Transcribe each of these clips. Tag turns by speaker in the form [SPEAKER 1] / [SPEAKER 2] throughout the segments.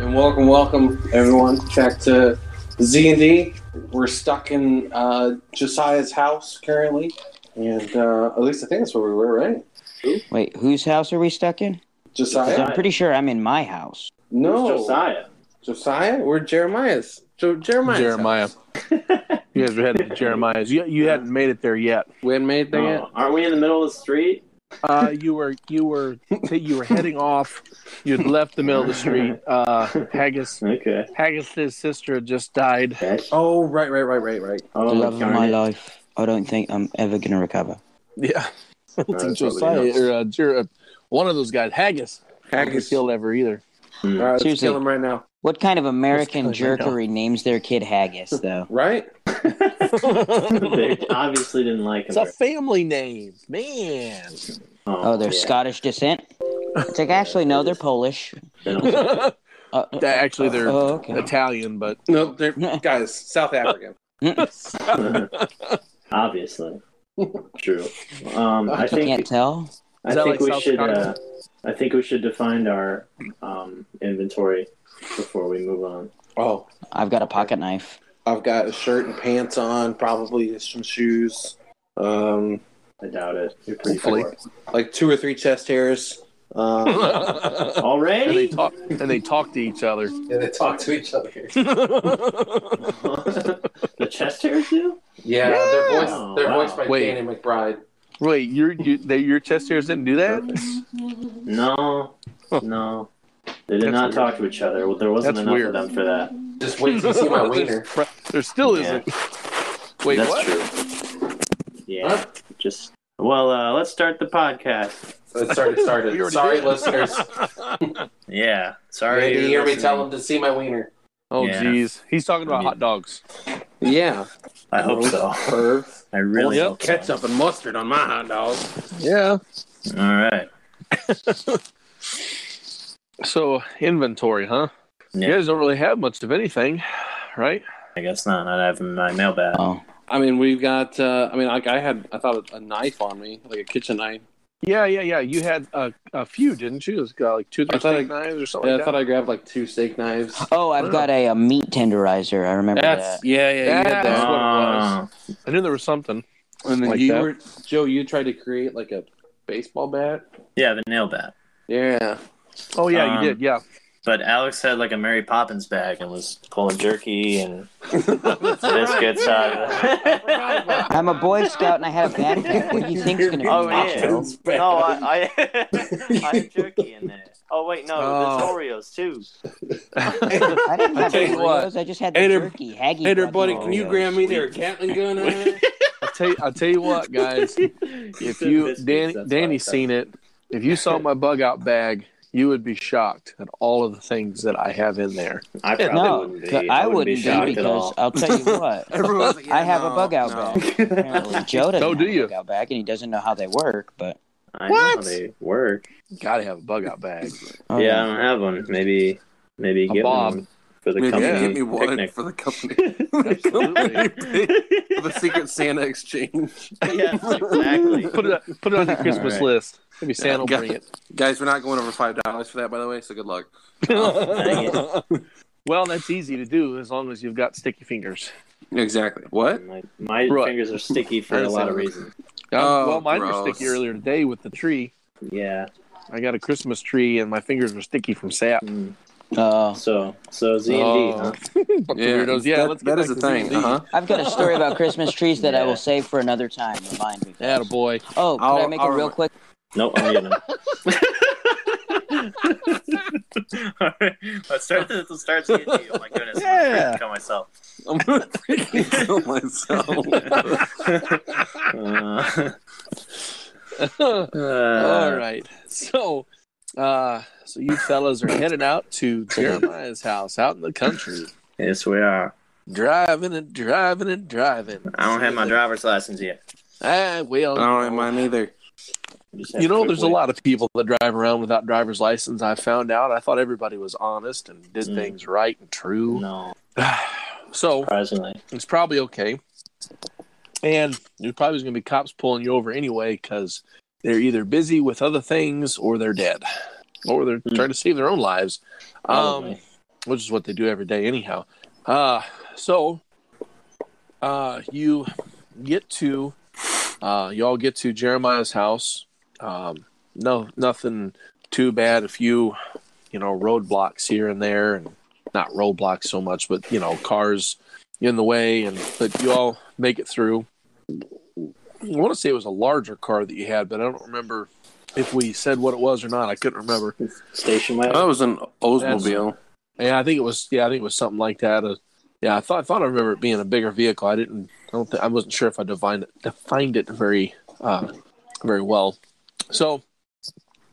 [SPEAKER 1] Welcome, welcome, everyone, back to Z and D. We're stuck in uh, Josiah's house currently, and uh, at least I think that's where we were, right?
[SPEAKER 2] Wait, whose house are we stuck in? 'Cause
[SPEAKER 1] Josiah?
[SPEAKER 2] I'm pretty sure I'm in my house.
[SPEAKER 1] No,
[SPEAKER 3] Who's
[SPEAKER 1] Josiah.
[SPEAKER 3] Josiah.
[SPEAKER 1] We're Jeremiah's. Jo- Jeremiah's
[SPEAKER 4] Jeremiah.
[SPEAKER 1] house.
[SPEAKER 4] You guys were headed to Jeremiah's. You, you hadn't made it there yet.
[SPEAKER 1] We hadn't made anything yet.
[SPEAKER 3] Oh, aren't we in the middle of the street?
[SPEAKER 4] Uh, you were you were you were heading off. You had left the middle of the street. Uh, Haggis
[SPEAKER 3] Okay.
[SPEAKER 4] Haggis's sister had just died.
[SPEAKER 3] That's-
[SPEAKER 1] Oh, right, right, right, right, right.
[SPEAKER 3] Oh,
[SPEAKER 2] the love of
[SPEAKER 3] darn
[SPEAKER 2] my
[SPEAKER 3] it.
[SPEAKER 2] life. I don't think I'm ever gonna recover.
[SPEAKER 4] Yeah, I don't think
[SPEAKER 3] That's
[SPEAKER 4] Josiah
[SPEAKER 3] probably
[SPEAKER 4] or uh, Jer- uh, one of those guys, Haggis,
[SPEAKER 1] Haggis.
[SPEAKER 4] killed ever either.
[SPEAKER 1] All right, let's
[SPEAKER 2] Seriously.
[SPEAKER 1] kill him right now.
[SPEAKER 2] What kind of American
[SPEAKER 4] Let's go right now.
[SPEAKER 2] jerkery names their kid Haggis, though?
[SPEAKER 1] Right?
[SPEAKER 4] uh,
[SPEAKER 3] they obviously didn't like
[SPEAKER 4] It's
[SPEAKER 3] him.
[SPEAKER 4] a family name, man.
[SPEAKER 2] Oh, they're
[SPEAKER 3] yeah.
[SPEAKER 2] Scottish descent. It's like actually no, they're Polish.
[SPEAKER 3] They don't-
[SPEAKER 4] That-
[SPEAKER 2] Uh,
[SPEAKER 4] Actually, they're
[SPEAKER 2] oh, okay.
[SPEAKER 4] Italian, but
[SPEAKER 1] No, they're, guys, South African.
[SPEAKER 2] Hmm.
[SPEAKER 3] obviously. True. Um, I
[SPEAKER 2] You
[SPEAKER 3] think
[SPEAKER 2] can't tell.
[SPEAKER 3] I
[SPEAKER 4] that
[SPEAKER 3] think
[SPEAKER 4] like
[SPEAKER 3] we
[SPEAKER 4] South
[SPEAKER 3] should.
[SPEAKER 4] Carolina?
[SPEAKER 3] Uh, I think we should define our um, inventory before we move on.
[SPEAKER 1] Oh,
[SPEAKER 2] I've got a pocket knife.
[SPEAKER 1] I've got a shirt and pants on, probably some shoes. Um,
[SPEAKER 3] I doubt it. You're pretty
[SPEAKER 4] Hopefully.
[SPEAKER 3] poor.
[SPEAKER 1] like two or three chest hairs. Um,
[SPEAKER 4] and they
[SPEAKER 3] Already?
[SPEAKER 4] talk and they talk to each other.
[SPEAKER 1] Yeah, they talk to each other.
[SPEAKER 3] the chest hairs do?
[SPEAKER 1] Yeah, they're voiced,
[SPEAKER 3] Oh,
[SPEAKER 1] they're
[SPEAKER 3] wow.
[SPEAKER 1] voiced by
[SPEAKER 4] Wait.
[SPEAKER 1] Danny McBride.
[SPEAKER 4] Wait, your you, they, your chest hairs didn't do that?
[SPEAKER 3] No, no. They did
[SPEAKER 4] That's
[SPEAKER 3] not
[SPEAKER 4] weird.
[SPEAKER 3] talk to each other. There wasn't
[SPEAKER 4] That's
[SPEAKER 3] enough
[SPEAKER 4] weird.
[SPEAKER 3] of them for that.
[SPEAKER 1] Just wait till you see my
[SPEAKER 4] There's
[SPEAKER 1] wiener.
[SPEAKER 4] pro- There still
[SPEAKER 3] Yeah.
[SPEAKER 4] isn't. Wait,
[SPEAKER 3] That's
[SPEAKER 4] what?
[SPEAKER 3] true. Yeah.
[SPEAKER 1] Huh?
[SPEAKER 3] Just well, uh, let's start the podcast.
[SPEAKER 1] It's already
[SPEAKER 4] We
[SPEAKER 1] started.
[SPEAKER 4] already
[SPEAKER 1] Sorry,
[SPEAKER 4] did.
[SPEAKER 1] listeners.
[SPEAKER 3] Yeah. Sorry.
[SPEAKER 1] Maybe
[SPEAKER 3] you're
[SPEAKER 1] you hear me
[SPEAKER 3] listening.
[SPEAKER 1] tell them to see my wiener.
[SPEAKER 4] Oh,
[SPEAKER 3] Yeah.
[SPEAKER 4] jeez. He's talking about hot dogs.
[SPEAKER 1] Yeah.
[SPEAKER 3] I hope so.
[SPEAKER 1] Perv.
[SPEAKER 3] I really
[SPEAKER 4] Yep.
[SPEAKER 3] hope so.
[SPEAKER 1] Ketchup and mustard on my hot dog.
[SPEAKER 4] Yeah.
[SPEAKER 3] All right.
[SPEAKER 4] So inventory, huh? You
[SPEAKER 3] Yeah.
[SPEAKER 4] guys don't really have much of anything, right?
[SPEAKER 3] I guess not. I have my mailbag.
[SPEAKER 1] Uh,
[SPEAKER 2] Oh,
[SPEAKER 1] I mean, we've got. Uh, I mean, like I had. I thought a knife on me, like a kitchen knife.
[SPEAKER 4] Yeah, yeah, yeah. You had a, a few, didn't you? It's got like two,
[SPEAKER 1] I
[SPEAKER 4] three
[SPEAKER 1] thought I-
[SPEAKER 4] steak knives or something.
[SPEAKER 1] Yeah, I
[SPEAKER 4] like
[SPEAKER 1] thought I grabbed like two steak knives.
[SPEAKER 2] oh, I've got a, uh meat tenderizer. I remember
[SPEAKER 1] That's
[SPEAKER 2] that.
[SPEAKER 1] yeah, yeah. You had
[SPEAKER 4] That's
[SPEAKER 1] that.
[SPEAKER 4] what it was.
[SPEAKER 3] Ah,
[SPEAKER 4] that. I knew there was something.
[SPEAKER 1] And then
[SPEAKER 4] Like
[SPEAKER 1] you
[SPEAKER 4] that.
[SPEAKER 1] were Joe. You tried to create like a baseball bat.
[SPEAKER 3] yeah, the nail bat.
[SPEAKER 1] Yeah.
[SPEAKER 4] Oh yeah,
[SPEAKER 3] Um,
[SPEAKER 4] you did. Yeah.
[SPEAKER 3] But Alex had like a Mary Poppins bag and was pulling jerky and biscuits out. Of it.
[SPEAKER 2] I'm a Boy Scout and I had a backpack. What do you think's gonna be?
[SPEAKER 3] Oh,
[SPEAKER 2] my
[SPEAKER 3] yeah.
[SPEAKER 2] job?
[SPEAKER 3] no, I, I, I have jerky in there. Oh wait, no,
[SPEAKER 4] Oh.
[SPEAKER 3] there's Oreos too.
[SPEAKER 2] I didn't
[SPEAKER 1] I'll
[SPEAKER 2] have
[SPEAKER 1] tell you
[SPEAKER 2] Oreos.
[SPEAKER 1] what.
[SPEAKER 2] I just had the
[SPEAKER 1] Hey there-
[SPEAKER 2] jerky. Haggy
[SPEAKER 1] Hey there,
[SPEAKER 2] brought
[SPEAKER 1] buddy.
[SPEAKER 3] Oh,
[SPEAKER 2] me
[SPEAKER 1] Can you
[SPEAKER 2] Oreos.
[SPEAKER 1] grab me there, a Captain Gun? on?
[SPEAKER 4] I tell you, I tell you what, guys. if you Dan, Danny's seen it, if you saw my bug out bag, you would be shocked at all of the things that I have in there.
[SPEAKER 3] I probably
[SPEAKER 2] No,
[SPEAKER 3] wouldn't be.
[SPEAKER 2] I wouldn't
[SPEAKER 3] shocked
[SPEAKER 2] be
[SPEAKER 3] at
[SPEAKER 2] because
[SPEAKER 3] all.
[SPEAKER 2] I'll tell you what.
[SPEAKER 5] Everyone's like,
[SPEAKER 2] I have
[SPEAKER 5] yeah,
[SPEAKER 2] a bug
[SPEAKER 5] no,
[SPEAKER 2] out
[SPEAKER 5] no.
[SPEAKER 2] bag. Apparently, Joe doesn't
[SPEAKER 4] So do
[SPEAKER 2] have
[SPEAKER 4] you.
[SPEAKER 2] a bug out bag, and he doesn't know how they work. But
[SPEAKER 3] I
[SPEAKER 4] What?
[SPEAKER 3] know they work.
[SPEAKER 4] Gotta have a bug out bag.
[SPEAKER 2] oh,
[SPEAKER 3] yeah, I don't have one. Maybe, maybe
[SPEAKER 4] A
[SPEAKER 3] get
[SPEAKER 4] bob.
[SPEAKER 3] one for the
[SPEAKER 1] Maybe
[SPEAKER 3] company
[SPEAKER 1] give
[SPEAKER 5] Give me one
[SPEAKER 3] picnic.
[SPEAKER 5] for the company. the company pic-
[SPEAKER 1] the Secret Santa exchange.
[SPEAKER 3] yes, exactly.
[SPEAKER 4] Put it put it on your Christmas
[SPEAKER 3] Alright.
[SPEAKER 4] list. Maybe Santa will
[SPEAKER 5] Got
[SPEAKER 4] bring it.
[SPEAKER 5] Guys, we're not going over five dollars for that, by the way. So good luck.
[SPEAKER 3] Oh, dang
[SPEAKER 4] well, that's easy to do as long as you've got sticky fingers.
[SPEAKER 5] Exactly. What?
[SPEAKER 3] My, my
[SPEAKER 4] Right.
[SPEAKER 3] fingers are sticky for a lot of reasons.
[SPEAKER 5] Oh,
[SPEAKER 4] Um, well, mine were
[SPEAKER 5] gross.
[SPEAKER 4] sticky earlier today with the tree.
[SPEAKER 3] Yeah.
[SPEAKER 4] I got a Christmas tree and my fingers were sticky from sap.
[SPEAKER 3] Mm.
[SPEAKER 2] Oh.
[SPEAKER 3] So, so Z
[SPEAKER 4] Oh.
[SPEAKER 3] and D.
[SPEAKER 4] Bunch of weirdos. Yeah,
[SPEAKER 5] that-
[SPEAKER 4] let's get
[SPEAKER 5] that is
[SPEAKER 4] back
[SPEAKER 5] the
[SPEAKER 4] to
[SPEAKER 5] thing.
[SPEAKER 4] Z&D.
[SPEAKER 5] Uh huh.
[SPEAKER 2] I've got a story about Christmas trees that I
[SPEAKER 3] Yeah.
[SPEAKER 2] will save for another time. Remind me.
[SPEAKER 4] Yeah,
[SPEAKER 5] uh-huh.
[SPEAKER 4] boy.
[SPEAKER 2] Oh, could I
[SPEAKER 5] I'll-
[SPEAKER 2] make
[SPEAKER 5] I'll
[SPEAKER 2] a real
[SPEAKER 5] rem-
[SPEAKER 2] quick?
[SPEAKER 3] Nope. I'm getting them. All right. Let's start. This, let's start Z and D. Oh my goodness.
[SPEAKER 4] Yeah.
[SPEAKER 3] I'm gonna kill myself.
[SPEAKER 5] I'm gonna freaking kill myself.
[SPEAKER 3] Uh,
[SPEAKER 4] All
[SPEAKER 3] uh,
[SPEAKER 4] right. So, uh, so you fellas are headed out to Jeremiah's house out in the country,
[SPEAKER 3] Yes, we are.
[SPEAKER 4] driving and driving and driving.
[SPEAKER 3] I don't have my driver's license yet.
[SPEAKER 4] Ah, well,
[SPEAKER 5] I don't have mine either.
[SPEAKER 3] Just have
[SPEAKER 4] You
[SPEAKER 3] to
[SPEAKER 4] know,
[SPEAKER 3] quit
[SPEAKER 4] there's a
[SPEAKER 3] waiting.
[SPEAKER 4] lot of people that drive around without driver's license. I found out. I thought everybody was honest and did
[SPEAKER 3] Mm.
[SPEAKER 4] things right and true.
[SPEAKER 3] No,
[SPEAKER 4] So
[SPEAKER 3] surprisingly.
[SPEAKER 4] it's probably okay. And there's probably going to be cops pulling you over anyway because they're either busy with other things or they're dead or they're
[SPEAKER 3] Mm. Oh,
[SPEAKER 4] trying to save their own lives. Um,
[SPEAKER 3] Probably.
[SPEAKER 4] which is what they do every day anyhow. Uh, so uh, you get to uh, y'all get to Jeremiah's house. Um, no, nothing too bad. A few, you know, roadblocks here and there, and not roadblocks so much, but you know, cars in the way, and but you all make it through. I want to say it was a larger car that you had, but I don't remember if we said what it was or not. I couldn't remember.
[SPEAKER 3] Station wagon.
[SPEAKER 5] That
[SPEAKER 4] oh.
[SPEAKER 5] was an Oldsmobile.
[SPEAKER 4] Yeah, I think it was. Yeah, I think it was something like that. Uh, yeah, I thought I thought I remember it being a bigger vehicle. I didn't. I don't. Think, I wasn't sure if I defined it, defined it very, uh, very well. So,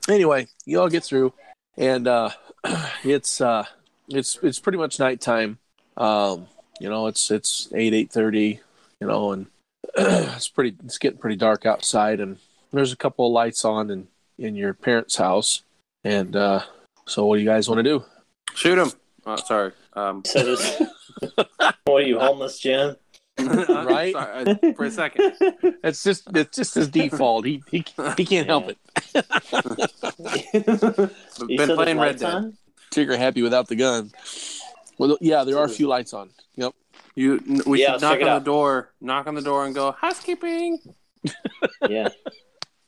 [SPEAKER 4] anyway, you all get through, and uh, it's uh, it's it's pretty much nighttime. Um, you know, it's it's eight eight thirty. You know, and it's pretty. It's getting pretty dark outside, and there's a couple of lights on in in your parents' house. And uh, so, what do you guys want to do?
[SPEAKER 5] Shoot him. Oh, sorry. Um,
[SPEAKER 3] So this- what are you homeless, Jen?
[SPEAKER 5] right? for a second.
[SPEAKER 4] It's just it's just his default. He he, he can't help it.
[SPEAKER 5] I've
[SPEAKER 3] You
[SPEAKER 5] been
[SPEAKER 3] said
[SPEAKER 5] playing
[SPEAKER 3] there's
[SPEAKER 5] Red
[SPEAKER 3] lights
[SPEAKER 5] Dead.
[SPEAKER 3] on?
[SPEAKER 4] Trigger happy without the gun. Well, yeah, there are a few lights on. Yep.
[SPEAKER 5] You, n- we
[SPEAKER 3] Yeah,
[SPEAKER 5] should
[SPEAKER 3] let's
[SPEAKER 5] knock
[SPEAKER 3] check
[SPEAKER 5] on
[SPEAKER 3] it
[SPEAKER 5] the
[SPEAKER 3] out.
[SPEAKER 5] door, knock on the door, and go housekeeping.
[SPEAKER 3] Yeah.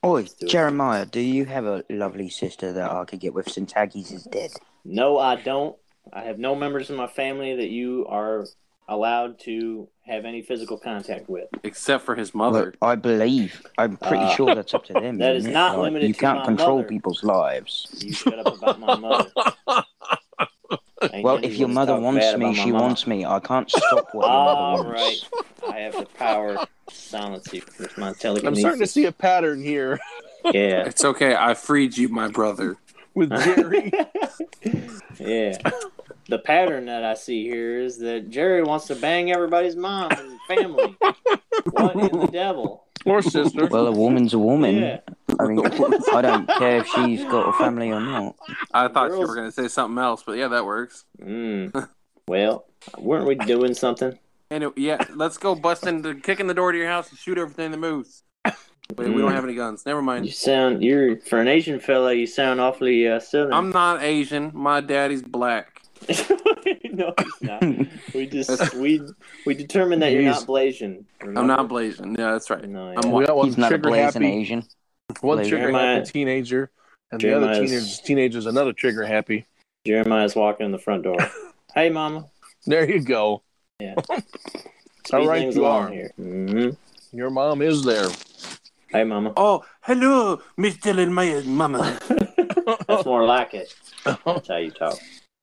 [SPEAKER 2] Oi,
[SPEAKER 3] do it.
[SPEAKER 2] Jeremiah, do you have a lovely sister that I could get with since Aggies is dead?
[SPEAKER 3] No, I don't. I have no members of my family that you are allowed to have any physical contact with.
[SPEAKER 5] Except for his
[SPEAKER 2] Well,
[SPEAKER 5] mother.
[SPEAKER 2] I believe. I'm pretty
[SPEAKER 3] Uh,
[SPEAKER 2] sure that's up to them.
[SPEAKER 3] that
[SPEAKER 2] isn't
[SPEAKER 3] is
[SPEAKER 2] it?
[SPEAKER 3] not
[SPEAKER 2] Like,
[SPEAKER 3] limited
[SPEAKER 2] You
[SPEAKER 3] to
[SPEAKER 2] can't
[SPEAKER 3] my
[SPEAKER 2] control
[SPEAKER 3] mother.
[SPEAKER 2] people's lives.
[SPEAKER 3] You shut up about my mother. Ain't
[SPEAKER 2] Well,
[SPEAKER 3] nobody
[SPEAKER 2] if your
[SPEAKER 3] gonna
[SPEAKER 2] mother
[SPEAKER 3] talk
[SPEAKER 2] wants
[SPEAKER 3] bad
[SPEAKER 2] me,
[SPEAKER 3] about my
[SPEAKER 2] she
[SPEAKER 3] mama.
[SPEAKER 2] wants me. I can't stop what your
[SPEAKER 3] All
[SPEAKER 2] mother
[SPEAKER 3] right.
[SPEAKER 2] wants.
[SPEAKER 3] I have the power to silence you with my
[SPEAKER 4] I'm
[SPEAKER 3] telekinesis.
[SPEAKER 4] starting to see a pattern here
[SPEAKER 3] Yeah.
[SPEAKER 5] It's okay. I freed you, my brother.
[SPEAKER 4] with Jerry.
[SPEAKER 3] Yeah. The pattern that I see here is that Jerry wants to bang everybody's mom and family. what in the devil?
[SPEAKER 4] or sister.
[SPEAKER 2] Well, a woman's a woman.
[SPEAKER 3] Yeah.
[SPEAKER 2] I mean, I don't care if she's got a family or not.
[SPEAKER 5] I thought you
[SPEAKER 3] Girls-
[SPEAKER 5] were going to say something else, but yeah, that works.
[SPEAKER 3] Mm. Well, weren't we doing something?
[SPEAKER 5] Anyway, yeah, let's go bust into kicking the door to your house and shoot everything that moves. Wait, we don't
[SPEAKER 3] Mm.
[SPEAKER 2] Hmm.
[SPEAKER 5] have any guns. Never
[SPEAKER 3] You
[SPEAKER 5] mind.
[SPEAKER 3] sound you're for an Asian fella. You sound awfully uh, southern.
[SPEAKER 5] I'm not Asian. My daddy's black.
[SPEAKER 3] no, he's not. We just we we determined that you're not
[SPEAKER 4] Jeez.
[SPEAKER 3] Blasian.
[SPEAKER 5] I'm not Blasian. Yeah, that's right.
[SPEAKER 3] No, yeah.
[SPEAKER 5] I'm
[SPEAKER 4] We
[SPEAKER 5] white.
[SPEAKER 4] got one
[SPEAKER 2] He's not a
[SPEAKER 4] trigger
[SPEAKER 2] blazing
[SPEAKER 4] happy,
[SPEAKER 2] Asian.
[SPEAKER 4] one
[SPEAKER 2] Blazing.
[SPEAKER 4] trigger
[SPEAKER 3] Jeremiah-
[SPEAKER 4] happy teenager, and the other
[SPEAKER 3] Jeremiah's-
[SPEAKER 4] teenager teenager's another trigger happy.
[SPEAKER 3] Jeremiah's walking in the front door. hey, mama.
[SPEAKER 4] There you go.
[SPEAKER 3] Speed
[SPEAKER 4] right,
[SPEAKER 3] things
[SPEAKER 4] you
[SPEAKER 3] along
[SPEAKER 4] are.
[SPEAKER 3] here. hmm
[SPEAKER 4] Your mom is there.
[SPEAKER 3] Hey, mama.
[SPEAKER 5] Oh, hello, Miss Dylan Mayer's mama.
[SPEAKER 3] That's more like it. That's how you talk.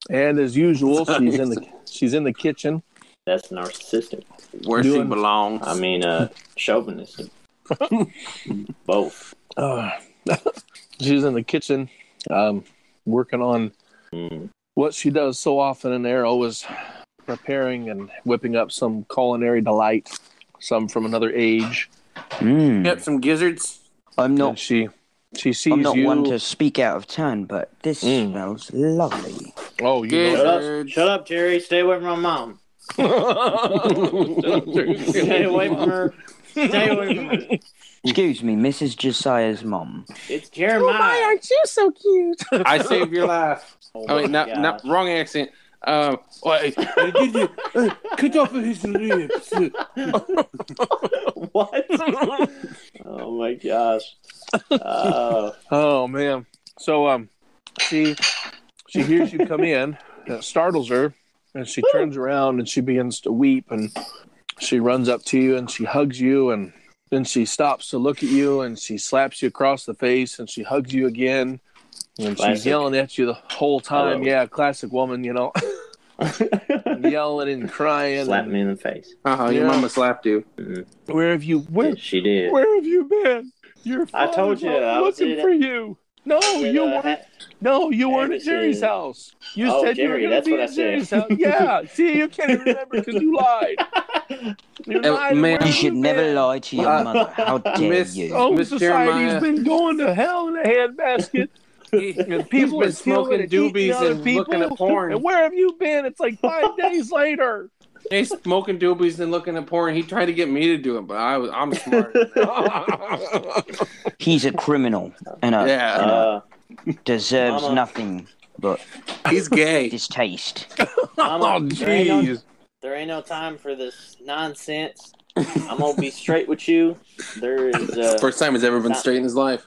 [SPEAKER 4] And as usual, she's in the she's in the kitchen.
[SPEAKER 3] That's narcissistic.
[SPEAKER 5] Where she
[SPEAKER 4] Doing-
[SPEAKER 5] belongs.
[SPEAKER 3] I mean, uh, chauvinistic. Both.
[SPEAKER 4] Uh,
[SPEAKER 2] Ah.
[SPEAKER 4] she's in the kitchen, um, working on
[SPEAKER 3] Mm.
[SPEAKER 4] what she does so often in there, always preparing and whipping up some culinary delight, some from another age.
[SPEAKER 2] Mm.
[SPEAKER 5] Yep, some gizzards.
[SPEAKER 2] I'm
[SPEAKER 4] And
[SPEAKER 2] not.
[SPEAKER 4] she she sees
[SPEAKER 2] I'm not
[SPEAKER 4] you.
[SPEAKER 2] one to speak out of turn, but this
[SPEAKER 4] Mm.
[SPEAKER 2] smells lovely.
[SPEAKER 4] Oh, you
[SPEAKER 5] Yeah.
[SPEAKER 3] Shut
[SPEAKER 4] know.
[SPEAKER 3] up. Shut up, Jerry. Stay away from my mom. Stay away from her. Stay away from her.
[SPEAKER 2] Excuse me, Mrs. Josiah's mom.
[SPEAKER 3] It's Jeremiah.
[SPEAKER 4] aren't you so cute?
[SPEAKER 5] I saved your life.
[SPEAKER 3] Oh,
[SPEAKER 5] Oh I
[SPEAKER 3] my
[SPEAKER 5] mean, not,
[SPEAKER 3] God.
[SPEAKER 5] not wrong accent. Um, wait, I did you, uh, cut off his lips.
[SPEAKER 3] What? oh my gosh. Oh,
[SPEAKER 4] Oh man. So um, she she hears you come in, and it startles her, and she turns around and she begins to weep, and she runs up to you and she hugs you, and then she stops to look at you and she slaps you across the face and she hugs you again, and she's
[SPEAKER 3] Classic.
[SPEAKER 4] yelling at you the whole time.
[SPEAKER 3] Hello.
[SPEAKER 4] Yeah, classic woman, you know, yelling and crying.
[SPEAKER 3] slap me in the face.
[SPEAKER 5] Uh-huh, your
[SPEAKER 4] Yeah.
[SPEAKER 5] mama slapped you.
[SPEAKER 4] Where have you where
[SPEAKER 3] She did.
[SPEAKER 4] Where have you been? Your
[SPEAKER 3] I
[SPEAKER 4] father
[SPEAKER 3] told you,
[SPEAKER 4] was
[SPEAKER 3] I was
[SPEAKER 4] looking
[SPEAKER 3] in-
[SPEAKER 4] for you. No,
[SPEAKER 3] With,
[SPEAKER 4] you
[SPEAKER 3] uh,
[SPEAKER 4] weren't. No, you
[SPEAKER 3] I
[SPEAKER 4] weren't at
[SPEAKER 3] was
[SPEAKER 4] Jerry's
[SPEAKER 3] in-
[SPEAKER 4] house. You
[SPEAKER 3] Oh,
[SPEAKER 4] said
[SPEAKER 3] Jerry,
[SPEAKER 4] you were
[SPEAKER 3] that's
[SPEAKER 4] going
[SPEAKER 3] what
[SPEAKER 4] to
[SPEAKER 3] I
[SPEAKER 4] be at
[SPEAKER 3] said.
[SPEAKER 4] Jerry's house. Yeah, see, you can't even remember because you lied. You
[SPEAKER 5] Uh,
[SPEAKER 4] lied.
[SPEAKER 5] ma'am-
[SPEAKER 4] Where
[SPEAKER 2] Oh, You should
[SPEAKER 4] been?
[SPEAKER 2] never lie to your
[SPEAKER 5] Uh,
[SPEAKER 2] mother. How dare
[SPEAKER 5] Miss-
[SPEAKER 2] you?
[SPEAKER 4] Oh,
[SPEAKER 5] Miss
[SPEAKER 4] society's
[SPEAKER 5] Jeremiah.
[SPEAKER 4] been going to hell in a handbasket.
[SPEAKER 5] He,
[SPEAKER 4] And
[SPEAKER 5] has
[SPEAKER 4] people are
[SPEAKER 5] been
[SPEAKER 4] stealing
[SPEAKER 5] smoking
[SPEAKER 4] and eating
[SPEAKER 5] doobies
[SPEAKER 4] other
[SPEAKER 5] and
[SPEAKER 4] people.
[SPEAKER 5] looking at porn.
[SPEAKER 4] And where have you been? It's like five days later.
[SPEAKER 5] He's smoking doobies and looking at porn. He tried to get me to do it, but I was I'm smart.
[SPEAKER 2] He's a criminal and a,
[SPEAKER 5] yeah.
[SPEAKER 2] and a
[SPEAKER 3] Uh,
[SPEAKER 4] Uh-huh.
[SPEAKER 2] deserves
[SPEAKER 3] Mama.
[SPEAKER 2] nothing. but
[SPEAKER 1] He's gay.
[SPEAKER 2] distaste.
[SPEAKER 4] Oh, jeez.
[SPEAKER 3] There ain't no time for this nonsense. I'm gonna be straight with you. There is uh,
[SPEAKER 1] First time he's ever been straight in his life.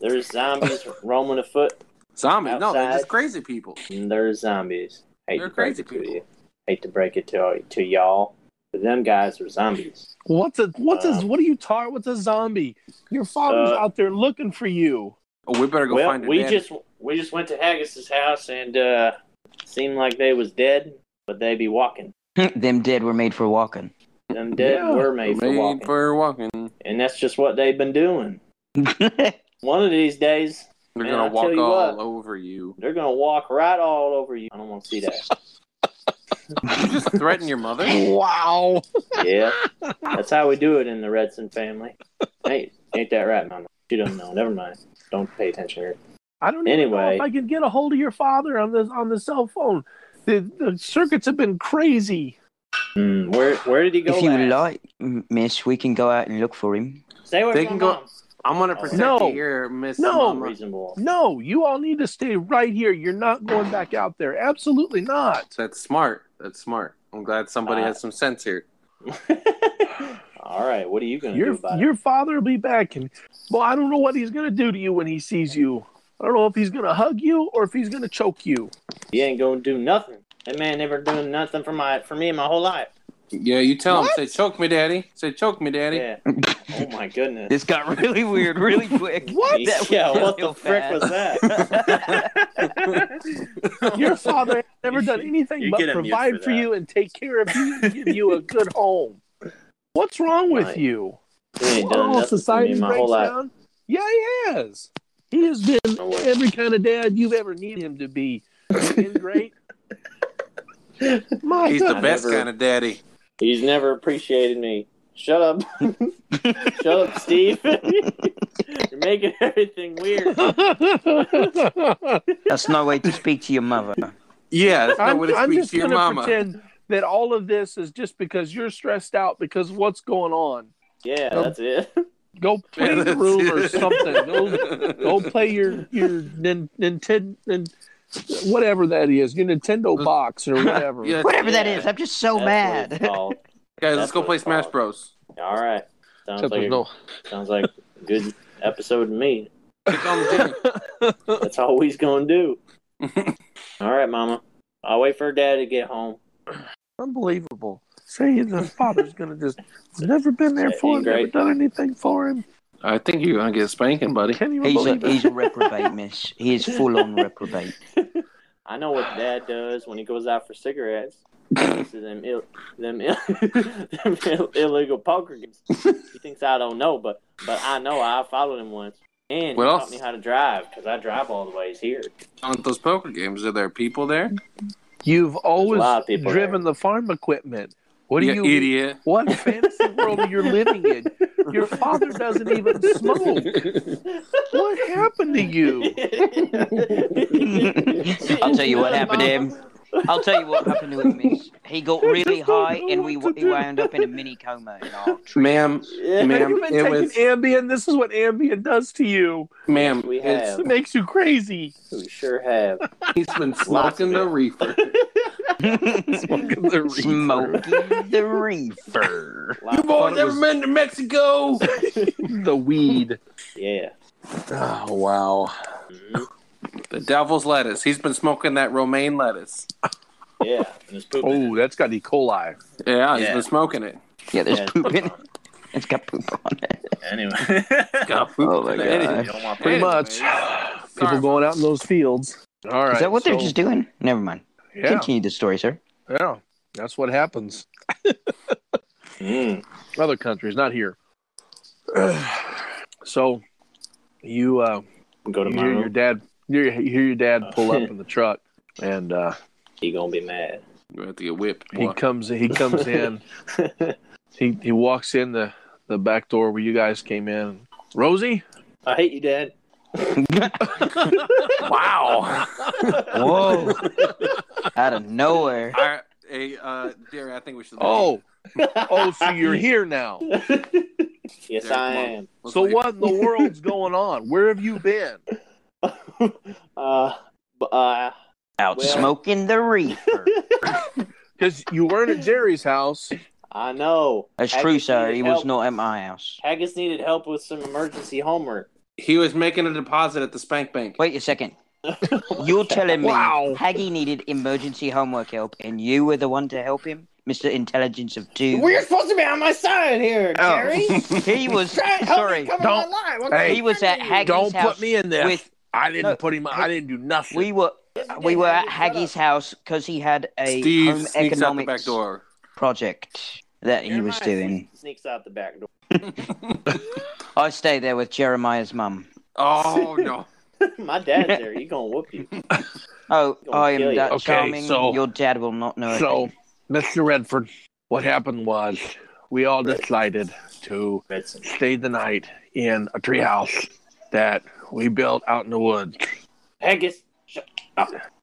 [SPEAKER 3] there's zombies roaming afoot.
[SPEAKER 5] Zombies? No, they're
[SPEAKER 3] Outside.
[SPEAKER 5] just crazy people.
[SPEAKER 3] And there's zombies. Hate
[SPEAKER 5] They're
[SPEAKER 3] to break
[SPEAKER 5] crazy
[SPEAKER 3] it to
[SPEAKER 5] people.
[SPEAKER 3] you. Hate to break it to to y'all, but them guys are zombies.
[SPEAKER 4] What's a what's a
[SPEAKER 3] Uh,
[SPEAKER 4] what are you talking? What's a zombie? Your father's
[SPEAKER 3] Uh,
[SPEAKER 4] out there looking for you.
[SPEAKER 5] Oh, we better go
[SPEAKER 3] well,
[SPEAKER 5] find it.
[SPEAKER 3] we just we just went to Haggis's house and uh, seemed like they was dead, but they be walking.
[SPEAKER 2] Them dead were made for walking.
[SPEAKER 3] Them dead
[SPEAKER 4] Yeah,
[SPEAKER 3] were made, for walking,
[SPEAKER 5] made for walking.
[SPEAKER 3] and that's just what they've been doing. One of these days,
[SPEAKER 5] They're
[SPEAKER 3] Man,
[SPEAKER 5] gonna
[SPEAKER 3] I'll
[SPEAKER 5] walk
[SPEAKER 3] tell you
[SPEAKER 5] all
[SPEAKER 3] what.
[SPEAKER 5] over you.
[SPEAKER 3] they're gonna walk right all over you. I don't want to see that.
[SPEAKER 5] You just threaten your mother?
[SPEAKER 4] wow.
[SPEAKER 3] yeah, that's how we do it in the Redson family. Hey, ain't that right, Mama? You don't know. Never mind. Don't pay attention here.
[SPEAKER 4] I don't even know
[SPEAKER 3] Anyway.
[SPEAKER 4] if I can get a hold of your father on this on the cell phone. The the circuits have been crazy.
[SPEAKER 3] Mm, where where did he go?
[SPEAKER 2] if you
[SPEAKER 3] last?
[SPEAKER 2] would like, m- miss, we can go out and look for him.
[SPEAKER 3] Stay away
[SPEAKER 5] They
[SPEAKER 3] from
[SPEAKER 5] can
[SPEAKER 3] my
[SPEAKER 5] go- Oh,
[SPEAKER 3] mom.
[SPEAKER 5] I'm gonna protect
[SPEAKER 4] No.
[SPEAKER 5] you here, Miss
[SPEAKER 4] No.
[SPEAKER 5] Mama.
[SPEAKER 3] Reasonable.
[SPEAKER 4] No, you all need to stay right here. You're not going back out there. Absolutely not.
[SPEAKER 5] That's smart. That's smart. I'm glad somebody
[SPEAKER 3] Uh,
[SPEAKER 5] has some sense here.
[SPEAKER 3] All right, what are you gonna do
[SPEAKER 4] Your
[SPEAKER 3] about
[SPEAKER 4] your father will be back, and well, I don't know what he's gonna do to you when he sees you. I don't know if he's gonna hug you or if he's gonna choke you.
[SPEAKER 3] it? You ain't gonna do nothing. That man never doing nothing for my for me my whole life.
[SPEAKER 5] Yeah, you tell him. Say, choke me, daddy. Say, choke me, daddy.
[SPEAKER 3] Yeah. oh my goodness.
[SPEAKER 2] This got really weird really quick.
[SPEAKER 4] What?
[SPEAKER 2] That
[SPEAKER 3] yeah,
[SPEAKER 2] was
[SPEAKER 3] what
[SPEAKER 2] real
[SPEAKER 3] the frick was
[SPEAKER 2] fast.
[SPEAKER 3] that?
[SPEAKER 4] Your father has never done anything
[SPEAKER 3] you
[SPEAKER 4] but
[SPEAKER 3] get a mute
[SPEAKER 4] provide
[SPEAKER 3] for
[SPEAKER 4] for,
[SPEAKER 3] that.
[SPEAKER 4] you and take care of you and give you a good home. What's wrong with
[SPEAKER 3] Right.
[SPEAKER 4] you?
[SPEAKER 3] You ain't done
[SPEAKER 4] Oh,
[SPEAKER 3] nothing
[SPEAKER 4] society
[SPEAKER 3] for me my
[SPEAKER 4] breaks
[SPEAKER 3] whole life.
[SPEAKER 4] down. Yeah, he has. He has been
[SPEAKER 3] No way.
[SPEAKER 4] every kind of dad you've ever needed him to be. Great. My
[SPEAKER 5] He's
[SPEAKER 4] God.
[SPEAKER 5] the best
[SPEAKER 3] never-
[SPEAKER 5] kind of daddy.
[SPEAKER 3] He's never appreciated me. Shut up. Shut up, Steve. You're making everything weird.
[SPEAKER 2] That's no way to speak to your mother.
[SPEAKER 5] Yeah, that's not
[SPEAKER 4] I'm,
[SPEAKER 5] what it
[SPEAKER 4] I'm
[SPEAKER 5] speaks
[SPEAKER 4] just
[SPEAKER 5] to your
[SPEAKER 4] gonna
[SPEAKER 5] mama.
[SPEAKER 4] pretend that all of this is just because you're stressed out because of what's going on.
[SPEAKER 3] Yeah,
[SPEAKER 4] Nope.
[SPEAKER 3] that's it.
[SPEAKER 4] Go play in the
[SPEAKER 5] that's
[SPEAKER 4] room or
[SPEAKER 5] it.
[SPEAKER 4] something. Go, go play your your nin, Nintendo, nin, whatever that is, your Nintendo box or whatever.
[SPEAKER 5] Uh, Yeah,
[SPEAKER 2] Whatever that
[SPEAKER 3] Yeah.
[SPEAKER 2] is, I'm just so
[SPEAKER 3] That's what it's
[SPEAKER 2] mad.
[SPEAKER 3] called.
[SPEAKER 5] guys,
[SPEAKER 3] That's
[SPEAKER 5] let's go
[SPEAKER 3] what
[SPEAKER 5] play
[SPEAKER 3] it's
[SPEAKER 5] Smash
[SPEAKER 3] called.
[SPEAKER 5] Bros.
[SPEAKER 3] All right. Sounds
[SPEAKER 4] Except
[SPEAKER 3] like,
[SPEAKER 4] there's
[SPEAKER 3] a,
[SPEAKER 4] no.
[SPEAKER 3] sounds like a good episode to me.
[SPEAKER 5] Um, Jimmy,
[SPEAKER 3] That's all he's gonna do. all right, Mama. I'll wait for Dad to get home.
[SPEAKER 4] Unbelievable. Saying the father's gonna just never been there
[SPEAKER 3] Yeah, he's
[SPEAKER 4] for him,
[SPEAKER 3] great.
[SPEAKER 4] never done anything for him.
[SPEAKER 5] I think you're gonna get a spanking, buddy.
[SPEAKER 4] Can't even
[SPEAKER 2] He's a,
[SPEAKER 4] believe it.
[SPEAKER 2] he's a reprobate, miss. He is full on reprobate.
[SPEAKER 3] I know what Dad does when he goes out for cigarettes. He says them, Ill, them, Ill, them Ill, illegal poker games. He thinks I don't know, but but I know. I followed him once, and
[SPEAKER 5] What
[SPEAKER 3] he
[SPEAKER 5] else?
[SPEAKER 3] taught me how to drive because I drive all the ways here.
[SPEAKER 5] Aren't those poker games? Are there people there?
[SPEAKER 4] You've always
[SPEAKER 3] lot of people
[SPEAKER 4] driven the farm equipment. What do you
[SPEAKER 5] idiot?
[SPEAKER 4] What fantasy world are you living in? Your father doesn't even smoke. What happened to you?
[SPEAKER 2] I'll tell you what happened to him. I'll tell you what happened to him, miss. He got really high and we he wound up in a mini coma. In our
[SPEAKER 5] Ma'am,
[SPEAKER 3] Yeah.
[SPEAKER 5] Ma'am,
[SPEAKER 4] You've been
[SPEAKER 5] it
[SPEAKER 4] taking
[SPEAKER 5] was-
[SPEAKER 4] Ambien. This is what Ambien does to you.
[SPEAKER 5] ma'am,
[SPEAKER 3] We
[SPEAKER 5] it's-
[SPEAKER 4] It makes you crazy.
[SPEAKER 3] We sure have.
[SPEAKER 5] he's been
[SPEAKER 3] Lots of
[SPEAKER 5] smoking the
[SPEAKER 3] it.
[SPEAKER 5] reefer. Smoking the reefer.
[SPEAKER 2] Smoking the reefer.
[SPEAKER 3] Lots
[SPEAKER 5] You
[SPEAKER 3] of
[SPEAKER 5] boys
[SPEAKER 3] it.
[SPEAKER 5] ever been to Mexico?
[SPEAKER 4] The weed.
[SPEAKER 3] Yeah.
[SPEAKER 5] oh wow.
[SPEAKER 3] Mhm.
[SPEAKER 5] The devil's lettuce. He's been smoking that romaine lettuce.
[SPEAKER 3] Yeah. And his poop.
[SPEAKER 4] Oh, that's got E. coli.
[SPEAKER 5] Yeah, he's
[SPEAKER 3] Yeah.
[SPEAKER 5] been smoking it.
[SPEAKER 2] Yeah, there's
[SPEAKER 3] Yeah, it's
[SPEAKER 2] poop in it.
[SPEAKER 3] fine.
[SPEAKER 2] It's got poop on it.
[SPEAKER 3] Anyway.
[SPEAKER 5] God,
[SPEAKER 2] Oh my
[SPEAKER 5] Anyway.
[SPEAKER 2] god.
[SPEAKER 3] Don't want
[SPEAKER 4] Pretty much. People going out in those fields. All right.
[SPEAKER 2] Is that what they're
[SPEAKER 4] so-
[SPEAKER 2] just doing? Never mind.
[SPEAKER 4] Yeah,
[SPEAKER 2] Continue the story, sir.
[SPEAKER 4] yeah. That's what happens.
[SPEAKER 3] Mm.
[SPEAKER 4] Other countries, not here. so, you uh,
[SPEAKER 3] Go to
[SPEAKER 4] you
[SPEAKER 3] my
[SPEAKER 4] hear your
[SPEAKER 3] room. Uh,
[SPEAKER 4] dad you hear you hear your dad pull up in the truck and uh,
[SPEAKER 3] He gonna be mad.
[SPEAKER 5] You're about to get whipped.
[SPEAKER 4] he
[SPEAKER 5] boy.
[SPEAKER 4] comes he comes in he he walks in the the back door where you guys came in rosie
[SPEAKER 3] I hate you, Dad.
[SPEAKER 5] wow.
[SPEAKER 2] Whoa. Out of nowhere.
[SPEAKER 5] I, hey, uh, dear, I think we should.
[SPEAKER 4] oh oh so you're here now
[SPEAKER 3] Yes,
[SPEAKER 5] Derek,
[SPEAKER 3] I
[SPEAKER 5] come on.
[SPEAKER 3] am.
[SPEAKER 5] Let's
[SPEAKER 4] so
[SPEAKER 5] leave.
[SPEAKER 4] what in the world's going on where have you been
[SPEAKER 3] Uh, b- uh,
[SPEAKER 2] Out
[SPEAKER 3] Well-
[SPEAKER 2] smoking the reefer.
[SPEAKER 4] Because you weren't at Jerry's house.
[SPEAKER 3] I know.
[SPEAKER 2] That's
[SPEAKER 3] Haggis
[SPEAKER 2] true, sir.
[SPEAKER 3] needed
[SPEAKER 2] He was
[SPEAKER 3] help.
[SPEAKER 2] not at my house.
[SPEAKER 3] Haggis needed help with some emergency homework.
[SPEAKER 5] He was making a deposit at the spank bank.
[SPEAKER 2] Wait a second. You're telling me
[SPEAKER 4] Wow.
[SPEAKER 2] Haggy needed emergency homework help, and you were the one to help him, Mister Intelligence of Two.
[SPEAKER 3] Well, you're supposed to be on my side here,
[SPEAKER 4] Oh.
[SPEAKER 3] Jerry.
[SPEAKER 2] He was
[SPEAKER 3] Try and help
[SPEAKER 2] sorry.
[SPEAKER 3] Me come
[SPEAKER 4] Don't-
[SPEAKER 3] Alive. What
[SPEAKER 4] Hey.
[SPEAKER 3] the
[SPEAKER 2] He was at
[SPEAKER 3] frick?
[SPEAKER 2] Haggy's
[SPEAKER 4] Don't
[SPEAKER 2] house
[SPEAKER 4] put me in there.
[SPEAKER 2] with
[SPEAKER 4] I didn't
[SPEAKER 2] No.
[SPEAKER 4] put him. I didn't do nothing.
[SPEAKER 2] we were
[SPEAKER 3] Yes, you did,
[SPEAKER 2] we were at
[SPEAKER 3] Haggy.
[SPEAKER 2] Haggy's house because he had a
[SPEAKER 5] Steve
[SPEAKER 2] home
[SPEAKER 5] sneaks out the back
[SPEAKER 2] economics
[SPEAKER 5] door.
[SPEAKER 2] project that he was
[SPEAKER 3] Jeremiah
[SPEAKER 2] doing.
[SPEAKER 3] Sneaks out the back door.
[SPEAKER 2] I stay there with Jeremiah's mum.
[SPEAKER 5] Oh no!
[SPEAKER 3] my dad's there. He gonna whoop you.
[SPEAKER 2] Oh,
[SPEAKER 3] Gonna
[SPEAKER 2] I am
[SPEAKER 3] kill you.
[SPEAKER 2] that
[SPEAKER 4] Okay,
[SPEAKER 2] charming.
[SPEAKER 4] so-
[SPEAKER 2] Your dad will not know.
[SPEAKER 4] So, Mr. Redford, what happened was we all decided to stay the night in a treehouse that we built out in the woods.
[SPEAKER 3] Haggis.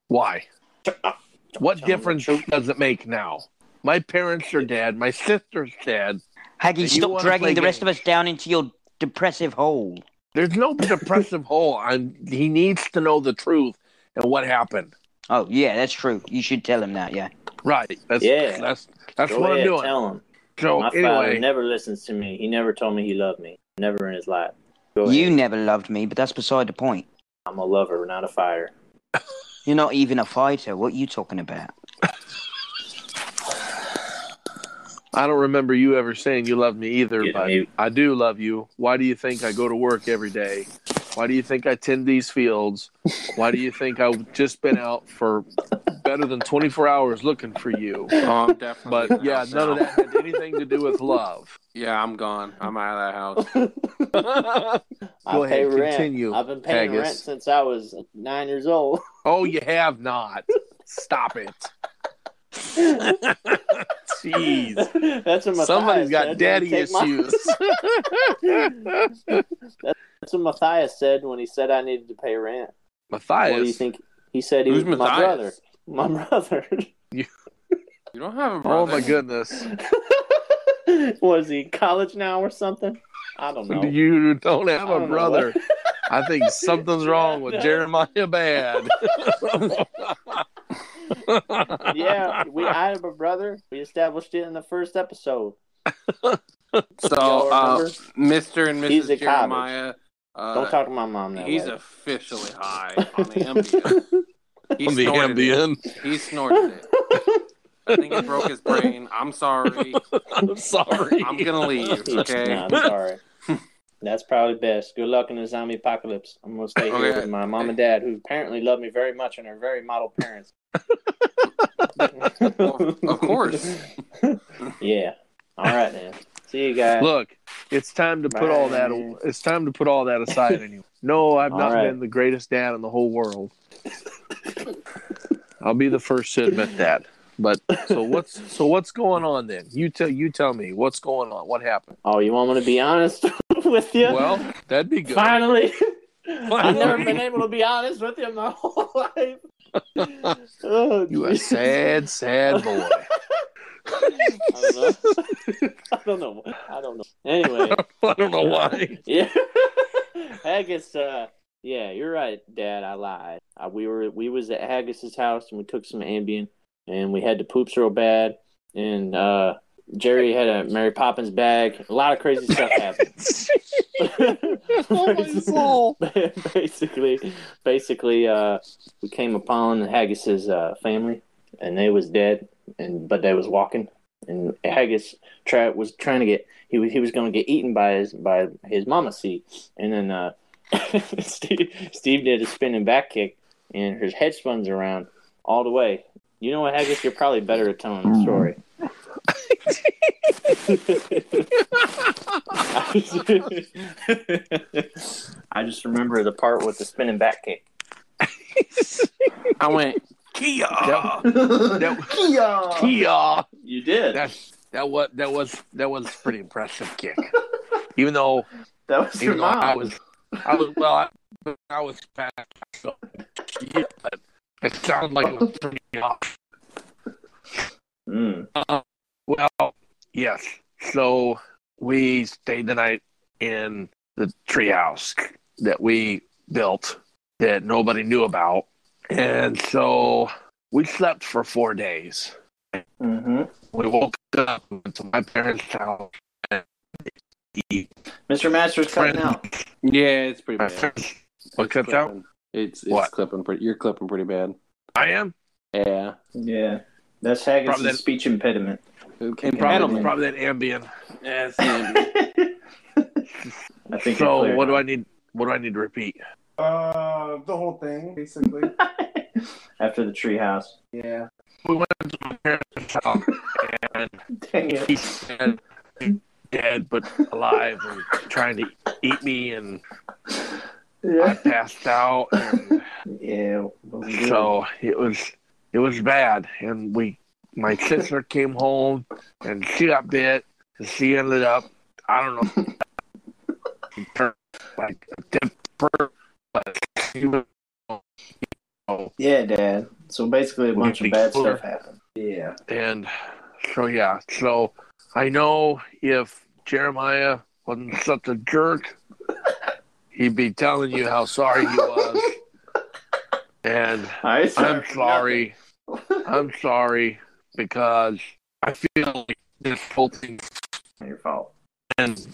[SPEAKER 4] Why? What
[SPEAKER 3] Tell me the
[SPEAKER 4] difference
[SPEAKER 3] truth.
[SPEAKER 4] does it make now? My parents are dead. My sister's dead.
[SPEAKER 2] Haggy,
[SPEAKER 4] You
[SPEAKER 2] stop
[SPEAKER 4] wanna
[SPEAKER 2] dragging
[SPEAKER 4] play
[SPEAKER 2] the rest of
[SPEAKER 4] games.
[SPEAKER 2] us down into your depressive hole.
[SPEAKER 4] There's no depressive hole. I'm, he needs to know the truth and what happened.
[SPEAKER 2] Oh yeah, that's true. You should tell him that. Yeah.
[SPEAKER 4] Right. That's
[SPEAKER 3] Yeah.
[SPEAKER 4] that's that's
[SPEAKER 3] Go
[SPEAKER 4] what
[SPEAKER 3] ahead,
[SPEAKER 4] I'm doing.
[SPEAKER 3] Tell him.
[SPEAKER 4] So
[SPEAKER 3] my
[SPEAKER 4] anyway,
[SPEAKER 3] father never listens to me. He never told me he loved me. Never in his life. Go
[SPEAKER 2] You
[SPEAKER 3] ahead.
[SPEAKER 2] never loved me, but that's beside the point.
[SPEAKER 3] I'm a lover, not a fighter.
[SPEAKER 2] You're not even a fighter. What are you talking about?
[SPEAKER 4] I don't remember you ever saying you love me either,
[SPEAKER 3] Get
[SPEAKER 4] but
[SPEAKER 3] mute.
[SPEAKER 4] I do love you. Why do you think I go to work every day? Why do you think I tend these fields? Why do you think I've just been out for better than 24 hours looking for you?
[SPEAKER 5] Oh, I'm definitely.
[SPEAKER 4] But yeah,
[SPEAKER 5] out
[SPEAKER 4] none of
[SPEAKER 5] now.
[SPEAKER 4] that had anything to do with love.
[SPEAKER 5] Yeah, I'm gone. I'm out of that house.
[SPEAKER 4] Go
[SPEAKER 3] I
[SPEAKER 4] ahead,
[SPEAKER 3] pay rent.
[SPEAKER 4] continue,
[SPEAKER 3] I've been paying
[SPEAKER 4] Haggis.
[SPEAKER 3] rent since I was nine years old.
[SPEAKER 4] Oh, you have not. Stop it. Jeez.
[SPEAKER 3] That's what Matthias
[SPEAKER 4] Somebody's
[SPEAKER 3] said.
[SPEAKER 4] got daddy
[SPEAKER 3] Take my-
[SPEAKER 4] issues.
[SPEAKER 3] That's what Matthias said when he said I needed to pay rent.
[SPEAKER 4] Matthias.
[SPEAKER 3] What do you think? He said he
[SPEAKER 5] Who's
[SPEAKER 3] was my brother.
[SPEAKER 5] Matthias?
[SPEAKER 3] My brother.
[SPEAKER 5] You don't have a
[SPEAKER 4] Oh
[SPEAKER 5] brother.
[SPEAKER 4] my goodness.
[SPEAKER 3] was he in college now or something? I don't know.
[SPEAKER 4] You don't have
[SPEAKER 3] I
[SPEAKER 5] Oh,
[SPEAKER 4] a
[SPEAKER 3] don't know
[SPEAKER 4] brother.
[SPEAKER 3] what-
[SPEAKER 4] I think something's wrong with Jeremiah Bad.
[SPEAKER 3] yeah, we. I have a brother. We established it in the first episode.
[SPEAKER 5] So,
[SPEAKER 3] Y'all
[SPEAKER 5] uh,
[SPEAKER 3] remember?
[SPEAKER 5] Mr. and
[SPEAKER 3] He's a
[SPEAKER 5] Mrs.
[SPEAKER 3] college.
[SPEAKER 5] Jeremiah. Uh,
[SPEAKER 3] don't talk to my mom that
[SPEAKER 5] He's
[SPEAKER 3] way.
[SPEAKER 5] officially high on the Ambien. He
[SPEAKER 4] On the
[SPEAKER 5] snorted it.
[SPEAKER 4] ambient.
[SPEAKER 5] He snorted it. I think he broke his brain. I'm sorry.
[SPEAKER 4] I'm sorry.
[SPEAKER 5] I'm gonna leave. Okay.
[SPEAKER 3] Nah, I'm sorry. That's probably best. Good luck in the zombie apocalypse. I'm gonna stay here
[SPEAKER 5] Okay.
[SPEAKER 3] with my mom and dad, who apparently love me very much and are very model parents.
[SPEAKER 5] Of course.
[SPEAKER 3] yeah. All right, then. See you guys.
[SPEAKER 4] Look, it's time to put all that. It's time to put all that aside anyway. No, I've
[SPEAKER 3] All
[SPEAKER 4] not
[SPEAKER 3] right.
[SPEAKER 4] been the greatest dad in the whole world. I'll be the first to admit that. But so what's so what's going on then? You tell you tell me what's going on. What happened?
[SPEAKER 3] Oh, you want me to be honest with you?
[SPEAKER 4] Well, that'd be good.
[SPEAKER 3] finally. I've never
[SPEAKER 4] Finally.
[SPEAKER 3] been able to be honest with you my whole life. Oh,
[SPEAKER 4] You a
[SPEAKER 3] geez.
[SPEAKER 4] sad, sad boy.
[SPEAKER 3] I don't know. I don't know. I don't know. Anyway,
[SPEAKER 4] I don't know why.
[SPEAKER 3] yeah. Haggis, uh, yeah, you're right, Dad. I lied. I, we were we was at Haggis's house and we took some Ambien and we had the poops real bad and uh, Jerry had a Mary Poppins bag. A lot of crazy stuff happened.
[SPEAKER 4] oh my soul.
[SPEAKER 3] basically, basically, uh, we came upon Haggis's uh, family, and they was dead, and but they was walking, and Haggis try, was trying to get he was he was going to get eaten by his by his mama seat, and then uh, Steve Steve did a spinning back kick, and his head spins around all the way. You know what, Haggis? You're probably better at telling the story.
[SPEAKER 4] Mm.
[SPEAKER 3] I just remember the part with the spinning back kick.
[SPEAKER 5] I went. Kia.
[SPEAKER 4] That, Kia.
[SPEAKER 3] You did. That,
[SPEAKER 4] That, that was that was that was a pretty impressive kick. Even though
[SPEAKER 3] was your
[SPEAKER 4] even though
[SPEAKER 3] mom.
[SPEAKER 4] I was I was well I, I was fast. So, yeah, but it sounded like it was pretty off.
[SPEAKER 3] Mm.
[SPEAKER 4] Well, yes. So we stayed the night in the treehouse that we built that nobody knew about. And so we slept for four days.
[SPEAKER 3] hmm
[SPEAKER 4] We woke up went to my parents' house. and eat.
[SPEAKER 3] Mr. Masters cutting out.
[SPEAKER 6] Yeah, it's pretty
[SPEAKER 4] My
[SPEAKER 6] bad.
[SPEAKER 4] parents- What cut out?
[SPEAKER 6] It's it's
[SPEAKER 4] What?
[SPEAKER 6] clipping pretty. You're clipping pretty bad.
[SPEAKER 4] I am.
[SPEAKER 6] Yeah.
[SPEAKER 3] Yeah, that's Haggis'
[SPEAKER 4] Probably that-
[SPEAKER 3] speech impediment.
[SPEAKER 6] Okay.
[SPEAKER 4] Probably,
[SPEAKER 3] Ambien.
[SPEAKER 4] probably that Ambien.
[SPEAKER 6] Yes.
[SPEAKER 3] I think.
[SPEAKER 4] So what do I need? What do I need to repeat?
[SPEAKER 7] Uh, the whole thing, basically.
[SPEAKER 3] After the treehouse.
[SPEAKER 7] yeah.
[SPEAKER 4] We went to my parents' house and
[SPEAKER 3] Dang it.
[SPEAKER 4] he's dead, dead but alive and trying to eat me and I
[SPEAKER 3] Yeah.
[SPEAKER 4] passed out and
[SPEAKER 3] Ew. What we doing?
[SPEAKER 4] so it was it was bad and we my sister came home and she got bit and she ended up I don't know turned like a temper but she was
[SPEAKER 3] Yeah, Dad. So basically, a
[SPEAKER 4] Would it
[SPEAKER 3] bunch
[SPEAKER 4] be
[SPEAKER 3] of bad
[SPEAKER 4] cooler?
[SPEAKER 3] stuff happened. Yeah.
[SPEAKER 4] And so, yeah, so I know if Jeremiah wasn't such a jerk, he'd be telling you how sorry he was. And
[SPEAKER 3] I
[SPEAKER 4] I'm sorry. I'm sorry because I feel like this whole thing
[SPEAKER 3] Your fault.
[SPEAKER 4] and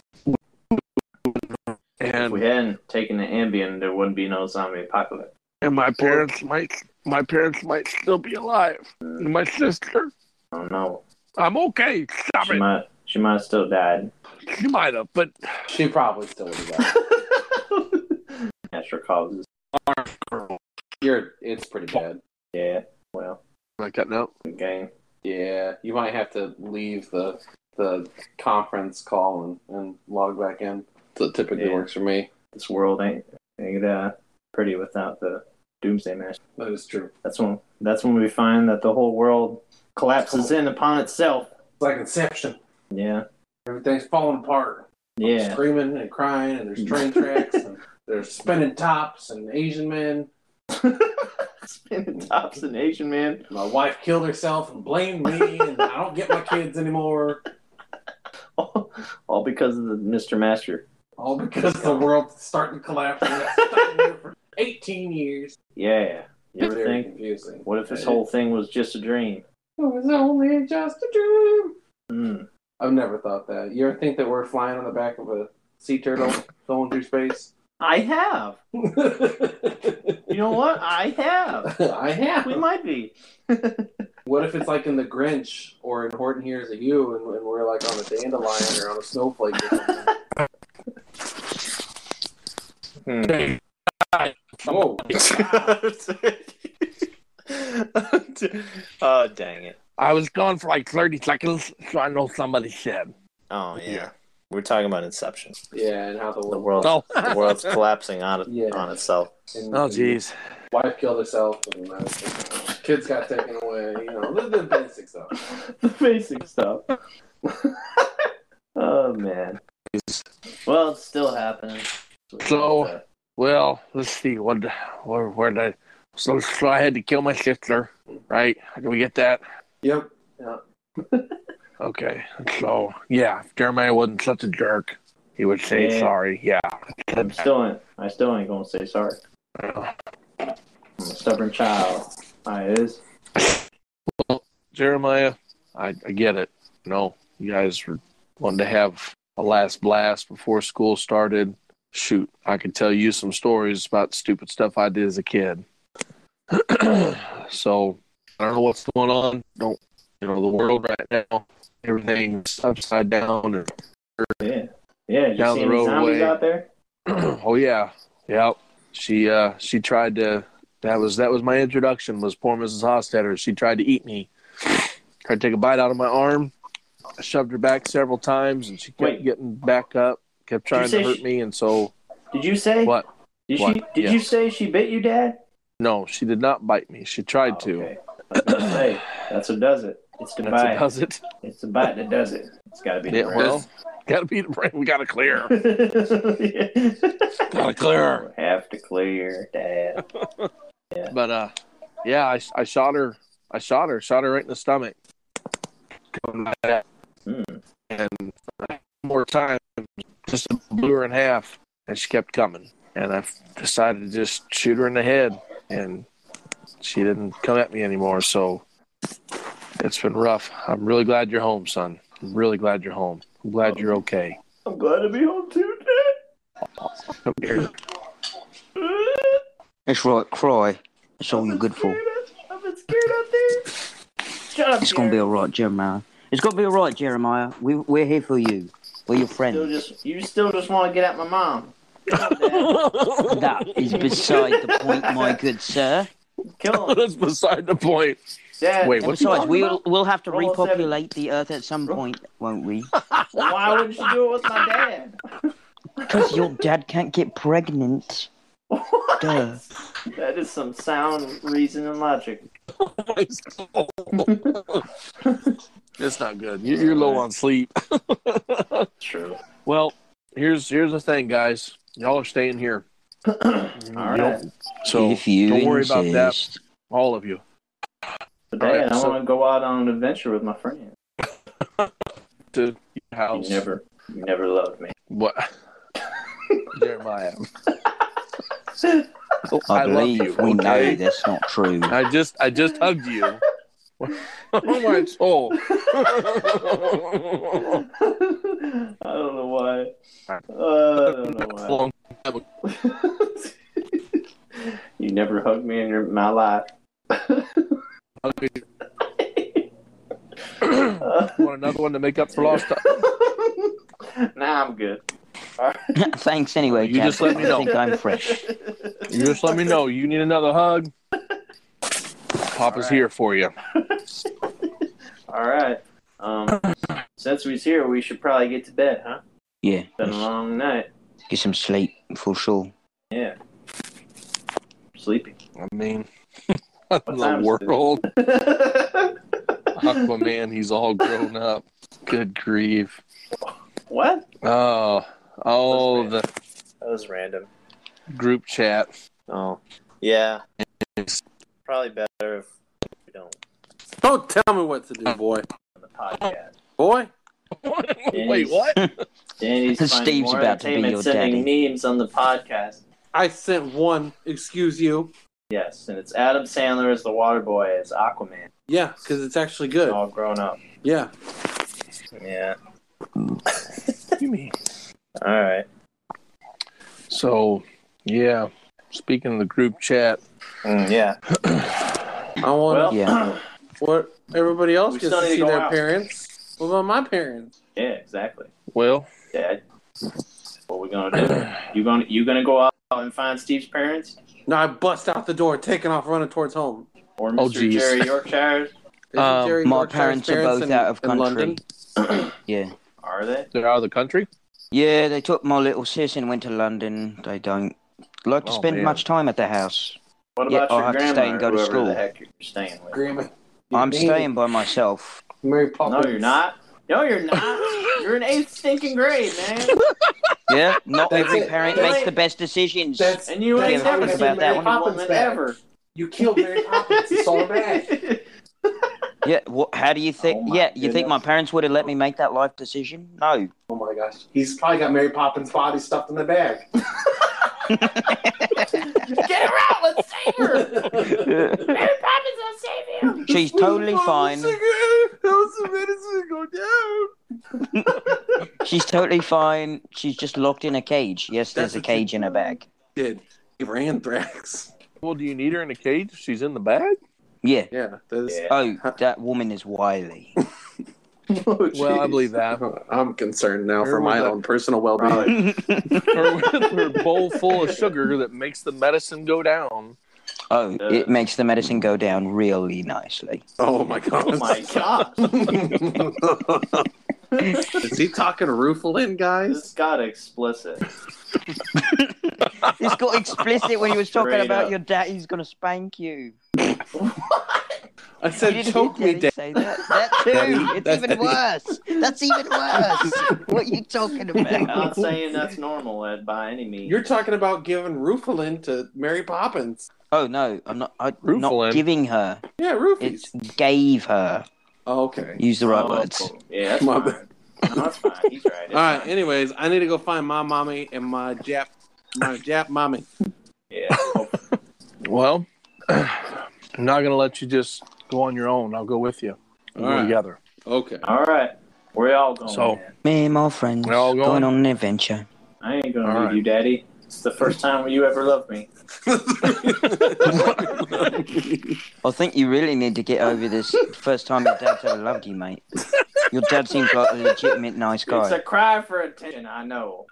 [SPEAKER 3] If we
[SPEAKER 4] and,
[SPEAKER 3] hadn't taken the Ambien, there wouldn't be no zombie apocalypse.
[SPEAKER 4] and my parents might my parents might still be alive. And my sister,
[SPEAKER 3] I don't know.
[SPEAKER 4] I'm okay. Stop
[SPEAKER 3] She
[SPEAKER 4] it.
[SPEAKER 3] might. She might have still died.
[SPEAKER 4] She might have, but
[SPEAKER 5] She probably still would have.
[SPEAKER 3] Natural causes.
[SPEAKER 5] You're. It's pretty bad.
[SPEAKER 3] Yeah. Well,
[SPEAKER 4] like that now.
[SPEAKER 3] okay.
[SPEAKER 5] Yeah, you might have to leave the the conference call and, and log back in. That typically
[SPEAKER 3] Yeah.
[SPEAKER 5] works for me.
[SPEAKER 3] This world ain't ain't uh, pretty without the doomsday master.
[SPEAKER 5] That is true.
[SPEAKER 3] That's when. That's when we find that the whole world collapses in upon itself.
[SPEAKER 5] It's like Inception.
[SPEAKER 3] Yeah.
[SPEAKER 5] Everything's falling apart.
[SPEAKER 3] Yeah.
[SPEAKER 5] Screaming and crying, and there's train tracks, and there's spinning tops, and Asian men.
[SPEAKER 3] Spinning tops and Asian man.
[SPEAKER 5] My wife killed herself and blamed me, and I don't get my kids anymore.
[SPEAKER 3] all, all because of the Mr. Master.
[SPEAKER 5] All because the world's starting to collapse. And I've stuck here for 18 years.
[SPEAKER 3] Yeah. You ever
[SPEAKER 5] Very
[SPEAKER 3] think,
[SPEAKER 5] confusing.
[SPEAKER 3] what if this whole thing was just a dream?
[SPEAKER 5] It was only just a dream.
[SPEAKER 3] Mm.
[SPEAKER 5] I've never thought that. You ever think that we're flying on the back of a sea turtle going through space?
[SPEAKER 3] I have.
[SPEAKER 5] I
[SPEAKER 3] You know what? I have.
[SPEAKER 5] have.
[SPEAKER 3] We might be.
[SPEAKER 5] What if it's like in The Grinch or in Horton Hears a You and, and we're like on a dandelion or on a snowflake? Or something? oh,
[SPEAKER 3] oh, dang it.
[SPEAKER 4] I was gone for like 30 seconds, so I know somebody said.
[SPEAKER 3] Oh, yeah.
[SPEAKER 4] Yeah.
[SPEAKER 3] We're talking about Inception.
[SPEAKER 5] yeah, and how the
[SPEAKER 3] The
[SPEAKER 5] world.
[SPEAKER 3] world,
[SPEAKER 4] Oh,
[SPEAKER 3] the world's collapsing on, it,
[SPEAKER 5] Yeah.
[SPEAKER 3] on itself.
[SPEAKER 5] And,
[SPEAKER 4] oh, jeez.
[SPEAKER 5] Wife killed herself, and uh, kids got taken away. You know, the, the basic stuff.
[SPEAKER 3] the basic stuff. oh, man. Well, it's still happening.
[SPEAKER 4] So- Well, let's see. What, where, where did I? So, so I had to kill my sister, right? Can we get that?
[SPEAKER 5] Yep.
[SPEAKER 4] Okay. So, yeah, if Jeremiah wasn't such a jerk, he would say
[SPEAKER 3] Yeah.
[SPEAKER 4] sorry. Yeah.
[SPEAKER 3] I'm still ain't, I still ain't gonna say sorry. I'm a stubborn child. I is.
[SPEAKER 4] Jeremiah, I, I get it. No, you guys were wanted to have a last blast before school started. Shoot, I could tell you some stories about stupid stuff I did as a kid. so I don't know what's going on. Don't you know the world right now? Everything's upside down. And
[SPEAKER 3] Yeah. Yeah. You
[SPEAKER 4] Down
[SPEAKER 3] see
[SPEAKER 4] the
[SPEAKER 3] any
[SPEAKER 4] road
[SPEAKER 3] zombies
[SPEAKER 4] way.
[SPEAKER 3] out there?
[SPEAKER 4] oh yeah, yep. She uh she tried to. That was that was my introduction. Was poor Mrs. Hostetter. She tried to eat me. Tried to take a bite out of my arm. I shoved her back several times, and she kept
[SPEAKER 3] Wait.
[SPEAKER 4] getting back up. Kept trying
[SPEAKER 3] say
[SPEAKER 4] to hurt
[SPEAKER 3] she-
[SPEAKER 4] me, and so
[SPEAKER 3] Did you say?
[SPEAKER 4] what?
[SPEAKER 3] Did
[SPEAKER 4] What?
[SPEAKER 3] she? Did
[SPEAKER 4] Yeah.
[SPEAKER 3] you say she bit you, Dad?
[SPEAKER 4] No, she did not bite me. She tried
[SPEAKER 3] Oh,
[SPEAKER 4] to.
[SPEAKER 3] okay. I was gonna say that's what does it. It's the
[SPEAKER 4] That's
[SPEAKER 3] bite.
[SPEAKER 4] what does it.
[SPEAKER 3] It's the bite that does it. It's gotta be. The
[SPEAKER 4] Yeah,
[SPEAKER 3] brain.
[SPEAKER 4] well, gotta be the brain. We gotta clear.
[SPEAKER 3] Yeah.
[SPEAKER 4] gotta clear.
[SPEAKER 3] Have to clear, Dad.
[SPEAKER 4] But uh, yeah, I, I shot her. I shot her. Shot her right in the stomach. Coming back.
[SPEAKER 3] Hmm.
[SPEAKER 4] and more time, just blew her in half, and she kept coming. And I decided to just shoot her in the head, and she didn't come at me anymore. So it's been rough. I'm really glad you're home, son. I'm really glad you're home. I'm glad you're okay.
[SPEAKER 3] I'm glad to be home too,
[SPEAKER 4] Come here.
[SPEAKER 3] Dad.
[SPEAKER 2] It's right, cry. That's all you're
[SPEAKER 3] been
[SPEAKER 2] good for.
[SPEAKER 3] scared. I've been scared out there. Shut up,
[SPEAKER 2] It's gonna be all right, Jeremiah. It's gonna be all right, Jeremiah. We we're here for you. We're your
[SPEAKER 3] Still
[SPEAKER 2] friends.
[SPEAKER 3] just, you still just want to get at my mom.
[SPEAKER 2] That is beside the point, my good sir.
[SPEAKER 3] Kill him.
[SPEAKER 4] That's beside the point.
[SPEAKER 3] Dad,
[SPEAKER 4] Wait,
[SPEAKER 2] And
[SPEAKER 4] What's he
[SPEAKER 2] besides,
[SPEAKER 3] talking
[SPEAKER 2] we'll
[SPEAKER 3] about?
[SPEAKER 2] we'll have to
[SPEAKER 3] Roll a seven.
[SPEAKER 2] repopulate the earth at some point, won't we?
[SPEAKER 3] why wouldn't you do it with my dad?
[SPEAKER 2] Because your dad can't get pregnant. Duh.
[SPEAKER 3] That is some sound reason and logic.
[SPEAKER 4] It's not good. You- You're low on sleep.
[SPEAKER 3] True.
[SPEAKER 4] Well, here's here's the thing, guys. Y'all are staying here.
[SPEAKER 3] All right.
[SPEAKER 4] So don't worry about that. All of you.
[SPEAKER 3] But
[SPEAKER 4] All
[SPEAKER 3] dad,
[SPEAKER 4] right,
[SPEAKER 3] I
[SPEAKER 4] so-
[SPEAKER 3] want to go out on an adventure with my friend.
[SPEAKER 4] To your
[SPEAKER 3] You
[SPEAKER 4] house.
[SPEAKER 3] never, you never loved me.
[SPEAKER 4] What? Jeremiah.
[SPEAKER 2] I,
[SPEAKER 4] I love
[SPEAKER 2] believe
[SPEAKER 4] you.
[SPEAKER 2] we know
[SPEAKER 4] okay?
[SPEAKER 2] that's not true.
[SPEAKER 4] I just I just hugged you. oh my soul.
[SPEAKER 3] I don't know why. Uh, I don't know why. you never hugged me in your my life.
[SPEAKER 4] Want another one to make up for lost time?
[SPEAKER 3] nah, I'm good.
[SPEAKER 2] Thanks anyway,
[SPEAKER 4] You just
[SPEAKER 2] Jack.
[SPEAKER 4] let me know.
[SPEAKER 2] I think I'm fresh.
[SPEAKER 4] You just let me know. You need another hug. Papa's here for you.
[SPEAKER 3] All right. Um, since we's here, we should probably get to bed, huh?
[SPEAKER 2] Yeah.
[SPEAKER 3] Been
[SPEAKER 4] uh,
[SPEAKER 3] a long night.
[SPEAKER 2] Get some sleep for sure.
[SPEAKER 3] Yeah. Sleepy.
[SPEAKER 4] I mean, what in
[SPEAKER 3] time
[SPEAKER 4] the
[SPEAKER 3] is it?
[SPEAKER 4] world?
[SPEAKER 3] what?
[SPEAKER 4] Aquaman, he's all grown up. Good grief. Oh, oh, the
[SPEAKER 3] That was random.
[SPEAKER 4] group chat.
[SPEAKER 3] Oh. Yeah. Probably better if we don't
[SPEAKER 5] Don't tell me what to do, boy.
[SPEAKER 3] on the podcast.
[SPEAKER 5] Boy,
[SPEAKER 4] Wait, what?
[SPEAKER 3] Danny's finding
[SPEAKER 2] Steve's
[SPEAKER 3] more
[SPEAKER 2] about to be
[SPEAKER 3] entertainment
[SPEAKER 2] your
[SPEAKER 3] sending memes on the podcast.
[SPEAKER 5] I sent one. Excuse you.
[SPEAKER 3] Yes, and it's Adam Sandler as the water boy as Aquaman.
[SPEAKER 5] Yeah, because it's actually good.
[SPEAKER 3] All grown up.
[SPEAKER 5] Yeah.
[SPEAKER 3] Yeah.
[SPEAKER 4] You mean?
[SPEAKER 3] All right.
[SPEAKER 4] So, yeah. Speaking of the group chat,
[SPEAKER 3] Mm, yeah.
[SPEAKER 5] I want
[SPEAKER 3] Well,
[SPEAKER 2] Yeah.
[SPEAKER 5] what everybody else
[SPEAKER 3] We
[SPEAKER 5] gets
[SPEAKER 3] still
[SPEAKER 5] to
[SPEAKER 3] need to
[SPEAKER 5] see
[SPEAKER 3] go
[SPEAKER 5] their
[SPEAKER 3] out.
[SPEAKER 5] parents. What about my parents?
[SPEAKER 3] yeah, exactly.
[SPEAKER 4] well,
[SPEAKER 3] Dad, what we gonna do? You gonna you gonna go out and find Steve's parents
[SPEAKER 5] No, I bust out the door, taking off, running towards home.
[SPEAKER 3] or
[SPEAKER 4] Oh,
[SPEAKER 3] Mr.
[SPEAKER 4] geez.
[SPEAKER 3] Jerry Yorkshire's?
[SPEAKER 5] This is
[SPEAKER 4] Um,
[SPEAKER 5] Jerry
[SPEAKER 2] My
[SPEAKER 5] Yorkshire's
[SPEAKER 2] parents are both
[SPEAKER 5] in-
[SPEAKER 2] out of
[SPEAKER 5] in
[SPEAKER 2] country.
[SPEAKER 5] London.
[SPEAKER 2] Yeah.
[SPEAKER 3] Are they?
[SPEAKER 4] they're out of the country.
[SPEAKER 2] Yeah, they took my little sis and went to London. They don't like to
[SPEAKER 4] Oh,
[SPEAKER 2] spend
[SPEAKER 4] man.
[SPEAKER 2] much time at the house.
[SPEAKER 3] What
[SPEAKER 2] Yeah,
[SPEAKER 3] about
[SPEAKER 2] I'll
[SPEAKER 3] your
[SPEAKER 2] have to
[SPEAKER 3] grandma
[SPEAKER 2] stay and
[SPEAKER 3] or
[SPEAKER 2] go to
[SPEAKER 3] whoever
[SPEAKER 2] school.
[SPEAKER 3] the heck you're staying with?
[SPEAKER 5] Agreement.
[SPEAKER 2] I'm
[SPEAKER 5] mean-
[SPEAKER 2] staying by myself.
[SPEAKER 5] Mary Poppins.
[SPEAKER 3] No, you're not. No, you're not. you're in eighth stinking grade, man.
[SPEAKER 2] Yeah, not
[SPEAKER 5] That's
[SPEAKER 2] every
[SPEAKER 5] it.
[SPEAKER 2] parent
[SPEAKER 3] That's
[SPEAKER 2] makes
[SPEAKER 3] it.
[SPEAKER 2] the best decisions.
[SPEAKER 5] That's
[SPEAKER 3] And you ain't
[SPEAKER 2] Yeah,
[SPEAKER 3] never
[SPEAKER 2] I
[SPEAKER 3] seen
[SPEAKER 2] forgot
[SPEAKER 3] Mary
[SPEAKER 2] about that one.
[SPEAKER 3] Poppins ever.
[SPEAKER 5] you killed Mary Poppins. It's all bad.
[SPEAKER 2] Yeah, what, how do you think?
[SPEAKER 3] Oh my
[SPEAKER 2] yeah, you think my
[SPEAKER 3] goodness.
[SPEAKER 2] parents would have let me make that life decision? No.
[SPEAKER 5] Oh my gosh.
[SPEAKER 8] He's probably got Mary Poppins' body stuffed in the bag.
[SPEAKER 3] Get her out. Let's save her. Mary Poppins will save you.
[SPEAKER 2] She's totally fine. She's totally fine. She's just locked in a cage. Yes,
[SPEAKER 5] That's
[SPEAKER 2] there's a
[SPEAKER 5] what you-
[SPEAKER 2] cage in her bag.
[SPEAKER 5] Did give her anthrax?
[SPEAKER 4] Well, do you need her in a cage? She's in the bag.
[SPEAKER 2] Yeah.
[SPEAKER 5] Yeah. that's-
[SPEAKER 3] Yeah.
[SPEAKER 2] Oh, that woman is wily.
[SPEAKER 5] Oh,
[SPEAKER 4] Well, I
[SPEAKER 5] jeez.
[SPEAKER 4] believe that.
[SPEAKER 5] I'm concerned now
[SPEAKER 4] Here
[SPEAKER 5] for
[SPEAKER 4] we
[SPEAKER 5] my
[SPEAKER 4] go.
[SPEAKER 5] own personal well-being.
[SPEAKER 4] Her with her bowl full of sugar that makes the medicine go down.
[SPEAKER 2] Oh, it makes the medicine go down really nicely.
[SPEAKER 5] Oh my god.
[SPEAKER 3] Oh my god.
[SPEAKER 5] Is he talking Rufalin,
[SPEAKER 3] This
[SPEAKER 5] guys?
[SPEAKER 3] got explicit.
[SPEAKER 2] This got explicit when he was talking
[SPEAKER 3] Straight
[SPEAKER 2] about
[SPEAKER 3] up.
[SPEAKER 2] your daddy's gonna spank you.
[SPEAKER 5] I
[SPEAKER 2] You
[SPEAKER 5] said
[SPEAKER 2] didn't
[SPEAKER 5] choke
[SPEAKER 2] hear
[SPEAKER 5] me
[SPEAKER 2] Daddy
[SPEAKER 5] down.
[SPEAKER 2] say that. That too. it's even worse. That's even worse. what are you talking about?
[SPEAKER 3] Not saying that's normal, Ed, by any means.
[SPEAKER 5] You're talking about giving Rufalin to Mary Poppins.
[SPEAKER 2] Oh no, I'm not. I'm
[SPEAKER 4] Rufalin.
[SPEAKER 2] not giving her.
[SPEAKER 5] Yeah, Roofies.
[SPEAKER 2] It's gave her.
[SPEAKER 5] Oh, okay.
[SPEAKER 2] Use the right
[SPEAKER 3] Oh,
[SPEAKER 2] words.
[SPEAKER 3] Yeah, that's
[SPEAKER 5] My
[SPEAKER 3] fine. No, that's fine. He's right. It's
[SPEAKER 5] All right.
[SPEAKER 3] fine.
[SPEAKER 5] Anyways, I need to go find my mommy and my Jap, my Jap mommy.
[SPEAKER 3] Yeah.
[SPEAKER 4] Well, I'm not gonna let you just go on your own. I'll go with you. We'll
[SPEAKER 9] All
[SPEAKER 4] go
[SPEAKER 9] right.
[SPEAKER 4] together.
[SPEAKER 9] Okay.
[SPEAKER 3] All right, we all going.
[SPEAKER 4] So-
[SPEAKER 3] man.
[SPEAKER 2] Me and my friends
[SPEAKER 4] We're all
[SPEAKER 2] going.
[SPEAKER 4] going.
[SPEAKER 2] on an adventure.
[SPEAKER 3] I ain't gonna
[SPEAKER 4] All
[SPEAKER 3] leave
[SPEAKER 4] right.
[SPEAKER 3] you, Daddy. It's the first time you ever loved me.
[SPEAKER 2] I think you really need to get over this first time your dad's ever loved you, mate. Your dad seems like a legitimate nice
[SPEAKER 3] It's a
[SPEAKER 2] guy.
[SPEAKER 3] cry for attention. I know.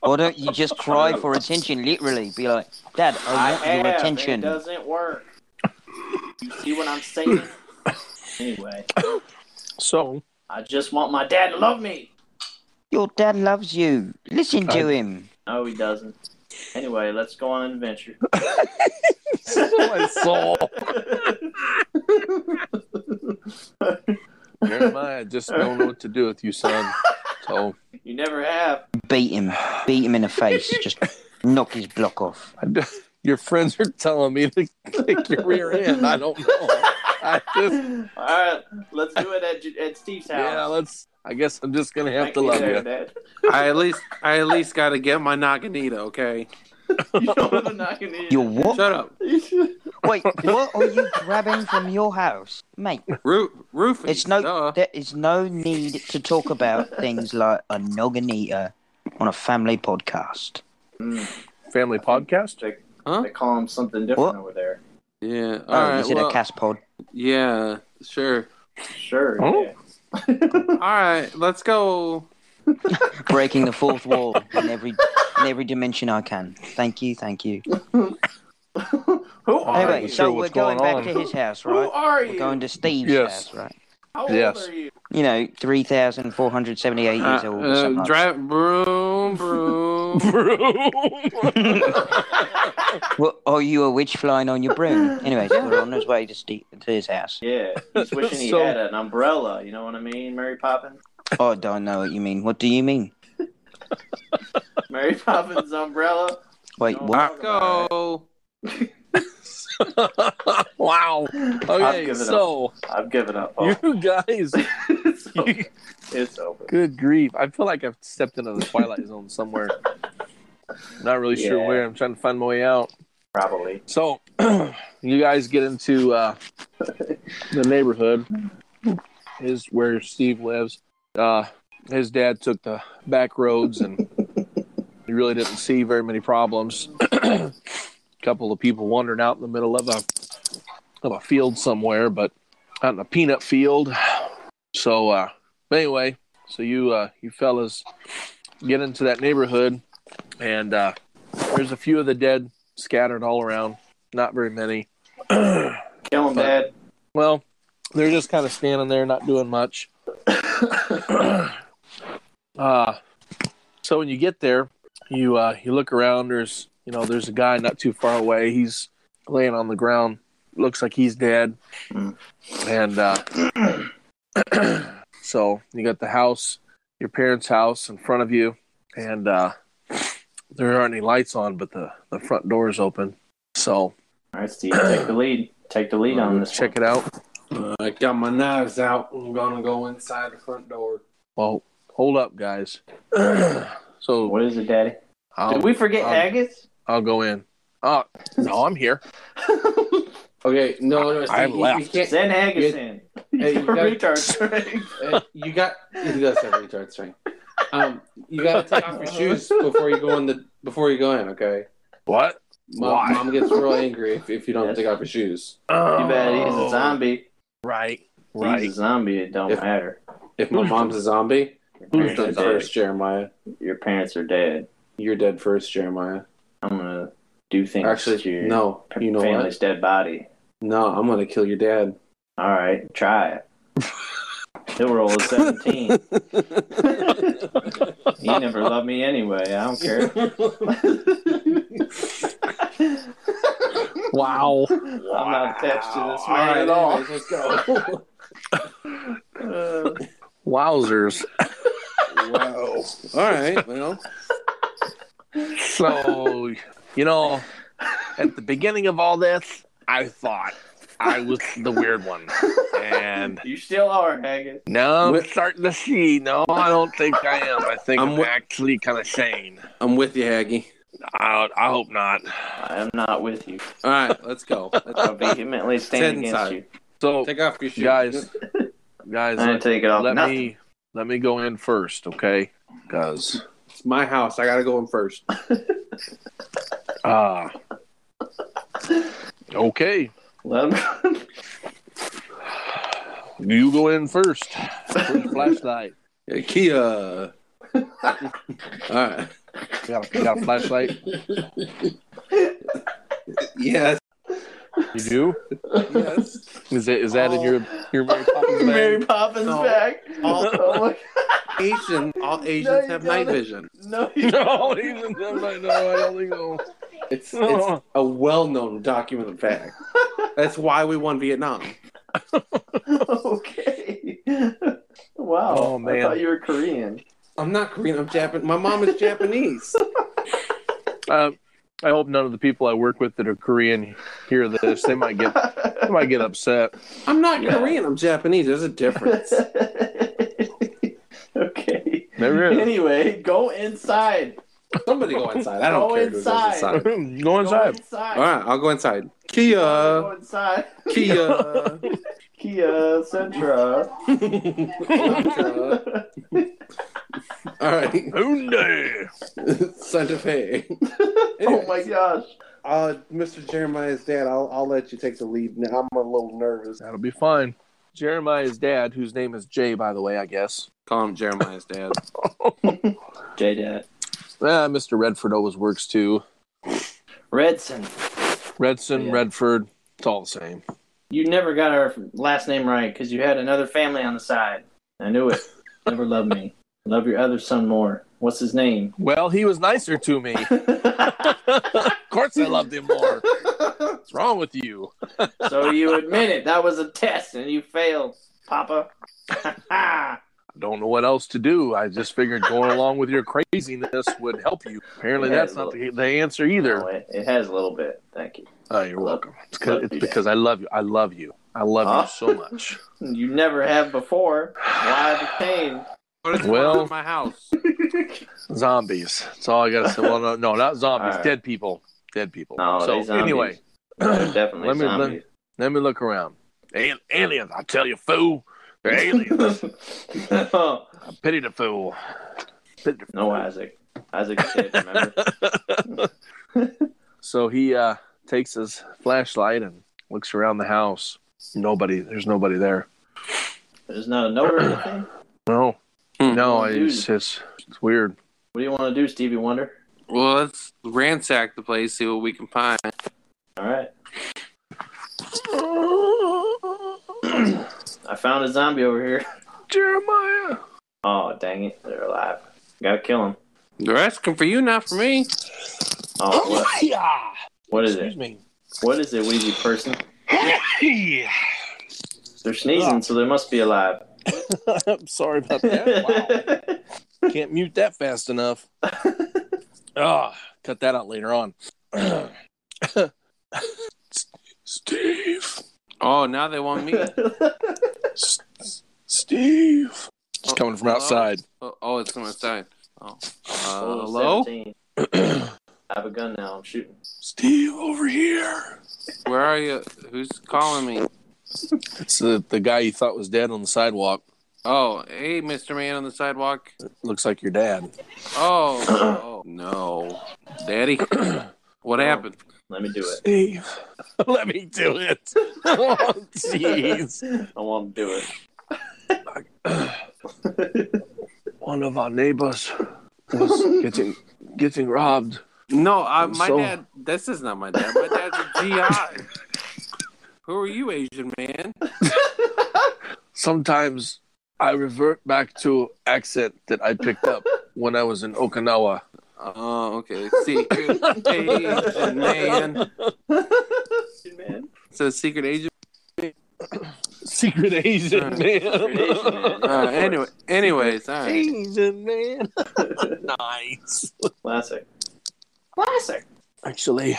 [SPEAKER 2] Why don't you just cry for attention, literally? Be like, Dad,
[SPEAKER 3] I
[SPEAKER 2] I want your
[SPEAKER 3] have. It
[SPEAKER 2] attention.
[SPEAKER 3] doesn't work. You see what I'm saying? anyway,
[SPEAKER 4] So
[SPEAKER 3] I just want my dad to love me.
[SPEAKER 2] Your dad loves you. Listen to him.
[SPEAKER 3] No, he doesn't. Anyway, let's go on an adventure.
[SPEAKER 4] my soul. Jeremiah just don't know what to do with you, son. So
[SPEAKER 3] you never have.
[SPEAKER 2] Beat him. Beat him in the face. Just knock his block off.
[SPEAKER 4] I d- your friends are telling me to kick your rear end. I don't know. I just
[SPEAKER 3] All right, let's do it at, at Steve's house.
[SPEAKER 4] yeah. Let's. I guess I'm just gonna have
[SPEAKER 3] Make
[SPEAKER 4] to
[SPEAKER 3] me
[SPEAKER 4] love
[SPEAKER 3] there,
[SPEAKER 4] you.
[SPEAKER 3] Dad.
[SPEAKER 9] I at least I at least got to get my Naganita. Okay.
[SPEAKER 3] You know what I'm not gonna eat.
[SPEAKER 2] Your what?
[SPEAKER 9] Shut up.
[SPEAKER 2] Wait, what are you grabbing from your house, mate?
[SPEAKER 9] Roof. Roof.
[SPEAKER 2] It's no.
[SPEAKER 9] Duh.
[SPEAKER 2] There is no need to talk about things like a noganita on a family podcast.
[SPEAKER 4] Family podcast.
[SPEAKER 3] They call him something different
[SPEAKER 2] What?
[SPEAKER 3] over there.
[SPEAKER 9] Yeah. All
[SPEAKER 2] Oh,
[SPEAKER 9] right.
[SPEAKER 2] is it
[SPEAKER 9] well,
[SPEAKER 2] a cast pod?
[SPEAKER 9] yeah. Sure.
[SPEAKER 3] Sure.
[SPEAKER 4] Oh.
[SPEAKER 3] yeah.
[SPEAKER 9] All right. Let's go.
[SPEAKER 2] Breaking the fourth wall in every in every dimension I can. Thank you, thank you.
[SPEAKER 3] Who
[SPEAKER 4] I'm
[SPEAKER 3] are
[SPEAKER 2] Anyway,
[SPEAKER 4] not
[SPEAKER 3] you?
[SPEAKER 2] so
[SPEAKER 4] sure
[SPEAKER 2] we're
[SPEAKER 4] what's
[SPEAKER 2] going
[SPEAKER 4] going
[SPEAKER 2] back
[SPEAKER 4] on.
[SPEAKER 2] to his house,
[SPEAKER 3] Who
[SPEAKER 2] right?
[SPEAKER 3] are
[SPEAKER 2] We're
[SPEAKER 3] you?
[SPEAKER 2] going to Steve's
[SPEAKER 4] Yes.
[SPEAKER 2] house, right?
[SPEAKER 3] How old
[SPEAKER 4] Yes.
[SPEAKER 3] are you?
[SPEAKER 2] You know, three thousand four hundred seventy-eight
[SPEAKER 9] Uh,
[SPEAKER 2] years old. or
[SPEAKER 9] uh,
[SPEAKER 2] something like that.
[SPEAKER 9] drive. Broom. Broom.
[SPEAKER 2] Well, are you a witch flying on your broom? Anyways, we're on his way to, Ste to his house.
[SPEAKER 3] Yeah, he's wishing he
[SPEAKER 4] So-
[SPEAKER 3] had an umbrella. You know what I mean, Mary Poppins?
[SPEAKER 2] Oh, I don't know what you mean. What do you mean?
[SPEAKER 3] Mary Poppins umbrella.
[SPEAKER 2] Wait,
[SPEAKER 3] No.
[SPEAKER 2] what?
[SPEAKER 9] Let's go.
[SPEAKER 4] wow.
[SPEAKER 3] I've
[SPEAKER 4] Okay.
[SPEAKER 3] given
[SPEAKER 4] So
[SPEAKER 3] I've given up. hope.
[SPEAKER 4] you guys.
[SPEAKER 3] it's, over. it's over.
[SPEAKER 4] Good grief. I feel like I've stepped into the Twilight Zone somewhere. Not really sure
[SPEAKER 3] Yeah.
[SPEAKER 4] where. I'm trying to find my way out.
[SPEAKER 3] Probably.
[SPEAKER 4] So, you guys get into uh, the neighborhood, is where Steve lives. Uh, his dad took the back roads and he really didn't see very many problems. a couple of people wandering out in the middle of a of a field somewhere, but out in a peanut field. So uh, anyway, so you uh, you fellas get into that neighborhood, and uh, there's a few of the dead scattered all around. Not very many.
[SPEAKER 3] Kill him,
[SPEAKER 4] Fuck.
[SPEAKER 3] Dad.
[SPEAKER 4] Well, they're just kind of standing there, not doing much. uh, so when you get there, you uh, you look around. There's you know there's a guy not too far away. He's laying on the ground. Looks like he's dead.
[SPEAKER 3] Mm.
[SPEAKER 4] And uh, so you got the house, your parents' house in front of you, and uh, there aren't any lights on, but the the front door is open. So uh,
[SPEAKER 3] All right, Steve, take the lead. Take the lead on this.
[SPEAKER 4] check it out.
[SPEAKER 5] I got my knives out. I'm gonna go inside the front door.
[SPEAKER 4] Well, hold up, guys.
[SPEAKER 3] one.
[SPEAKER 4] so
[SPEAKER 3] What is it, Daddy?
[SPEAKER 4] I'll,
[SPEAKER 3] Did we forget
[SPEAKER 4] um,
[SPEAKER 3] Haggis?
[SPEAKER 4] I'll go in. Oh no, I'm here.
[SPEAKER 5] Okay, no, no.
[SPEAKER 4] I
[SPEAKER 5] see, You,
[SPEAKER 4] left.
[SPEAKER 5] you can't.
[SPEAKER 3] Send Haggis
[SPEAKER 5] you-
[SPEAKER 3] in.
[SPEAKER 5] Hey, you
[SPEAKER 3] You're
[SPEAKER 5] gotta-
[SPEAKER 3] a retard.
[SPEAKER 5] uh, You got. He does have retards, right? Um, you gotta take off your shoes before you go in the before you go in. Okay.
[SPEAKER 4] What?
[SPEAKER 5] Mom,
[SPEAKER 4] Why?
[SPEAKER 5] mom gets real angry if, if you don't
[SPEAKER 3] Yes.
[SPEAKER 5] take off your shoes.
[SPEAKER 3] You bet he's a zombie.
[SPEAKER 4] Oh, Right.
[SPEAKER 3] He's
[SPEAKER 4] Right.
[SPEAKER 3] a zombie. It don't
[SPEAKER 5] Oh, If-
[SPEAKER 3] matter.
[SPEAKER 5] If my mom's a zombie,
[SPEAKER 3] Your
[SPEAKER 5] you're
[SPEAKER 3] parents, are
[SPEAKER 5] dead
[SPEAKER 3] dead.
[SPEAKER 5] first, Jeremiah.
[SPEAKER 3] Your parents are dead.
[SPEAKER 5] You're dead first, Jeremiah.
[SPEAKER 3] I'm gonna do things. to
[SPEAKER 5] Actually,
[SPEAKER 3] your
[SPEAKER 5] no.
[SPEAKER 3] pa-
[SPEAKER 5] You know
[SPEAKER 3] family's
[SPEAKER 5] what?
[SPEAKER 3] dead body.
[SPEAKER 5] No, I'm gonna kill your dad.
[SPEAKER 3] All right, try it. He'll roll a 17. he never loved me anyway. I don't care.
[SPEAKER 4] Wow.
[SPEAKER 3] I'm not attached to this man
[SPEAKER 5] Alright,
[SPEAKER 3] at all.
[SPEAKER 5] anyways, Let's go.
[SPEAKER 4] Wowzers.
[SPEAKER 5] wow.
[SPEAKER 9] All right. Well.
[SPEAKER 4] So you know, at the beginning of all this, I thought I was the weird one, and
[SPEAKER 3] You still are, Haggis.
[SPEAKER 4] now I'm
[SPEAKER 9] Wi-
[SPEAKER 4] starting to see. No, I don't think I am. I think
[SPEAKER 9] I'm
[SPEAKER 4] I'm,
[SPEAKER 9] wi-
[SPEAKER 4] actually kind of sane.
[SPEAKER 9] I'm with you, Haggy.
[SPEAKER 4] I, I hope not.
[SPEAKER 3] I am not with you.
[SPEAKER 5] All right, let's go. Let's go.
[SPEAKER 3] I vehemently stand
[SPEAKER 5] It's
[SPEAKER 3] against
[SPEAKER 5] inside.
[SPEAKER 3] you.
[SPEAKER 4] So
[SPEAKER 5] Take off your shoes.
[SPEAKER 4] guys, guys,
[SPEAKER 3] I'm gonna
[SPEAKER 4] let,
[SPEAKER 3] take it off.
[SPEAKER 4] let
[SPEAKER 3] Nothing.
[SPEAKER 4] me let me go in first, okay? Because
[SPEAKER 5] it's my house. I gotta go in first.
[SPEAKER 4] ah, okay,
[SPEAKER 3] Let him.
[SPEAKER 4] you go in first. Where's the flashlight.
[SPEAKER 5] Hey, Kia. All right.
[SPEAKER 4] You got, a, you got a flashlight?
[SPEAKER 5] Yes.
[SPEAKER 4] You do?
[SPEAKER 5] Yes.
[SPEAKER 4] Is it is that in your your Mary Poppins
[SPEAKER 3] Mary
[SPEAKER 4] bag?
[SPEAKER 3] Poppins
[SPEAKER 5] No.
[SPEAKER 3] back.
[SPEAKER 5] Oh.
[SPEAKER 3] Oh my-
[SPEAKER 5] Asian. All
[SPEAKER 3] No,
[SPEAKER 5] Asians
[SPEAKER 3] you
[SPEAKER 5] have night
[SPEAKER 3] don't.
[SPEAKER 5] vision.
[SPEAKER 3] No, you
[SPEAKER 4] No, even them, I know. I don't think so.
[SPEAKER 5] It's,
[SPEAKER 4] No.
[SPEAKER 5] it's a well-known documented fact. That's why we won Vietnam.
[SPEAKER 3] okay. Wow.
[SPEAKER 4] Oh, man.
[SPEAKER 3] I thought you were Korean.
[SPEAKER 5] I'm not Korean. I'm Japan. My mom is Japanese.
[SPEAKER 4] Uh, I hope none of the people I work with that are Korean hear this. They might get they might get upset.
[SPEAKER 5] I'm not
[SPEAKER 3] Yeah.
[SPEAKER 5] Korean. I'm Japanese. There's a difference.
[SPEAKER 3] okay.
[SPEAKER 4] There it is.
[SPEAKER 3] Anyway, go inside.
[SPEAKER 5] Somebody go inside. I don't
[SPEAKER 3] Go
[SPEAKER 5] care who
[SPEAKER 3] inside.
[SPEAKER 5] goes inside.
[SPEAKER 4] Go
[SPEAKER 3] Go
[SPEAKER 4] inside.
[SPEAKER 3] inside.
[SPEAKER 5] All right, I'll go inside. Kia.
[SPEAKER 3] Go inside.
[SPEAKER 5] Kia.
[SPEAKER 3] Kia Sentra.
[SPEAKER 5] Kia. All right,
[SPEAKER 4] Hyundai.
[SPEAKER 5] Santa Fe.
[SPEAKER 3] oh my gosh.
[SPEAKER 5] Uh, Mr. Jeremiah's dad, I'll, I'll let you take the lead now. I'm a little nervous.
[SPEAKER 4] That'll be fine. Jeremiah's dad, whose name is Jay, by the way, I guess.
[SPEAKER 5] Call him Jeremiah's dad.
[SPEAKER 3] J Dad.
[SPEAKER 4] Ah, Mr. Redford always works too.
[SPEAKER 3] Redson.
[SPEAKER 4] Redson,
[SPEAKER 3] Yeah.
[SPEAKER 4] Redford, it's all the same.
[SPEAKER 3] You never got our last name right because you had another family on the side. I knew it. never loved me. Love your other son more. What's his name?
[SPEAKER 4] Well, he was nicer to me. of course, I loved him more. What's wrong with you?
[SPEAKER 3] so you admit it. That was a test and you failed, Papa.
[SPEAKER 4] I don't know what else to do. I just figured going along with your craziness would help you. Apparently,
[SPEAKER 3] Yeah,
[SPEAKER 4] that's not the, the answer either.
[SPEAKER 3] No, it, it has a little bit. Thank you.
[SPEAKER 4] Oh, you're welcome. It's, 'cause-
[SPEAKER 3] Love
[SPEAKER 4] it's
[SPEAKER 3] you.
[SPEAKER 4] because I love you. I love you. I love
[SPEAKER 3] Huh?
[SPEAKER 4] you so much.
[SPEAKER 3] You never have before. Why the pain?
[SPEAKER 5] What is
[SPEAKER 4] Well-
[SPEAKER 5] well, Oh, my house?
[SPEAKER 4] Zombies. That's all I gotta say. Well, no, no not zombies.
[SPEAKER 3] All right.
[SPEAKER 4] Dead people. Dead people.
[SPEAKER 3] No,
[SPEAKER 4] so
[SPEAKER 3] they're zombies.
[SPEAKER 4] anyway,
[SPEAKER 3] They're definitely
[SPEAKER 4] Let me- let-
[SPEAKER 3] zombies.
[SPEAKER 4] let me look around. Al- aliens. I tell you, fool. They're aliens. I pity the fool. Pity the
[SPEAKER 3] Oh, no, Isaac. Isaac's dead, remember?
[SPEAKER 4] So he uh, takes his flashlight and looks around the house. Nobody. There's nobody there.
[SPEAKER 3] There's not a note or anything.
[SPEAKER 4] No.
[SPEAKER 5] Hmm.
[SPEAKER 4] No.
[SPEAKER 3] Oh, dude.
[SPEAKER 4] It's, it's it's weird.
[SPEAKER 3] What do you want to do, Stevie Wonder?
[SPEAKER 5] Well, let's ransack the place, see what we can find.
[SPEAKER 3] All right. I found a zombie over here.
[SPEAKER 4] Jeremiah.
[SPEAKER 3] Oh, dang it. They're alive. Gotta kill him.
[SPEAKER 5] They're asking for you, not for me.
[SPEAKER 3] Oh, what,
[SPEAKER 4] yeah.
[SPEAKER 3] what is
[SPEAKER 4] Excuse
[SPEAKER 3] it?
[SPEAKER 4] me.
[SPEAKER 3] What is it, Wheezy person?
[SPEAKER 4] Yeah.
[SPEAKER 3] They're
[SPEAKER 4] Ah.
[SPEAKER 3] sneezing, so they must be alive.
[SPEAKER 4] I'm sorry about that. Wow. Can't mute that fast enough. Ah, cut that out later on. Steve.
[SPEAKER 5] Oh, now they want me.
[SPEAKER 4] Steve. It's
[SPEAKER 5] Oh,
[SPEAKER 4] coming from
[SPEAKER 5] hello?
[SPEAKER 4] outside.
[SPEAKER 5] Oh, oh it's from outside. Oh, uh,
[SPEAKER 3] Oh,
[SPEAKER 5] hello.
[SPEAKER 3] 17. I have a gun now. I'm shooting.
[SPEAKER 4] Steve over here.
[SPEAKER 5] Where are you? Who's calling me?
[SPEAKER 4] It's the, the guy you thought was dead on the sidewalk.
[SPEAKER 5] Oh, hey, Mr. Man on the sidewalk.
[SPEAKER 4] Looks like your dad.
[SPEAKER 5] Oh, oh no, Daddy. What happened?
[SPEAKER 3] Let me do it.
[SPEAKER 4] Steve. Let me do it. Oh, jeez.
[SPEAKER 3] I want to do it.
[SPEAKER 4] One of our neighbors was getting getting robbed.
[SPEAKER 5] No, uh, my
[SPEAKER 4] So-
[SPEAKER 5] dad. This is not my dad. My dad's a GI. Who are you, Asian man?
[SPEAKER 4] sometimes I revert back to accent that I picked up when I was in Okinawa.
[SPEAKER 5] Oh, okay. Secret Asian man.
[SPEAKER 3] Man.
[SPEAKER 5] So secret Asian.
[SPEAKER 4] Secret Asian
[SPEAKER 3] Asian
[SPEAKER 4] man.
[SPEAKER 3] man.
[SPEAKER 5] Uh, anyway, anyways, all right.
[SPEAKER 4] Asian man. nice.
[SPEAKER 3] Classic. Classic.
[SPEAKER 4] Actually,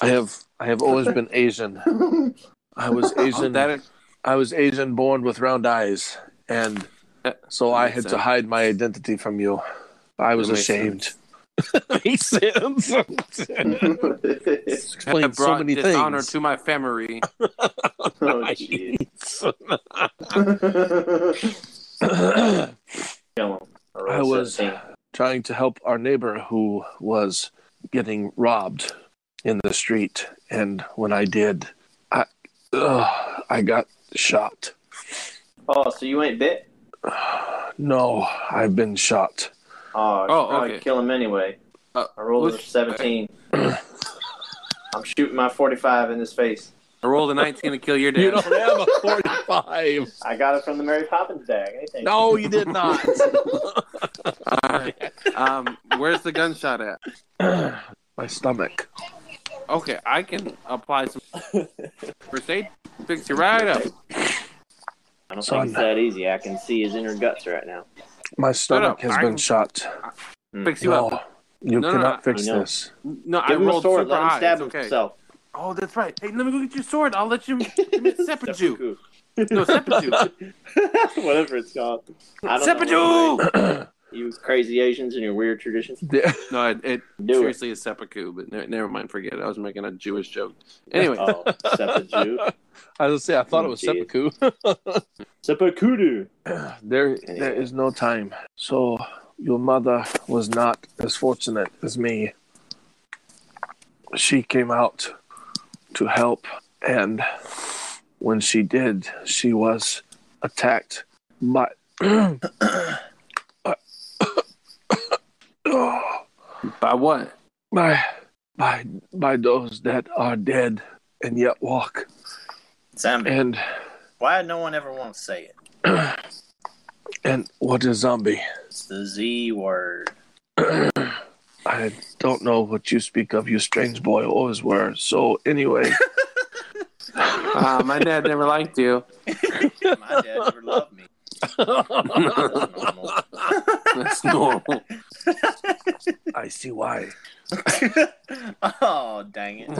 [SPEAKER 4] I have I have always been Asian. I was
[SPEAKER 5] Oh,
[SPEAKER 4] Asian.
[SPEAKER 5] that,
[SPEAKER 4] I was Asian born with round eyes, and so I had to hide my identity from you. I was
[SPEAKER 5] That makes
[SPEAKER 4] ashamed. Makes sense.
[SPEAKER 5] I
[SPEAKER 4] Explains so
[SPEAKER 5] brought
[SPEAKER 4] many
[SPEAKER 5] dishonor
[SPEAKER 4] things.
[SPEAKER 5] to my family.
[SPEAKER 10] Oh, jeez. Kill him.
[SPEAKER 4] I was- trying to help our neighbor who was getting robbed in the street, and when I did, I ugh, I got shot.
[SPEAKER 10] Oh, so you ain't bit?
[SPEAKER 4] No, I've been shot.
[SPEAKER 10] Oh, I should
[SPEAKER 5] Oh,
[SPEAKER 10] probably
[SPEAKER 5] okay.
[SPEAKER 10] kill him anyway.
[SPEAKER 5] Uh,
[SPEAKER 10] I rolled a
[SPEAKER 5] let's-
[SPEAKER 10] 17. I'm shooting my 45 in his face.
[SPEAKER 5] I rolled a 19 to kill your dad.
[SPEAKER 4] You don't have a forty-five.
[SPEAKER 10] I got it from the Mary Poppins bag. I think.
[SPEAKER 4] No, you did not.
[SPEAKER 5] um, where's the gunshot at?
[SPEAKER 4] My stomach.
[SPEAKER 5] Okay, I can apply some first aid. Fix you right up.
[SPEAKER 3] I don't
[SPEAKER 4] Son.
[SPEAKER 3] think it's that easy. I can see his inner guts right now.
[SPEAKER 4] My stomach has been
[SPEAKER 5] I'm-
[SPEAKER 4] shot.
[SPEAKER 5] Fix you
[SPEAKER 4] No,
[SPEAKER 5] up.
[SPEAKER 4] you
[SPEAKER 5] No, no,
[SPEAKER 4] cannot
[SPEAKER 5] no,
[SPEAKER 4] fix
[SPEAKER 3] I know.
[SPEAKER 4] this.
[SPEAKER 5] No, I
[SPEAKER 3] Give him a
[SPEAKER 5] rolled
[SPEAKER 3] sword.
[SPEAKER 5] super
[SPEAKER 3] Let him
[SPEAKER 5] high.
[SPEAKER 3] stab
[SPEAKER 5] It's okay.
[SPEAKER 3] himself.
[SPEAKER 5] Oh, that's right. Hey, let me go get your sword. I'll let you let me separate you.
[SPEAKER 3] Seppuku.
[SPEAKER 5] No, separate you.
[SPEAKER 3] Whatever it's called. I don't know what
[SPEAKER 5] Seppuku!
[SPEAKER 3] it is. You crazy Asians and your weird traditions.
[SPEAKER 4] Yeah.
[SPEAKER 5] No, it, it
[SPEAKER 3] Do it.
[SPEAKER 5] seriously is seppuku, but ne- never mind. Forget it. I was making a Jewish joke. Anyway,
[SPEAKER 3] Oh, seppuku.
[SPEAKER 4] I was gonna say I thought it was
[SPEAKER 3] Jeez.
[SPEAKER 4] seppuku.
[SPEAKER 3] Seppuku.
[SPEAKER 4] There, there is no time. So your mother was not as fortunate as me. She came out to help, and when she did, she was attacked by.
[SPEAKER 5] by what?
[SPEAKER 4] by by by those that are dead and yet walk
[SPEAKER 10] Zombie.
[SPEAKER 4] and
[SPEAKER 10] Why no one ever wants to say it?
[SPEAKER 4] and what is zombie
[SPEAKER 10] It's the Z word.
[SPEAKER 4] i don't know what you speak of you strange boy always were so anyway
[SPEAKER 5] Uh, my dad never liked you.
[SPEAKER 10] My dad never loved me. That's normal.
[SPEAKER 5] That's normal.
[SPEAKER 4] i see why
[SPEAKER 10] oh, dang it.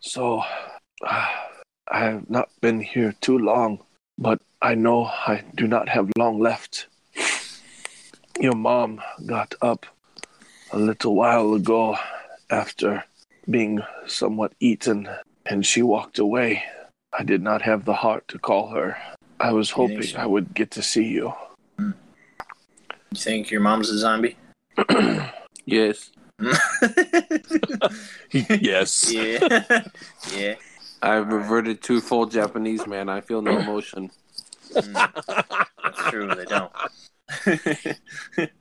[SPEAKER 4] so uh, i have not been here too long but i know i do not have long left your mom got up a little while ago after being somewhat eaten and she walked away i did not have the heart to call her i was
[SPEAKER 10] You think
[SPEAKER 4] hoping
[SPEAKER 10] she-
[SPEAKER 4] i would get to see you
[SPEAKER 10] You think your mom's a zombie?
[SPEAKER 5] Yes.
[SPEAKER 4] yes
[SPEAKER 10] yeah. yeah.
[SPEAKER 5] I've reverted to full Japanese man. I feel no emotion.
[SPEAKER 10] Mm. That's true. They don't.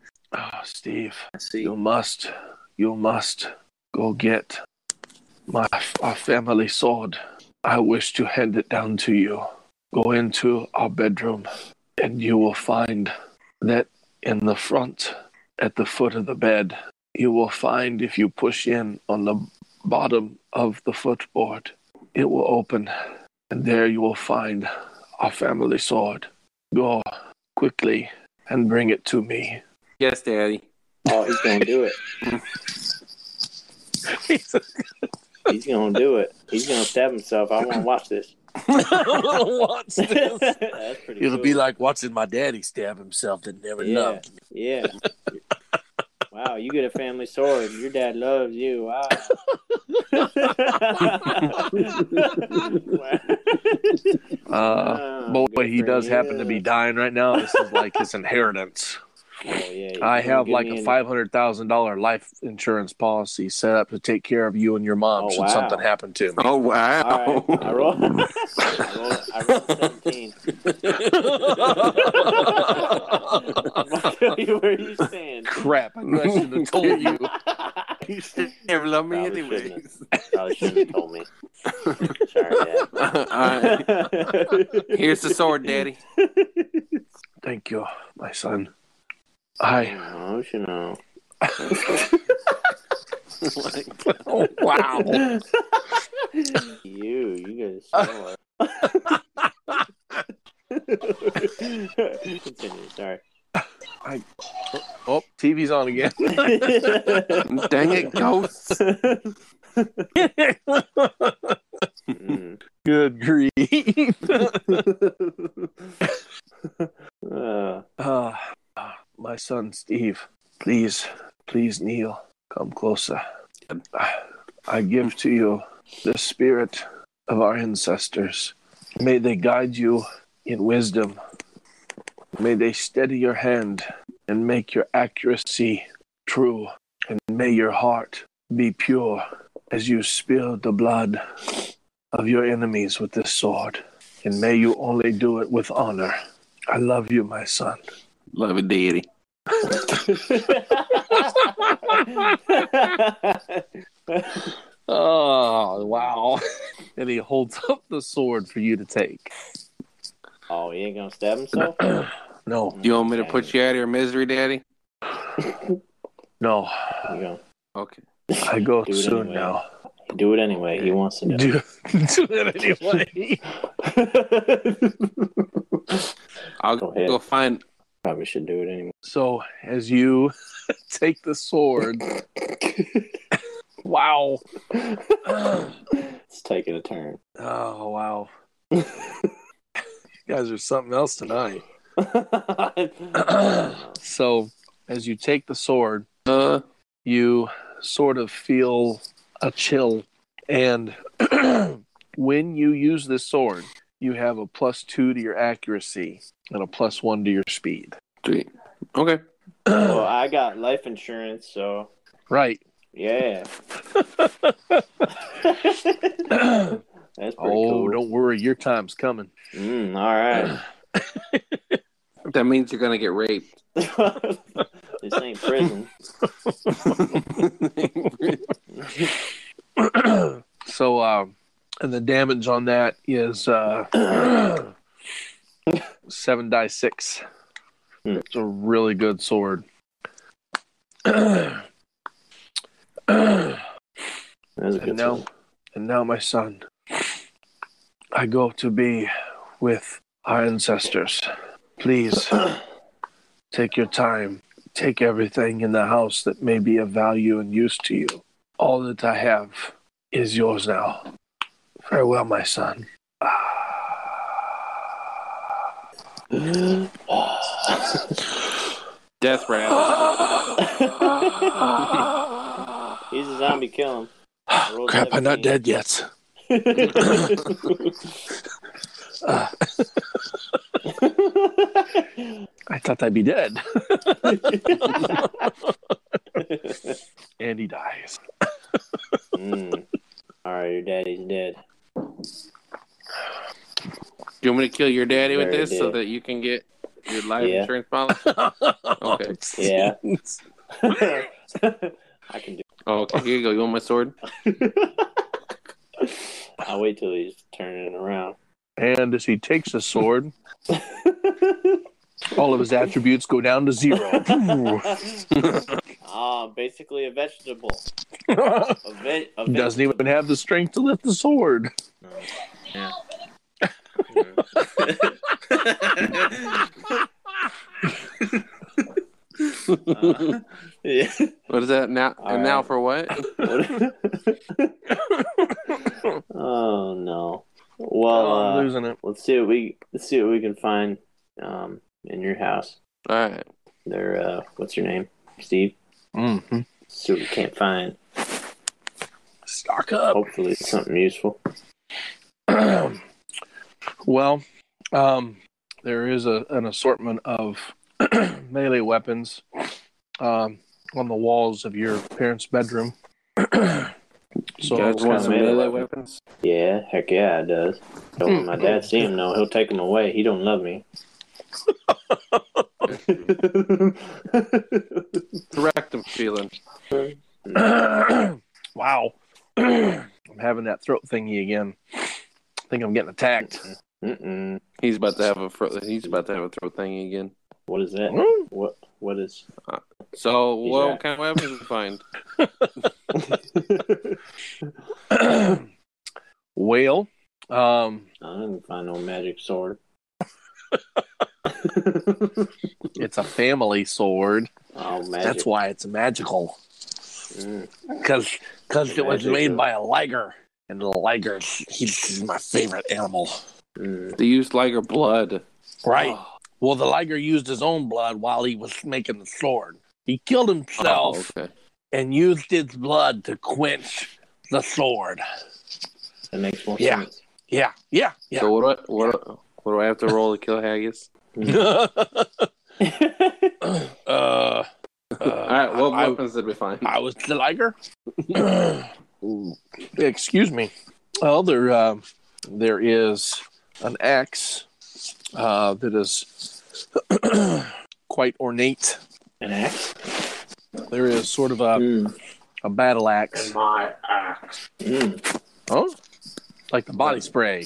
[SPEAKER 4] oh, steve
[SPEAKER 10] I see.
[SPEAKER 4] You must, you must go get my our family sword. I wish to hand it down to you. Go into our bedroom, and you will find that in the front, at the foot of the bed, you will find if you push in on the bottom of the footboard, it will open, and there you will find our family sword. Go quickly and bring it to me.
[SPEAKER 5] Yes, daddy.
[SPEAKER 3] Oh, he's gonna do it. He's gonna do it. He's gonna stab himself. I wanna watch this. That's pretty
[SPEAKER 4] It'll
[SPEAKER 3] cool.
[SPEAKER 4] be like watching my daddy stab himself that never
[SPEAKER 3] Yeah.
[SPEAKER 4] loved me.
[SPEAKER 3] Yeah. wow, you get a family sword. Your dad loves you. Wow.
[SPEAKER 4] Uh,
[SPEAKER 3] Oh,
[SPEAKER 4] boy, he
[SPEAKER 3] good for
[SPEAKER 4] does happen to be
[SPEAKER 3] you.
[SPEAKER 4] dying right now. This is like his inheritance.
[SPEAKER 3] Oh, yeah, you
[SPEAKER 4] I have
[SPEAKER 3] give
[SPEAKER 4] like
[SPEAKER 3] me
[SPEAKER 4] a
[SPEAKER 3] an-
[SPEAKER 4] five hundred thousand dollar life insurance policy set up to take care of you and your mom
[SPEAKER 3] Oh,
[SPEAKER 4] should
[SPEAKER 3] wow.
[SPEAKER 4] something happen to me.
[SPEAKER 5] Oh
[SPEAKER 3] All
[SPEAKER 5] wow.
[SPEAKER 3] right, I roll. I roll. I roll seventeen. Marco, where you stand?
[SPEAKER 4] Crap! I knew I should have told you.
[SPEAKER 5] You should never love me
[SPEAKER 3] Probably
[SPEAKER 5] anyway.
[SPEAKER 3] Probably shouldn't have told me. Sorry,
[SPEAKER 5] All right.
[SPEAKER 3] Dad.
[SPEAKER 5] Here's the sword, daddy.
[SPEAKER 4] Thank you, my son. I.
[SPEAKER 3] Emotional.
[SPEAKER 4] Oh wow!
[SPEAKER 3] You, you guys. are slow. Continue. Sorry.
[SPEAKER 4] Oh, TV's on again.
[SPEAKER 5] Dang it, ghosts.
[SPEAKER 3] Mm.
[SPEAKER 4] Good grief!
[SPEAKER 3] Oh,
[SPEAKER 4] Uh, uh, my son Steve, please, please kneel. Come closer. I give to you the spirit of our ancestors. May they guide you in wisdom. May they steady your hand and make your accuracy true. And may your heart be pure as you spill the blood of your enemies with this sword. And may you only do it with honor. I love you, my son.
[SPEAKER 5] Love it, deity.
[SPEAKER 4] Oh, wow. and he holds up the sword for you to take.
[SPEAKER 3] oh, he ain't gonna stab himself.
[SPEAKER 4] No,
[SPEAKER 5] You want me to put you out of your misery, Daddy?
[SPEAKER 4] no.
[SPEAKER 3] Here you go.
[SPEAKER 5] Okay.
[SPEAKER 4] I go
[SPEAKER 3] Do it
[SPEAKER 4] soon
[SPEAKER 3] anyway.
[SPEAKER 4] now.
[SPEAKER 3] Do it anyway. He wants to know.
[SPEAKER 4] Do, do it anyway.
[SPEAKER 5] I'll
[SPEAKER 3] Go
[SPEAKER 5] go,
[SPEAKER 3] ahead.
[SPEAKER 5] find.
[SPEAKER 3] Probably should do it anyway.
[SPEAKER 4] so, as you take the sword, wow.
[SPEAKER 3] It's taking a turn.
[SPEAKER 4] Oh, wow. you guys are something else tonight. so, as you take the sword,
[SPEAKER 5] Uh,
[SPEAKER 4] you sort of feel a chill. And when you use this sword, you have a plus two to your accuracy and a plus one to your speed.
[SPEAKER 5] sweet. Okay.
[SPEAKER 3] well, I got life insurance, so
[SPEAKER 4] Right.
[SPEAKER 3] yeah. That's
[SPEAKER 4] oh,
[SPEAKER 3] pretty cool.
[SPEAKER 4] don't worry. Your time's coming.
[SPEAKER 3] Mm, all right.
[SPEAKER 5] That means you're gonna get raped.
[SPEAKER 3] this ain't prison.
[SPEAKER 4] so, um, and the damage on that is uh, seven die six.
[SPEAKER 3] Hmm.
[SPEAKER 4] It's a really good sword. and
[SPEAKER 3] That's a good
[SPEAKER 4] now,
[SPEAKER 3] one.
[SPEAKER 4] and now, my son, I go to be with our ancestors. Please take your time. Take everything in the house that may be of value and use to you. All that I have is yours now. Farewell, my son.
[SPEAKER 5] Death rap.
[SPEAKER 3] He's a zombie. Kill him. Roll
[SPEAKER 4] Crap, I'm
[SPEAKER 3] 17.
[SPEAKER 4] not dead yet.
[SPEAKER 3] Mm.
[SPEAKER 4] I thought I'd be dead. and he dies.
[SPEAKER 3] Mm. All right, your daddy's dead.
[SPEAKER 5] Do you want me to kill your daddy with
[SPEAKER 3] Very
[SPEAKER 5] this so
[SPEAKER 3] dead.
[SPEAKER 5] that you can get your life
[SPEAKER 3] Yeah.
[SPEAKER 5] insurance policy? Okay.
[SPEAKER 3] Yeah. I can do.
[SPEAKER 5] Oh, okay. Here you go. You want my sword?
[SPEAKER 3] I'll wait till he's turning around.
[SPEAKER 4] And as he takes the sword, all of his attributes go down to zero.
[SPEAKER 3] Ah, basically a vegetable. A ve- a
[SPEAKER 4] Doesn't even have the strength to lift the
[SPEAKER 3] Uh,
[SPEAKER 4] sword.
[SPEAKER 3] vegetable. Uh, yeah.
[SPEAKER 5] What is that now?
[SPEAKER 3] All
[SPEAKER 5] and now
[SPEAKER 3] right.
[SPEAKER 5] for what?
[SPEAKER 3] oh no. Well,
[SPEAKER 4] Oh, I'm
[SPEAKER 3] uh,
[SPEAKER 4] losing it.
[SPEAKER 3] let's see what we let's see what we can find um, in your house.
[SPEAKER 5] All right.
[SPEAKER 3] There, uh, what's your name, Steve?
[SPEAKER 4] Mm-hmm.
[SPEAKER 3] See what we can't find.
[SPEAKER 4] Stock up.
[SPEAKER 3] Hopefully, it's something useful. Oh.
[SPEAKER 4] well, um, there is a, an assortment of melee weapons um, on the walls of your parents' bedroom. so,
[SPEAKER 5] guys
[SPEAKER 3] kind
[SPEAKER 5] want
[SPEAKER 3] of
[SPEAKER 5] some
[SPEAKER 3] melee
[SPEAKER 5] melee
[SPEAKER 3] weapon?
[SPEAKER 5] weapons?
[SPEAKER 3] Yeah, heck yeah, it does. Don't let my dad see him though. He'll take him away. He don't love me.
[SPEAKER 5] Correct him, feeling.
[SPEAKER 4] wow. I'm having that throat thingy again. I think I'm getting attacked.
[SPEAKER 3] Mm-mm.
[SPEAKER 5] He's about to have a fro- he's about to have a throat thingy again.
[SPEAKER 3] What is that?
[SPEAKER 4] Hmm?
[SPEAKER 3] What? What is?
[SPEAKER 5] So
[SPEAKER 3] He's
[SPEAKER 5] what
[SPEAKER 3] back.
[SPEAKER 5] kind of weapons did you find?
[SPEAKER 4] Whale. Um,
[SPEAKER 3] I didn't find no magic sword.
[SPEAKER 4] it's a family sword.
[SPEAKER 3] Oh, magic.
[SPEAKER 4] That's why it's magical.
[SPEAKER 3] Mm.
[SPEAKER 4] Because because it was
[SPEAKER 3] Magic
[SPEAKER 4] made
[SPEAKER 3] or-
[SPEAKER 4] by a liger, and the liger he's my favorite animal.
[SPEAKER 3] Mm.
[SPEAKER 5] They used liger blood.
[SPEAKER 4] Right. Well, the liger used his own blood while he was making the sword. He killed himself
[SPEAKER 5] Oh,
[SPEAKER 3] Oh.
[SPEAKER 5] okay.
[SPEAKER 4] and used his blood to quench the sword.
[SPEAKER 3] That makes more
[SPEAKER 4] Yeah.
[SPEAKER 3] sense.
[SPEAKER 4] Yeah, yeah, yeah.
[SPEAKER 5] So what? Do I, what? do- What do I have to roll to kill haggis?
[SPEAKER 4] uh, uh,
[SPEAKER 5] All right. What
[SPEAKER 4] I,
[SPEAKER 5] weapons did we find?
[SPEAKER 4] I was the liger. Excuse me. Well, there, uh, there is an axe uh, that is quite ornate.
[SPEAKER 3] An axe?
[SPEAKER 4] There is sort of a,
[SPEAKER 3] Mm.
[SPEAKER 4] a battle axe.
[SPEAKER 11] My axe.
[SPEAKER 3] Mm.
[SPEAKER 4] Oh, like the body spray.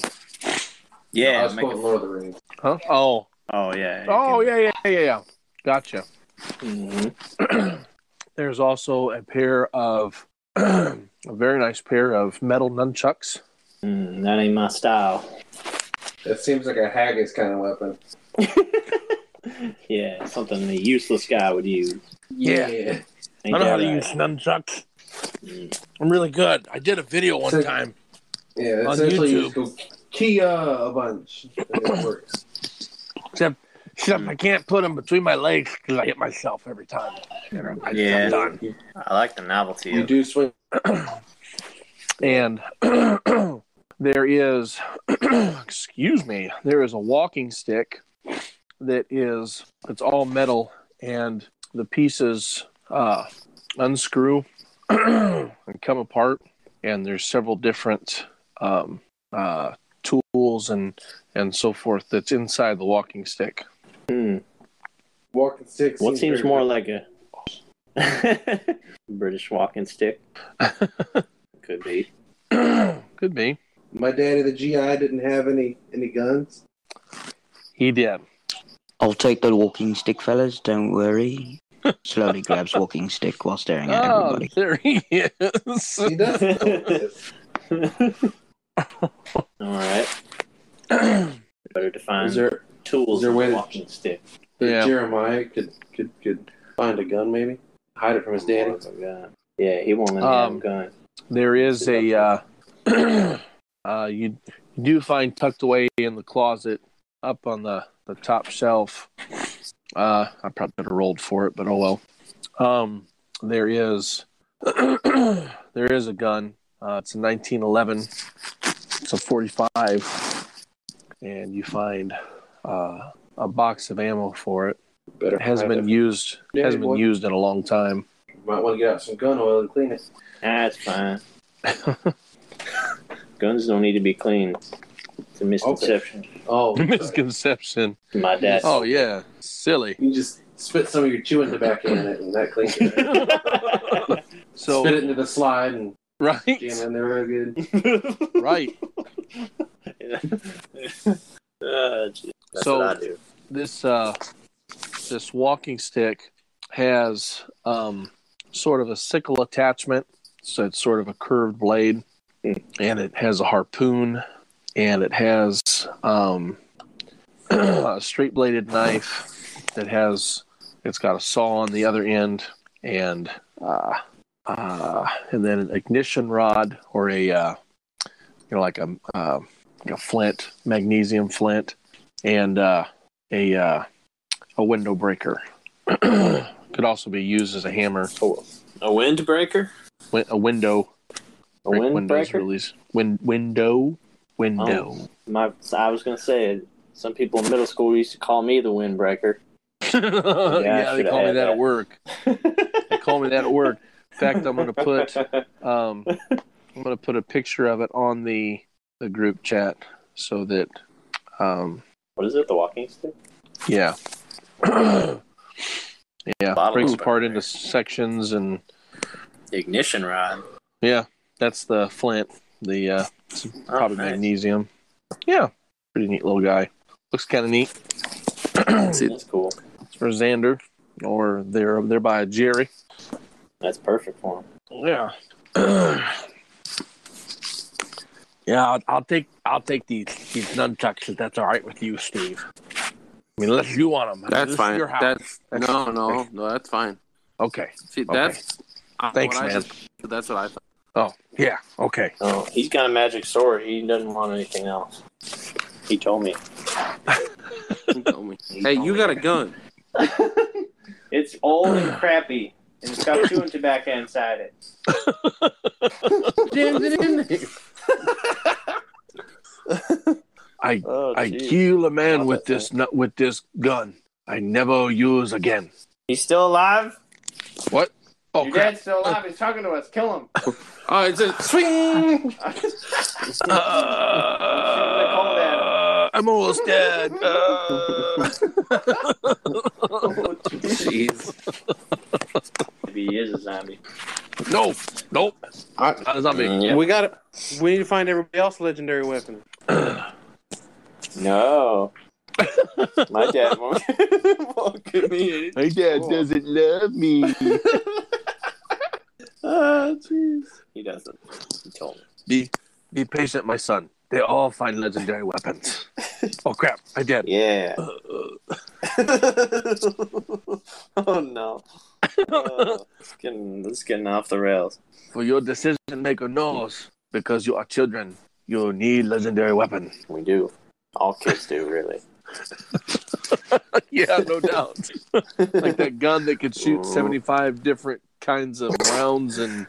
[SPEAKER 11] I
[SPEAKER 3] Yeah.
[SPEAKER 11] was
[SPEAKER 3] Make
[SPEAKER 11] quoting Lord of the Rings.
[SPEAKER 4] Huh? Oh,
[SPEAKER 3] oh yeah.
[SPEAKER 4] oh yeah, yeah, yeah, yeah. Gotcha.
[SPEAKER 3] hmm
[SPEAKER 4] There's also a pair of a very nice pair of metal nunchucks.
[SPEAKER 3] Mm, that ain't my style.
[SPEAKER 11] That seems like a haggis kind of weapon.
[SPEAKER 3] Yeah, something the useless guy would use.
[SPEAKER 4] Yeah. I
[SPEAKER 3] Ain't
[SPEAKER 4] know how
[SPEAKER 3] that
[SPEAKER 4] to
[SPEAKER 3] right?
[SPEAKER 4] use nunchucks.
[SPEAKER 3] Mm.
[SPEAKER 4] I'm really good. I did a video one
[SPEAKER 11] So-
[SPEAKER 4] time.
[SPEAKER 11] Yeah,
[SPEAKER 4] On
[SPEAKER 11] essentially you
[SPEAKER 4] YouTube.
[SPEAKER 11] just go Kia a bunch. And it works.
[SPEAKER 4] Except, except I can't put them between my legs because I hit myself every time. You know, I just-
[SPEAKER 3] Yeah.
[SPEAKER 4] I'm done.
[SPEAKER 3] I like the novelty.
[SPEAKER 11] You
[SPEAKER 3] of
[SPEAKER 11] do swing.
[SPEAKER 4] and there is excuse me there is a walking stick that is it's all metal and the pieces uh, unscrew and come apart and there's several different um, uh, tools and and so forth that's inside the walking stick
[SPEAKER 3] Hmm.
[SPEAKER 11] Walking sticks.
[SPEAKER 3] What seems more like a British walking stick? Could be.
[SPEAKER 4] could be
[SPEAKER 11] My daddy, the GI, didn't have any any guns.
[SPEAKER 4] he did
[SPEAKER 2] I'll take the walking stick, fellas. Don't worry. Slowly grabs walking stick while staring at
[SPEAKER 4] oh
[SPEAKER 2] everybody.
[SPEAKER 4] there he is
[SPEAKER 11] He does.
[SPEAKER 3] All right. Better define
[SPEAKER 11] is there
[SPEAKER 3] tools
[SPEAKER 11] is there a
[SPEAKER 3] than
[SPEAKER 11] way to-
[SPEAKER 3] walking stick.
[SPEAKER 11] that
[SPEAKER 4] Yeah.
[SPEAKER 11] Jeremiah could could could find a gun maybe hide it from his daddy?
[SPEAKER 3] Oh, my God. Yeah, he won't let me
[SPEAKER 4] Um,
[SPEAKER 3] have a gun.
[SPEAKER 4] There is a uh, uh, you do find tucked away in the closet up on the, the top shelf. Uh, I probably could have rolled for it, but oh well. Um, there is there is a gun. Uh, it's a 1911. It's a 45, and you find uh, a box of ammo for it.
[SPEAKER 11] Better
[SPEAKER 4] It hasn't
[SPEAKER 11] hide
[SPEAKER 4] been
[SPEAKER 11] it.
[SPEAKER 4] used.
[SPEAKER 11] Yeah,
[SPEAKER 4] Hasn't been
[SPEAKER 11] boy.
[SPEAKER 4] used in a long time.
[SPEAKER 11] Might want to get out some gun oil and clean it.
[SPEAKER 3] That's fine. Guns don't need to be cleaned. It's a misconception.
[SPEAKER 11] Oh, sorry.
[SPEAKER 4] Misconception.
[SPEAKER 3] My dad.
[SPEAKER 4] Oh yeah, silly.
[SPEAKER 11] you just spit some of your chewing tobacco in it, and that cleans it. Right?
[SPEAKER 4] So
[SPEAKER 11] spit it into the slide and
[SPEAKER 4] right,
[SPEAKER 11] jam it in there real good.
[SPEAKER 4] right.
[SPEAKER 3] Uh, gee, that's
[SPEAKER 4] So-
[SPEAKER 3] what I do.
[SPEAKER 4] This uh, this walking stick has um, sort of a sickle attachment, so it's sort of a curved blade, and it has a harpoon, and it has um, a straight bladed knife that has it's got a saw on the other end, and uh, uh, and then an ignition rod or a uh, you know like a uh, like a flint, magnesium flint, and uh, a uh, a window breaker. Could also be used as a hammer.
[SPEAKER 3] A windbreaker?
[SPEAKER 4] Win- A window.
[SPEAKER 3] A
[SPEAKER 4] break windows
[SPEAKER 3] windbreaker?
[SPEAKER 4] release. Win- window. Window.
[SPEAKER 3] My, I was gonna say, some people in middle school used to call me the windbreaker.
[SPEAKER 4] yeah,
[SPEAKER 3] I
[SPEAKER 4] they
[SPEAKER 3] should've
[SPEAKER 4] call me
[SPEAKER 3] had
[SPEAKER 4] that,
[SPEAKER 3] that.
[SPEAKER 4] at work. they call me that at work. In fact, I'm going to put um, I'm going to put a picture of it on the the group chat so that um,
[SPEAKER 3] What is it? The walking stick?
[SPEAKER 4] yeah yeah
[SPEAKER 3] Bottle
[SPEAKER 4] breaks
[SPEAKER 3] opener.
[SPEAKER 4] apart into sections and
[SPEAKER 3] The ignition rod.
[SPEAKER 4] yeah that's the flint the uh,
[SPEAKER 3] Oh,
[SPEAKER 4] probably
[SPEAKER 3] nice.
[SPEAKER 4] magnesium. Yeah, pretty neat little guy. Looks kind of neat
[SPEAKER 3] Oh, That's cool.
[SPEAKER 4] for Xander, or they're they're by Jerry.
[SPEAKER 3] That's perfect for him.
[SPEAKER 4] Yeah. yeah, I'll, I'll take I'll take these these nunchucks if that's all right with you, Steve. I mean, unless you want them,
[SPEAKER 5] That's fine.
[SPEAKER 4] Your house.
[SPEAKER 5] That's no, no, no. That's fine.
[SPEAKER 4] okay.
[SPEAKER 5] See, that's uh,
[SPEAKER 4] Thanks,
[SPEAKER 5] what I
[SPEAKER 4] man.
[SPEAKER 5] just- that's what I thought.
[SPEAKER 4] Oh, yeah. Okay.
[SPEAKER 3] Oh, he's got a magic sword. He doesn't want anything else. He told me.
[SPEAKER 12] Tell me. Hey, you got a gun.
[SPEAKER 3] It's old and crappy, and it's got chewing tobacco inside it.
[SPEAKER 12] Jams it in there.
[SPEAKER 4] I
[SPEAKER 1] Oh,
[SPEAKER 4] I
[SPEAKER 1] jeez.
[SPEAKER 4] kill a man
[SPEAKER 1] Love
[SPEAKER 4] with
[SPEAKER 1] it,
[SPEAKER 4] this nu- with this gun. I never use again.
[SPEAKER 3] He's still alive?
[SPEAKER 4] What? Oh
[SPEAKER 3] Your
[SPEAKER 4] crap!
[SPEAKER 3] dad's still alive. He's talking to us. Kill him.
[SPEAKER 12] Oh, it's a swing.
[SPEAKER 4] Uh, I'm almost dead. Uh.
[SPEAKER 12] Jeez.
[SPEAKER 3] Maybe he is a zombie.
[SPEAKER 4] no, Uh, nope.
[SPEAKER 5] I-
[SPEAKER 4] That is not me.
[SPEAKER 3] Mm,
[SPEAKER 12] We got. to We need to find everybody else legendary weapon.
[SPEAKER 1] No. My dad won't, won't give me any.
[SPEAKER 13] My dad doesn't love me.
[SPEAKER 5] Uh,
[SPEAKER 1] Ah, jeez. He doesn't. He told me.
[SPEAKER 4] Be be patient, my son. They all find legendary weapons. oh crap! I did.
[SPEAKER 1] Yeah. oh no.
[SPEAKER 3] Uh,
[SPEAKER 1] Oh, it's getting it's getting off the rails.
[SPEAKER 4] For your decision maker knows because you are children. You need legendary weapon.
[SPEAKER 1] We do. All kids do, really.
[SPEAKER 4] yeah, no doubt. like that gun that could shoot 75 different kinds of rounds and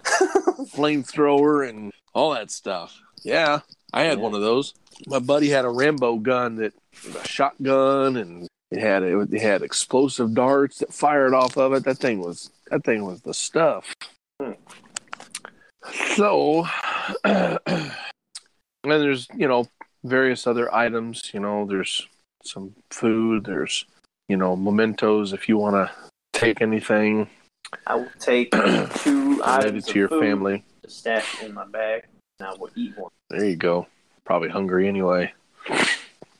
[SPEAKER 4] flamethrower and all that stuff. Yeah, I had one of those. My buddy had a Rambo gun that was a shotgun and it had it, had explosive darts that fired off of it. That thing was that thing was the stuff. So and there's, you know, various other items, you know, there's some food, there's you know, mementos if you want to take anything
[SPEAKER 3] I will take two
[SPEAKER 4] related
[SPEAKER 3] items
[SPEAKER 4] to your
[SPEAKER 3] of food
[SPEAKER 4] family.
[SPEAKER 3] to stash in my bag, and I will eat one.
[SPEAKER 4] There you go. Probably hungry anyway,
[SPEAKER 3] Yeah,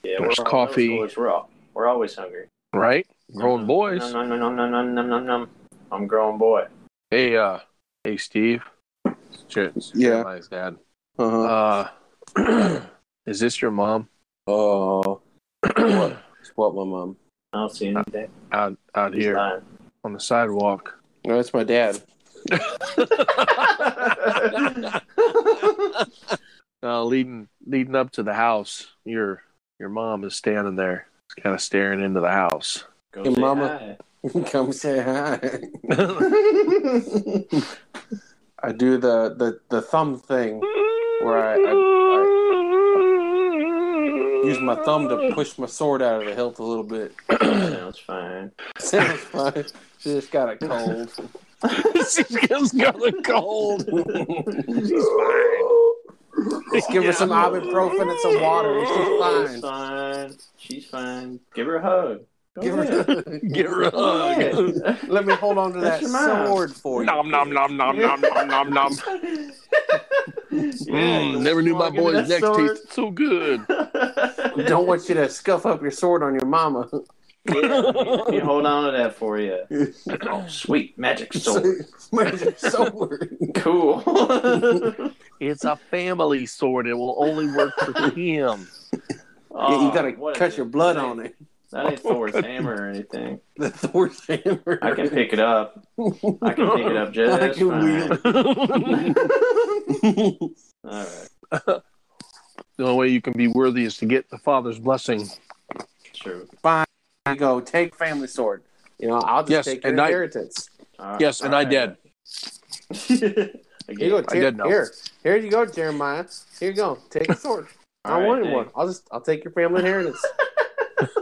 [SPEAKER 4] There's
[SPEAKER 3] we're all-
[SPEAKER 4] coffee.
[SPEAKER 3] We're, always- we're, all, we're always hungry.
[SPEAKER 4] right? Grown boys.
[SPEAKER 3] Nom, nom, nom, nom, nom, nom, nom, nom. I'm a grown boy.
[SPEAKER 4] Hey, uh, hey, Steve. It's Jer- it's
[SPEAKER 5] Yeah.
[SPEAKER 4] Jeremiah's dad.
[SPEAKER 5] Uh-huh.
[SPEAKER 4] Uh, is this your mom?
[SPEAKER 5] Oh, what my mom?
[SPEAKER 3] I don't see anything.
[SPEAKER 4] out out
[SPEAKER 3] He's
[SPEAKER 4] here
[SPEAKER 3] lying.
[SPEAKER 4] on the sidewalk.
[SPEAKER 5] No, that's my dad.
[SPEAKER 4] Uh, leading leading up to the house, your your mom is standing there, kind of staring into the house.
[SPEAKER 3] Go
[SPEAKER 5] Hey,
[SPEAKER 3] say
[SPEAKER 5] mama.
[SPEAKER 3] hi.
[SPEAKER 5] Come say hi. I do the, the, the thumb thing where I, I, I use my thumb to push my sword out of the hilt a little bit.
[SPEAKER 3] Sounds fine.
[SPEAKER 5] Sounds fine. She just got a cold.
[SPEAKER 4] She's got a cold.
[SPEAKER 5] Just give her some ibuprofen and some water. and
[SPEAKER 3] She's
[SPEAKER 5] She's fine.
[SPEAKER 3] fine. She's fine. Give her a hug. Go
[SPEAKER 5] Give
[SPEAKER 3] ahead.
[SPEAKER 5] her,
[SPEAKER 4] Give her a hug.
[SPEAKER 3] Go ahead.
[SPEAKER 5] let me hold on to that
[SPEAKER 3] That's your mom.
[SPEAKER 5] sword for you.
[SPEAKER 4] Nom nom nom nom nom nom nom nom. Mm, never knew my boy's neck tasted so good.
[SPEAKER 5] Don't want you to scuff up your sword on your mama.
[SPEAKER 3] You hold on to that for you. Oh, sweet magic sword.
[SPEAKER 5] Magic sword.
[SPEAKER 3] Cool.
[SPEAKER 4] It's a family sword. It will only work for him.
[SPEAKER 5] Yeah, you
[SPEAKER 3] Oh,
[SPEAKER 5] gotta
[SPEAKER 3] what
[SPEAKER 5] cut
[SPEAKER 3] is
[SPEAKER 5] your
[SPEAKER 3] it?
[SPEAKER 5] blood
[SPEAKER 3] That
[SPEAKER 5] on
[SPEAKER 3] ain't-
[SPEAKER 5] it.
[SPEAKER 3] That ain't Thor's hammer or anything.
[SPEAKER 5] The Thor's hammer.
[SPEAKER 3] I can pick it up. I can pick it up just
[SPEAKER 5] I can
[SPEAKER 3] fine.
[SPEAKER 5] wield-
[SPEAKER 3] All right,
[SPEAKER 4] The only way you can be worthy is to get the father's blessing.
[SPEAKER 3] true.
[SPEAKER 5] I go take family sword. You know, I'll just
[SPEAKER 4] Yes,
[SPEAKER 5] take your
[SPEAKER 4] and I-
[SPEAKER 5] inheritance.
[SPEAKER 3] All right.
[SPEAKER 4] Yes, and I did.
[SPEAKER 5] Here you go.
[SPEAKER 4] I
[SPEAKER 5] Jer-
[SPEAKER 4] did know.
[SPEAKER 5] Here, here you go, Jeremiah. Here you go. Take the sword. I
[SPEAKER 3] All right,
[SPEAKER 5] wanted
[SPEAKER 3] thanks.
[SPEAKER 5] one. I'll just I'll take your family inheritance.
[SPEAKER 3] That's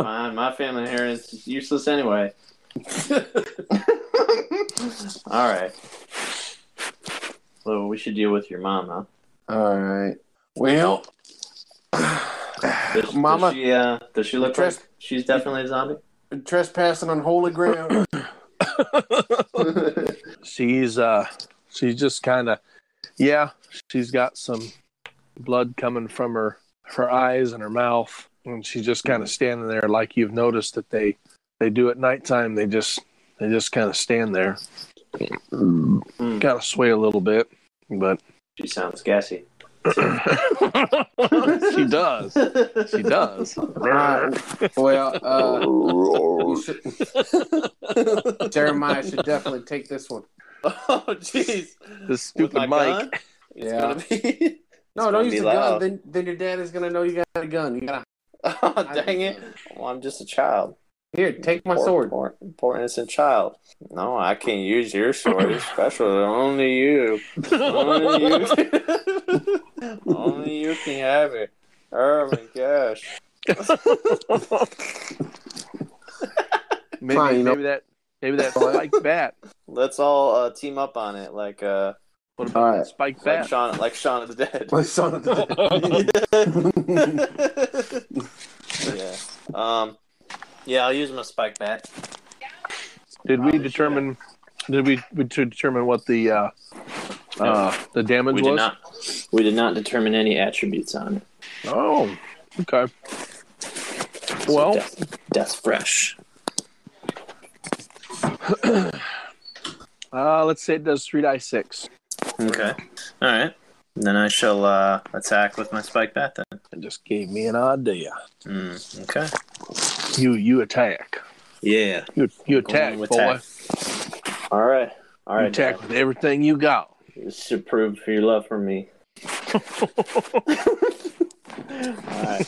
[SPEAKER 3] fine. My family inheritance is useless anyway. All right. So we should deal with your mom, huh?
[SPEAKER 5] All right. Well,
[SPEAKER 3] Does, does
[SPEAKER 5] Mama-
[SPEAKER 3] she, uh, does she look
[SPEAKER 5] Trust-
[SPEAKER 3] like she's definitely a zombie?
[SPEAKER 5] trespassing on holy ground.
[SPEAKER 4] She's uh, she's just kind of, yeah. She's got some blood coming from her her eyes and her mouth, and she's just kind of standing there, like you've noticed that they they do at nighttime. They just they just kind of stand there, kind of sway a little bit, but
[SPEAKER 3] She sounds gassy.
[SPEAKER 4] she does. She does.
[SPEAKER 5] well, uh, you should- Jeremiah should definitely take this one.
[SPEAKER 1] Oh jeez.
[SPEAKER 4] This stupid
[SPEAKER 1] With
[SPEAKER 4] mic.
[SPEAKER 1] my gun,
[SPEAKER 5] Yeah.
[SPEAKER 1] it's gonna be-
[SPEAKER 5] No, don't
[SPEAKER 1] gonna
[SPEAKER 5] use
[SPEAKER 1] be
[SPEAKER 5] the
[SPEAKER 1] loud.
[SPEAKER 5] gun. Then, then your dad is gonna know you got a gun. You gotta
[SPEAKER 3] Oh, dang it. Well, I'm just a child.
[SPEAKER 10] Here, take my
[SPEAKER 3] poor,
[SPEAKER 10] sword.
[SPEAKER 3] Poor, poor innocent child. No, I can't use your sword. It's special. to Only you. Only you. Only you can have it. Oh my gosh.
[SPEAKER 4] Maybe,
[SPEAKER 5] Fine, you know-
[SPEAKER 4] maybe that maybe that spiked bat.
[SPEAKER 3] Let's all uh, team up on it, like uh,
[SPEAKER 4] What about
[SPEAKER 1] All right.
[SPEAKER 4] that spiked
[SPEAKER 3] like
[SPEAKER 4] bat?
[SPEAKER 3] Shaun, like Shaun of the Dead.
[SPEAKER 1] My son of the
[SPEAKER 3] yeah. Um. Yeah, I'll use my spike bat.
[SPEAKER 4] Did we determine? Did we, we to determine what the uh, uh, the damage
[SPEAKER 3] We
[SPEAKER 4] was?
[SPEAKER 3] did not. We did not determine any attributes on it.
[SPEAKER 4] Oh, okay.
[SPEAKER 3] So
[SPEAKER 4] Well,
[SPEAKER 3] that's, that's fresh.
[SPEAKER 4] uh, let's say it does three die six
[SPEAKER 3] Okay. All right. Then I shall uh, attack with my spike bat. Then.
[SPEAKER 4] It just gave me an idea.
[SPEAKER 3] Mm, okay.
[SPEAKER 4] You you attack.
[SPEAKER 3] Yeah.
[SPEAKER 4] You you
[SPEAKER 3] Going
[SPEAKER 4] attack,
[SPEAKER 3] with
[SPEAKER 4] boy.
[SPEAKER 3] attack. All right. All
[SPEAKER 4] You
[SPEAKER 3] right.
[SPEAKER 4] attack with everything you got.
[SPEAKER 3] This should prove your love for me. All right.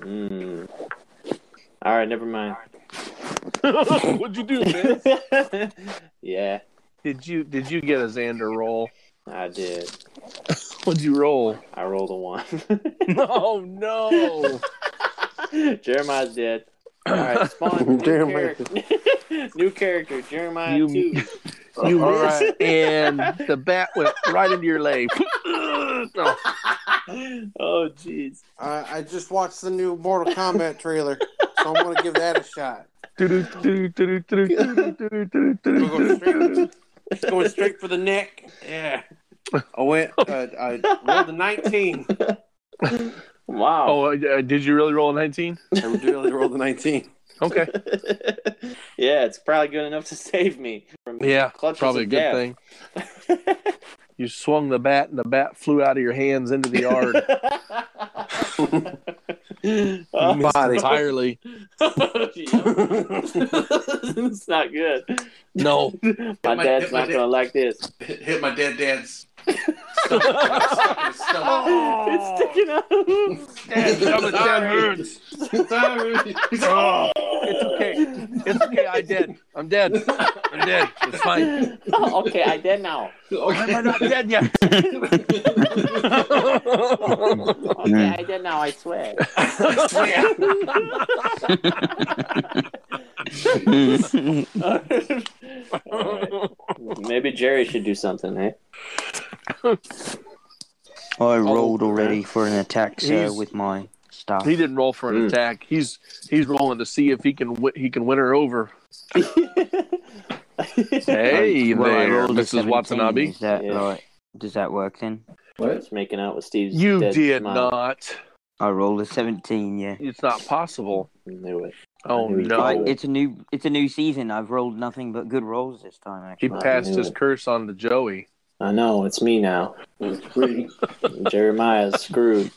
[SPEAKER 3] Mm. All right. Never mind.
[SPEAKER 4] What'd you do, man?
[SPEAKER 3] yeah,
[SPEAKER 4] Did you did you get a Xander roll?
[SPEAKER 3] I did.
[SPEAKER 4] What'd you roll?
[SPEAKER 3] I rolled a one.
[SPEAKER 4] Oh no!
[SPEAKER 3] Jeremiah's dead. All right, spawn new
[SPEAKER 1] Jeremiah.
[SPEAKER 3] character. new character, Jeremiah
[SPEAKER 4] You-
[SPEAKER 3] two.
[SPEAKER 4] You
[SPEAKER 1] All
[SPEAKER 4] missed, and the bat went right into your leg. No.
[SPEAKER 3] Oh jeez.
[SPEAKER 5] Uh, I just watched the new Mortal Kombat trailer, so I'm gonna give that a shot. We're going straight, it's going straight for the neck. Yeah. I went. Uh, I rolled a 19.
[SPEAKER 3] Wow.
[SPEAKER 4] Oh, uh, did you really roll a nineteen?
[SPEAKER 5] I really rolled a 19.
[SPEAKER 4] Okay.
[SPEAKER 3] yeah, it's probably good enough to save me from
[SPEAKER 4] Yeah,
[SPEAKER 3] clutches
[SPEAKER 4] probably a
[SPEAKER 3] of
[SPEAKER 4] good
[SPEAKER 3] death.
[SPEAKER 4] thing. You swung the bat, and the bat flew out of your hands into the yard
[SPEAKER 3] Oh,
[SPEAKER 1] body.
[SPEAKER 4] entirely.
[SPEAKER 3] it's not good.
[SPEAKER 4] No,
[SPEAKER 3] My
[SPEAKER 5] my-
[SPEAKER 3] dad's
[SPEAKER 5] hit my
[SPEAKER 3] not
[SPEAKER 5] dad.
[SPEAKER 3] gonna like this.
[SPEAKER 5] Hit my dead dad's.
[SPEAKER 3] it's sticking out.
[SPEAKER 4] It's okay. It's okay. I did. I'm dead. I'm dead. It's fine.
[SPEAKER 3] okay, I did now.
[SPEAKER 4] Why am I not dead yet?
[SPEAKER 3] Okay, I did now. I swear. Maybe Jerry should do something, eh?
[SPEAKER 2] I rolled already for an attack so
[SPEAKER 4] Oh, He's-
[SPEAKER 2] with my staff.
[SPEAKER 4] he didn't roll for an attack. He's he's rolling to see if he can wi- he can win her over. Hey
[SPEAKER 2] Well, I
[SPEAKER 4] there,
[SPEAKER 2] rolled a
[SPEAKER 4] Mrs.
[SPEAKER 2] 17.
[SPEAKER 4] Watanabe.
[SPEAKER 2] Is that
[SPEAKER 3] Yeah.
[SPEAKER 2] right? Does that work then?
[SPEAKER 3] Just making out with Steve's.
[SPEAKER 4] You
[SPEAKER 3] dead
[SPEAKER 4] did
[SPEAKER 3] mom.
[SPEAKER 4] not.
[SPEAKER 2] I rolled a seventeen. Yeah.
[SPEAKER 4] It's not possible.
[SPEAKER 3] Knew it.
[SPEAKER 4] Oh
[SPEAKER 3] I knew
[SPEAKER 4] no!
[SPEAKER 2] I,
[SPEAKER 3] it.
[SPEAKER 2] it's a new it's a new season. I've rolled nothing but good rolls this time.
[SPEAKER 4] He
[SPEAKER 2] Actually.
[SPEAKER 4] passed
[SPEAKER 3] knew
[SPEAKER 4] his
[SPEAKER 3] it.
[SPEAKER 4] curse on to Joey.
[SPEAKER 3] I know it's me now. Jeremiah's screwed.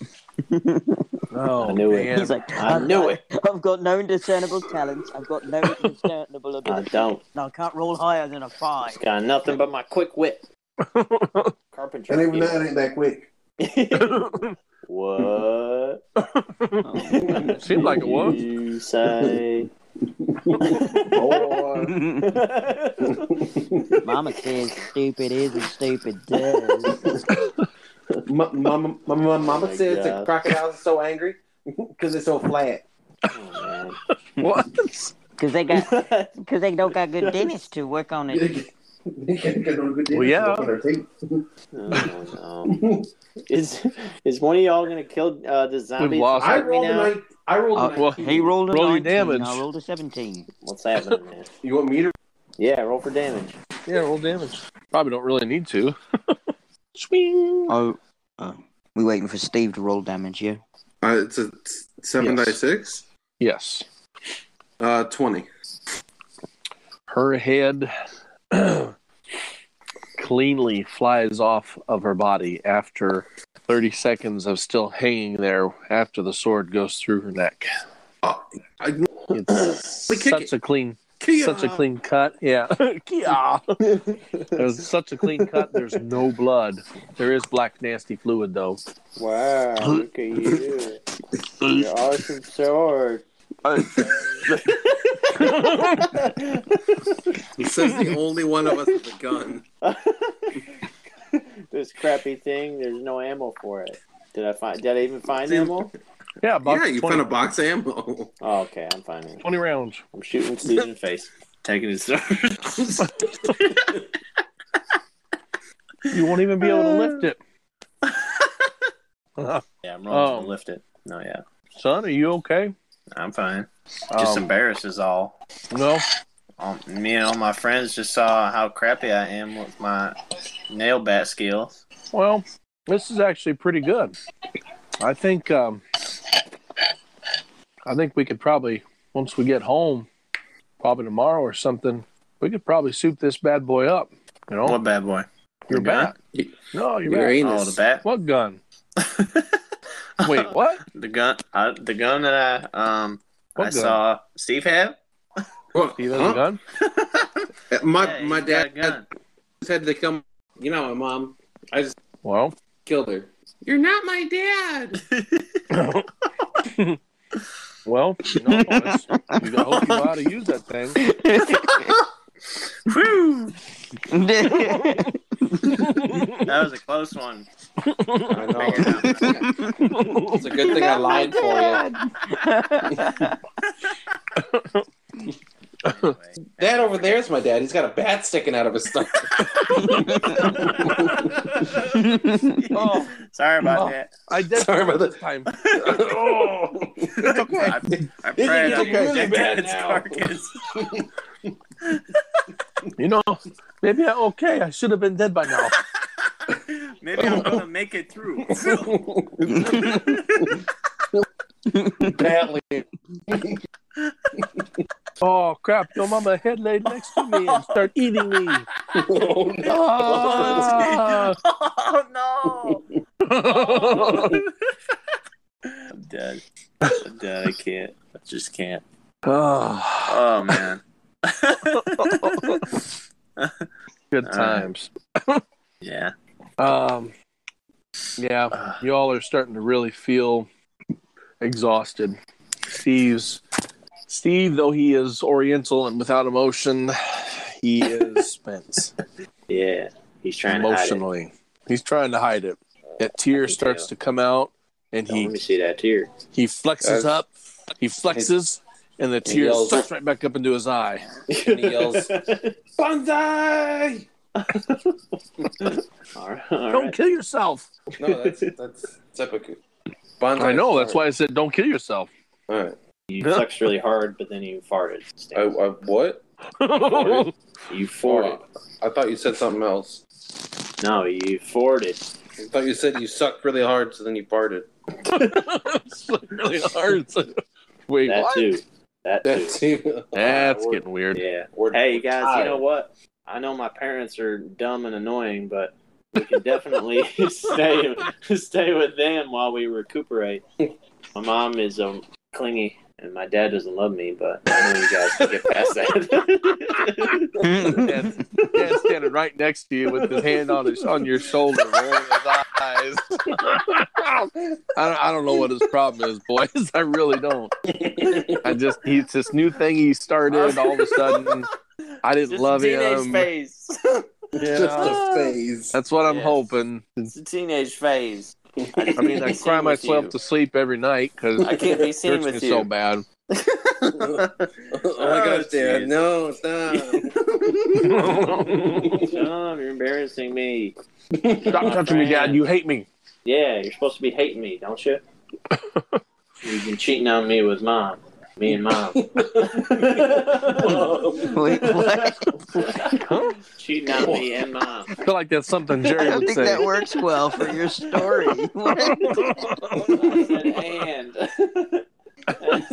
[SPEAKER 4] Oh
[SPEAKER 3] I knew it.
[SPEAKER 4] man!
[SPEAKER 2] He's like,
[SPEAKER 3] I knew it.
[SPEAKER 2] I've got no discernible talents. I've got no discernible
[SPEAKER 3] I
[SPEAKER 2] ability.
[SPEAKER 3] don't.
[SPEAKER 2] and I can't roll higher than a five.
[SPEAKER 3] It's got nothing but my quick wit. Carpenter.
[SPEAKER 1] And even that ain't that quick.
[SPEAKER 3] what?
[SPEAKER 4] Seemed like it was.
[SPEAKER 3] You say. Oh,
[SPEAKER 1] Boy.
[SPEAKER 2] Mama says stupid is and stupid does.
[SPEAKER 1] my, my, my, my mama
[SPEAKER 3] my
[SPEAKER 1] says
[SPEAKER 3] God.
[SPEAKER 1] that crocodiles are so angry because they're so flat.
[SPEAKER 3] Oh,
[SPEAKER 4] what?
[SPEAKER 2] Because they got
[SPEAKER 3] man.
[SPEAKER 2] because they don't got good dentists to work on it.
[SPEAKER 1] well,
[SPEAKER 4] Well, yeah.
[SPEAKER 3] Oh, no. is is one of y'all gonna kill uh, the zombie?
[SPEAKER 4] We've lost.
[SPEAKER 1] I
[SPEAKER 3] Attack me
[SPEAKER 1] rolled a
[SPEAKER 3] now?
[SPEAKER 1] nine. I rolled
[SPEAKER 2] Uh,
[SPEAKER 1] a
[SPEAKER 4] well,
[SPEAKER 1] 19.
[SPEAKER 2] He rolled a
[SPEAKER 4] Roll your
[SPEAKER 2] 19.
[SPEAKER 4] damage.
[SPEAKER 2] I rolled a 17.
[SPEAKER 3] What's happening, man?
[SPEAKER 1] You want me to?
[SPEAKER 3] Yeah, roll for damage.
[SPEAKER 4] Yeah, roll damage. Probably don't really need to. Swing.
[SPEAKER 2] Oh, oh. we waiting for Steve to roll damage, yeah?
[SPEAKER 5] Uh, it's a it's seven
[SPEAKER 4] Yes.
[SPEAKER 5] by six.
[SPEAKER 4] Yes.
[SPEAKER 5] Uh, twenty.
[SPEAKER 4] her head cleanly flies off of her body after 30 seconds of still hanging there
[SPEAKER 3] Uh,
[SPEAKER 4] after the sword goes through her neck.
[SPEAKER 5] Oh, I,
[SPEAKER 4] It's
[SPEAKER 5] We kick
[SPEAKER 4] such a clean such a clean cut. Yeah. Kia. It was such a clean cut. There's no blood. There is black nasty fluid though.
[SPEAKER 3] Wow, look at you. You're awesome sword.
[SPEAKER 5] He says the only one of us with a gun.
[SPEAKER 3] this crappy thing, there's no ammo for it. Did I find did I even find
[SPEAKER 5] Dude.
[SPEAKER 3] ammo?
[SPEAKER 4] Yeah, about
[SPEAKER 5] yeah, you
[SPEAKER 4] 20,
[SPEAKER 5] found a box of ammo.
[SPEAKER 3] Oh, okay, I'm finding it.
[SPEAKER 4] 20 rounds.
[SPEAKER 3] I'm shooting Steve in the face. Taking his sword.
[SPEAKER 4] You won't even be able to lift it.
[SPEAKER 3] yeah, I'm wrong.
[SPEAKER 4] Oh.
[SPEAKER 3] gonna lift it. No, yeah.
[SPEAKER 4] Son, are you okay?
[SPEAKER 3] I'm fine. Just
[SPEAKER 4] Um,
[SPEAKER 3] embarrassed is all.
[SPEAKER 4] No.
[SPEAKER 3] Um, me and all my friends just saw how crappy I am with my nail bat skills.
[SPEAKER 4] Well, this is actually pretty good. I think um, I think we could probably once we get home, probably tomorrow or something, we could probably soup this bad boy up. You know,
[SPEAKER 3] What bad boy?
[SPEAKER 4] your
[SPEAKER 3] your gun?
[SPEAKER 4] bat. No, your
[SPEAKER 5] Your
[SPEAKER 4] bat.
[SPEAKER 5] anus.
[SPEAKER 3] Oh, the bat.
[SPEAKER 4] What gun? Wait, what?
[SPEAKER 3] The gun. I, the gun that I um
[SPEAKER 4] What
[SPEAKER 3] I
[SPEAKER 4] gun?
[SPEAKER 3] saw Steve have.
[SPEAKER 5] Well,
[SPEAKER 4] He has a
[SPEAKER 5] huh?
[SPEAKER 4] gun.
[SPEAKER 5] My
[SPEAKER 3] Yeah,
[SPEAKER 5] my
[SPEAKER 3] he's got
[SPEAKER 5] dad
[SPEAKER 3] a gun.
[SPEAKER 5] said to come. You know, my mom
[SPEAKER 4] Well,
[SPEAKER 5] killed her. You're not my dad.
[SPEAKER 4] well, you know, it's, you gotta hope you know how to use that thing.
[SPEAKER 3] That was a close one.
[SPEAKER 5] I know. it's a good thing I lied for you.
[SPEAKER 3] Anyway.
[SPEAKER 1] That over there is my dad. He's got a bat sticking out of his stomach.
[SPEAKER 2] Oh.
[SPEAKER 3] Sorry about
[SPEAKER 2] Oh.
[SPEAKER 3] that.
[SPEAKER 4] I did
[SPEAKER 1] Sorry
[SPEAKER 4] try
[SPEAKER 1] about
[SPEAKER 4] this time.
[SPEAKER 1] oh,
[SPEAKER 3] I, I prayed
[SPEAKER 1] getting
[SPEAKER 3] I
[SPEAKER 1] really
[SPEAKER 3] rejected
[SPEAKER 1] bad
[SPEAKER 3] its
[SPEAKER 1] now.
[SPEAKER 3] carcass.
[SPEAKER 4] You know, maybe I okay. I should have been dead by now.
[SPEAKER 3] Maybe I'm gonna make it through.
[SPEAKER 1] badly.
[SPEAKER 4] Oh crap! Your mama head laid next to me and start eating me.
[SPEAKER 1] Oh, no.
[SPEAKER 4] Ah.
[SPEAKER 3] oh no! I'm dead. I'm dead. I can't. I just can't.
[SPEAKER 4] Ah,
[SPEAKER 3] Oh man.
[SPEAKER 1] Uh,
[SPEAKER 4] good times.
[SPEAKER 3] yeah.
[SPEAKER 4] Um, yeah,
[SPEAKER 1] uh.
[SPEAKER 4] y'all are starting to really feel exhausted. Steve's Steve, though he is Oriental and without emotion, he is spent
[SPEAKER 3] Yeah. He's trying to hide
[SPEAKER 4] emotionally. He's trying to hide it. That tear
[SPEAKER 3] can
[SPEAKER 4] starts
[SPEAKER 3] tell.
[SPEAKER 4] to come out, and
[SPEAKER 3] it. Don't
[SPEAKER 4] he
[SPEAKER 3] let me see that tear.
[SPEAKER 4] He flexes
[SPEAKER 1] Guys.
[SPEAKER 4] up. He flexes, and the tear
[SPEAKER 1] yells.
[SPEAKER 4] sucks right back up into his eye.
[SPEAKER 1] And he yells, "Bonsai!"
[SPEAKER 3] All right. all
[SPEAKER 4] don't
[SPEAKER 3] right.
[SPEAKER 4] kill yourself.
[SPEAKER 1] No, that's that's, that's epic. Bonsai
[SPEAKER 4] I know. That's
[SPEAKER 1] fart.
[SPEAKER 4] why I said don't kill yourself.
[SPEAKER 1] All right.
[SPEAKER 3] You flexed really hard, but then you farted.
[SPEAKER 1] I, I, what?
[SPEAKER 4] oh,
[SPEAKER 3] You farted.
[SPEAKER 1] I thought you said something else.
[SPEAKER 3] No, you farted.
[SPEAKER 1] I thought you said you sucked really hard, so then you farted.
[SPEAKER 4] It's really hard. Wait,
[SPEAKER 3] That
[SPEAKER 4] what?
[SPEAKER 3] too. That too.
[SPEAKER 1] That's you.
[SPEAKER 4] That's
[SPEAKER 1] We're-
[SPEAKER 4] getting weird.
[SPEAKER 3] Yeah.
[SPEAKER 1] we're-
[SPEAKER 3] Hey, you guys, you
[SPEAKER 1] tired.
[SPEAKER 3] know what? I know my parents are dumb and annoying, but we can definitely stay stay with them while we recuperate. My mom is um, clingy, and my dad doesn't love me, but I know you guys can get past that.
[SPEAKER 4] Dad's, Dad's standing right next to you with his hand on his on your shoulder, rolling his eyes. I don't, I don't know what his problem is, boys. I really don't. I just he's this new thing he started all of a sudden. I didn't
[SPEAKER 3] Just
[SPEAKER 4] love Um,
[SPEAKER 3] teenage
[SPEAKER 4] him.
[SPEAKER 3] phase.
[SPEAKER 4] Yeah.
[SPEAKER 3] uh,
[SPEAKER 5] Just a phase.
[SPEAKER 4] That's what I'm
[SPEAKER 3] Yes.
[SPEAKER 4] hoping.
[SPEAKER 3] It's a teenage phase. I,
[SPEAKER 4] I mean, I cry myself to sleep every night because
[SPEAKER 3] I can't be seen
[SPEAKER 4] hurts
[SPEAKER 3] with
[SPEAKER 4] me
[SPEAKER 3] you.
[SPEAKER 4] so bad.
[SPEAKER 5] Oh my gosh, Dad!
[SPEAKER 3] jeez.
[SPEAKER 5] No, stop.
[SPEAKER 3] Tom, you're embarrassing me.
[SPEAKER 4] Stop touching me, Dad. You hate me.
[SPEAKER 3] Yeah, you're supposed to be hating me, don't you? You've been cheating on me with mom. Me and mom.
[SPEAKER 2] Wait, what?
[SPEAKER 3] cheating on me and mom.
[SPEAKER 4] I feel like that's something
[SPEAKER 2] I
[SPEAKER 4] Jerry
[SPEAKER 2] don't
[SPEAKER 4] would
[SPEAKER 2] think
[SPEAKER 4] say.
[SPEAKER 2] that works well for your story. What?
[SPEAKER 3] I said, and.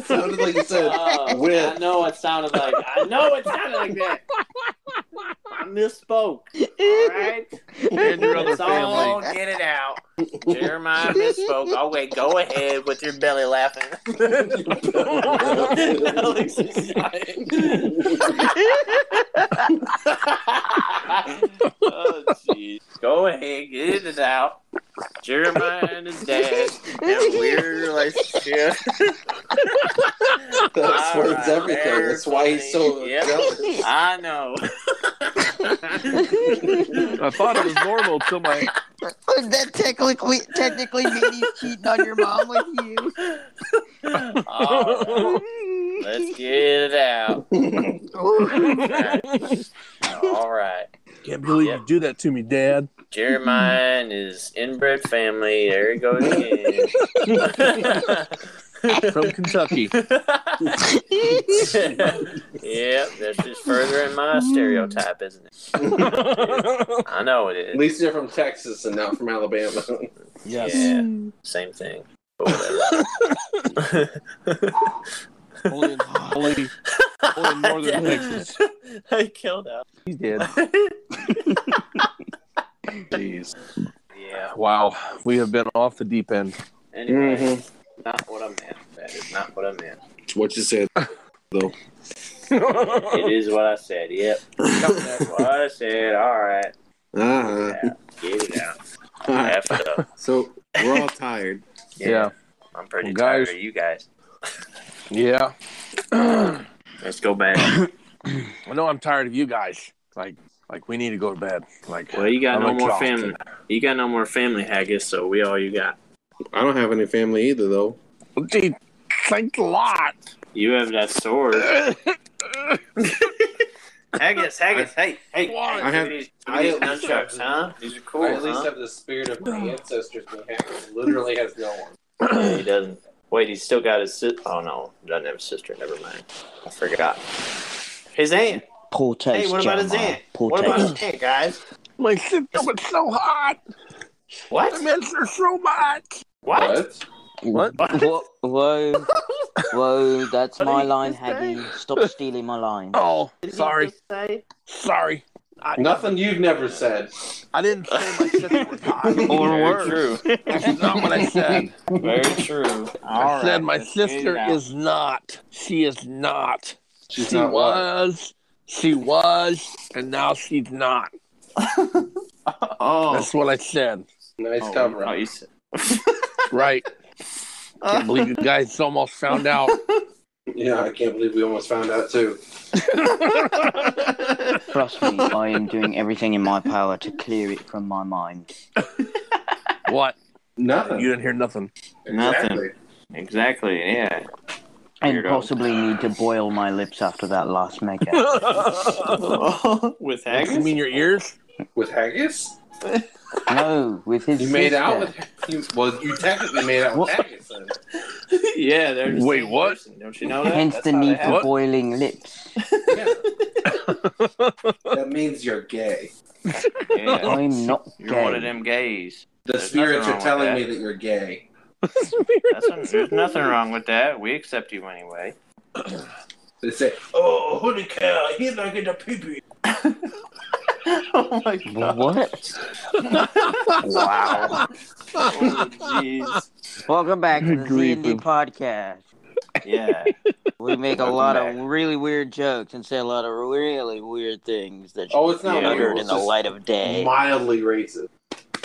[SPEAKER 5] Sounded like you said
[SPEAKER 3] Oh,
[SPEAKER 5] with.
[SPEAKER 3] I know it sounded like. I know it sounded like that. I misspoke. All right.
[SPEAKER 4] And your other
[SPEAKER 3] Let's all
[SPEAKER 4] family.
[SPEAKER 3] get it out. Jeremiah misspoke. Oh wait, go ahead with your belly laughing. Alex is dying. oh jeez. Go ahead, get it out. Jeremiah and his dad have a weird relationship.
[SPEAKER 1] That
[SPEAKER 3] All
[SPEAKER 1] explains
[SPEAKER 3] right,
[SPEAKER 1] everything.
[SPEAKER 3] very
[SPEAKER 1] That's why he's so
[SPEAKER 3] funny. Yep.
[SPEAKER 1] jealous.
[SPEAKER 3] I know.
[SPEAKER 4] I thought it was normal till my
[SPEAKER 2] Does that technically technically mean he's cheating on your mom with you?
[SPEAKER 3] All right. Oh, Let's get it out. All right.
[SPEAKER 4] can't believe you do that to me, Dad.
[SPEAKER 3] Jeremiah and his inbred family. There he goes again.
[SPEAKER 4] From Kentucky.
[SPEAKER 3] yep, that's just furthering my stereotype, isn't it? I know it
[SPEAKER 1] At
[SPEAKER 3] is.
[SPEAKER 1] least they're from Texas and not from Alabama.
[SPEAKER 3] Yeah, same thing. But whatever.
[SPEAKER 4] Only, only, only northern Texas.
[SPEAKER 3] I killed out.
[SPEAKER 4] He's dead.
[SPEAKER 1] Jeez.
[SPEAKER 3] Yeah.
[SPEAKER 4] Wow. We have been off the deep end.
[SPEAKER 3] Anyway, not what I meant. That is not what I meant.
[SPEAKER 1] What you said?
[SPEAKER 3] It is what I said. Yep. That's what I said. All right.
[SPEAKER 5] Uh-huh.
[SPEAKER 3] Get it out.
[SPEAKER 5] All right.
[SPEAKER 3] F it up.
[SPEAKER 5] So we're all tired.
[SPEAKER 4] Yeah.
[SPEAKER 3] I'm pretty
[SPEAKER 4] Well,
[SPEAKER 3] tired
[SPEAKER 4] guys-
[SPEAKER 3] of you guys.
[SPEAKER 4] Yeah.
[SPEAKER 3] Let's go back.
[SPEAKER 4] I know I'm tired of you guys. Like, like we need to go to bed. Like,
[SPEAKER 3] Well, you got
[SPEAKER 4] I'm
[SPEAKER 3] no more
[SPEAKER 4] exhausted.
[SPEAKER 3] family. You got no more family haggis, so we all you got.
[SPEAKER 5] I don't have any family either, though.
[SPEAKER 4] Gee, thanks a lot.
[SPEAKER 3] You have that sword.
[SPEAKER 10] Haggis, haggis, hey, hey.
[SPEAKER 5] I have.
[SPEAKER 1] I
[SPEAKER 3] These
[SPEAKER 1] at least
[SPEAKER 3] nunchucks, huh? These are cool.
[SPEAKER 1] I at least
[SPEAKER 3] huh?
[SPEAKER 1] have the spirit of my ancestors, but Hackett literally has no one.
[SPEAKER 3] he doesn't. Wait, he's still got his sister. Oh no, he doesn't have a sister. Never mind. I forgot. His aunt.
[SPEAKER 2] Poor taste.
[SPEAKER 3] Hey, what about his
[SPEAKER 2] Jeremiah.
[SPEAKER 3] aunt?
[SPEAKER 2] Poor
[SPEAKER 3] What about
[SPEAKER 2] taste.
[SPEAKER 3] his aunt, guys?
[SPEAKER 4] My sister was so hot. I
[SPEAKER 3] What?
[SPEAKER 4] miss her so much.
[SPEAKER 3] What?
[SPEAKER 4] What?
[SPEAKER 2] Whoa, whoa, whoa, that's my line, Haggy. Stop stealing my line.
[SPEAKER 4] Oh, sorry. Sorry. I,
[SPEAKER 1] Nothing you've never said.
[SPEAKER 4] I didn't say my sister was hot.
[SPEAKER 3] Very true.
[SPEAKER 4] That's not what I said.
[SPEAKER 3] Very true.
[SPEAKER 4] I said my sister is not. She is not.
[SPEAKER 1] She's
[SPEAKER 4] she
[SPEAKER 1] not one.
[SPEAKER 4] was. She was, and now she's not.
[SPEAKER 3] Oh,
[SPEAKER 4] That's what I said.
[SPEAKER 1] Nice
[SPEAKER 3] oh,
[SPEAKER 1] cover.
[SPEAKER 3] oh,
[SPEAKER 1] up.
[SPEAKER 3] you said-
[SPEAKER 4] Right. Can't believe you guys almost found out.
[SPEAKER 1] Yeah, I can't believe we almost found out too.
[SPEAKER 2] Trust me, I am doing everything in my power to clear it from my mind.
[SPEAKER 4] What?
[SPEAKER 1] Nothing.
[SPEAKER 4] You didn't hear nothing.
[SPEAKER 1] exactly.
[SPEAKER 3] Exactly. Yeah.
[SPEAKER 2] And
[SPEAKER 3] Weirdo.
[SPEAKER 2] possibly need to boil my lips after that last mega.
[SPEAKER 3] Oh, With
[SPEAKER 4] You
[SPEAKER 3] haggis.
[SPEAKER 4] mean your ears?
[SPEAKER 1] With haggis?
[SPEAKER 2] no, with his
[SPEAKER 1] You made
[SPEAKER 2] sister.
[SPEAKER 1] out with you, well, you technically made out with haggis. Then.
[SPEAKER 3] yeah. They're the
[SPEAKER 4] Wait,
[SPEAKER 3] same
[SPEAKER 4] what?
[SPEAKER 3] person, Don't you know that?
[SPEAKER 2] Hence
[SPEAKER 3] That's
[SPEAKER 2] the
[SPEAKER 3] how they
[SPEAKER 2] need
[SPEAKER 3] happen.
[SPEAKER 2] for
[SPEAKER 4] What?
[SPEAKER 2] boiling lips.
[SPEAKER 1] Yeah. that means you're gay.
[SPEAKER 3] Yeah.
[SPEAKER 2] I'm not
[SPEAKER 3] You're
[SPEAKER 2] gay.
[SPEAKER 3] one of them gays.
[SPEAKER 1] The
[SPEAKER 3] There's nothing
[SPEAKER 1] spirits
[SPEAKER 3] wrong
[SPEAKER 1] are
[SPEAKER 3] with
[SPEAKER 1] telling
[SPEAKER 3] that.
[SPEAKER 1] me that you're gay.
[SPEAKER 3] That's there's nothing wrong with that. We accept you anyway.
[SPEAKER 1] They say, "Oh, holy cow, he's like in the pee
[SPEAKER 3] oh my
[SPEAKER 2] What?
[SPEAKER 3] Wow. Oh, Jeez.
[SPEAKER 2] Welcome back to the
[SPEAKER 4] Good grief,
[SPEAKER 2] Z&D
[SPEAKER 4] man.
[SPEAKER 2] podcast.
[SPEAKER 3] yeah.
[SPEAKER 2] We make a
[SPEAKER 3] Welcome
[SPEAKER 2] lot
[SPEAKER 3] back.
[SPEAKER 2] of really weird jokes and say a lot of really weird things that you
[SPEAKER 1] Oh, it's not
[SPEAKER 3] Yeah,
[SPEAKER 1] weird.
[SPEAKER 2] heard in
[SPEAKER 1] it's
[SPEAKER 2] the
[SPEAKER 1] just
[SPEAKER 2] light of day.
[SPEAKER 1] mildly racist.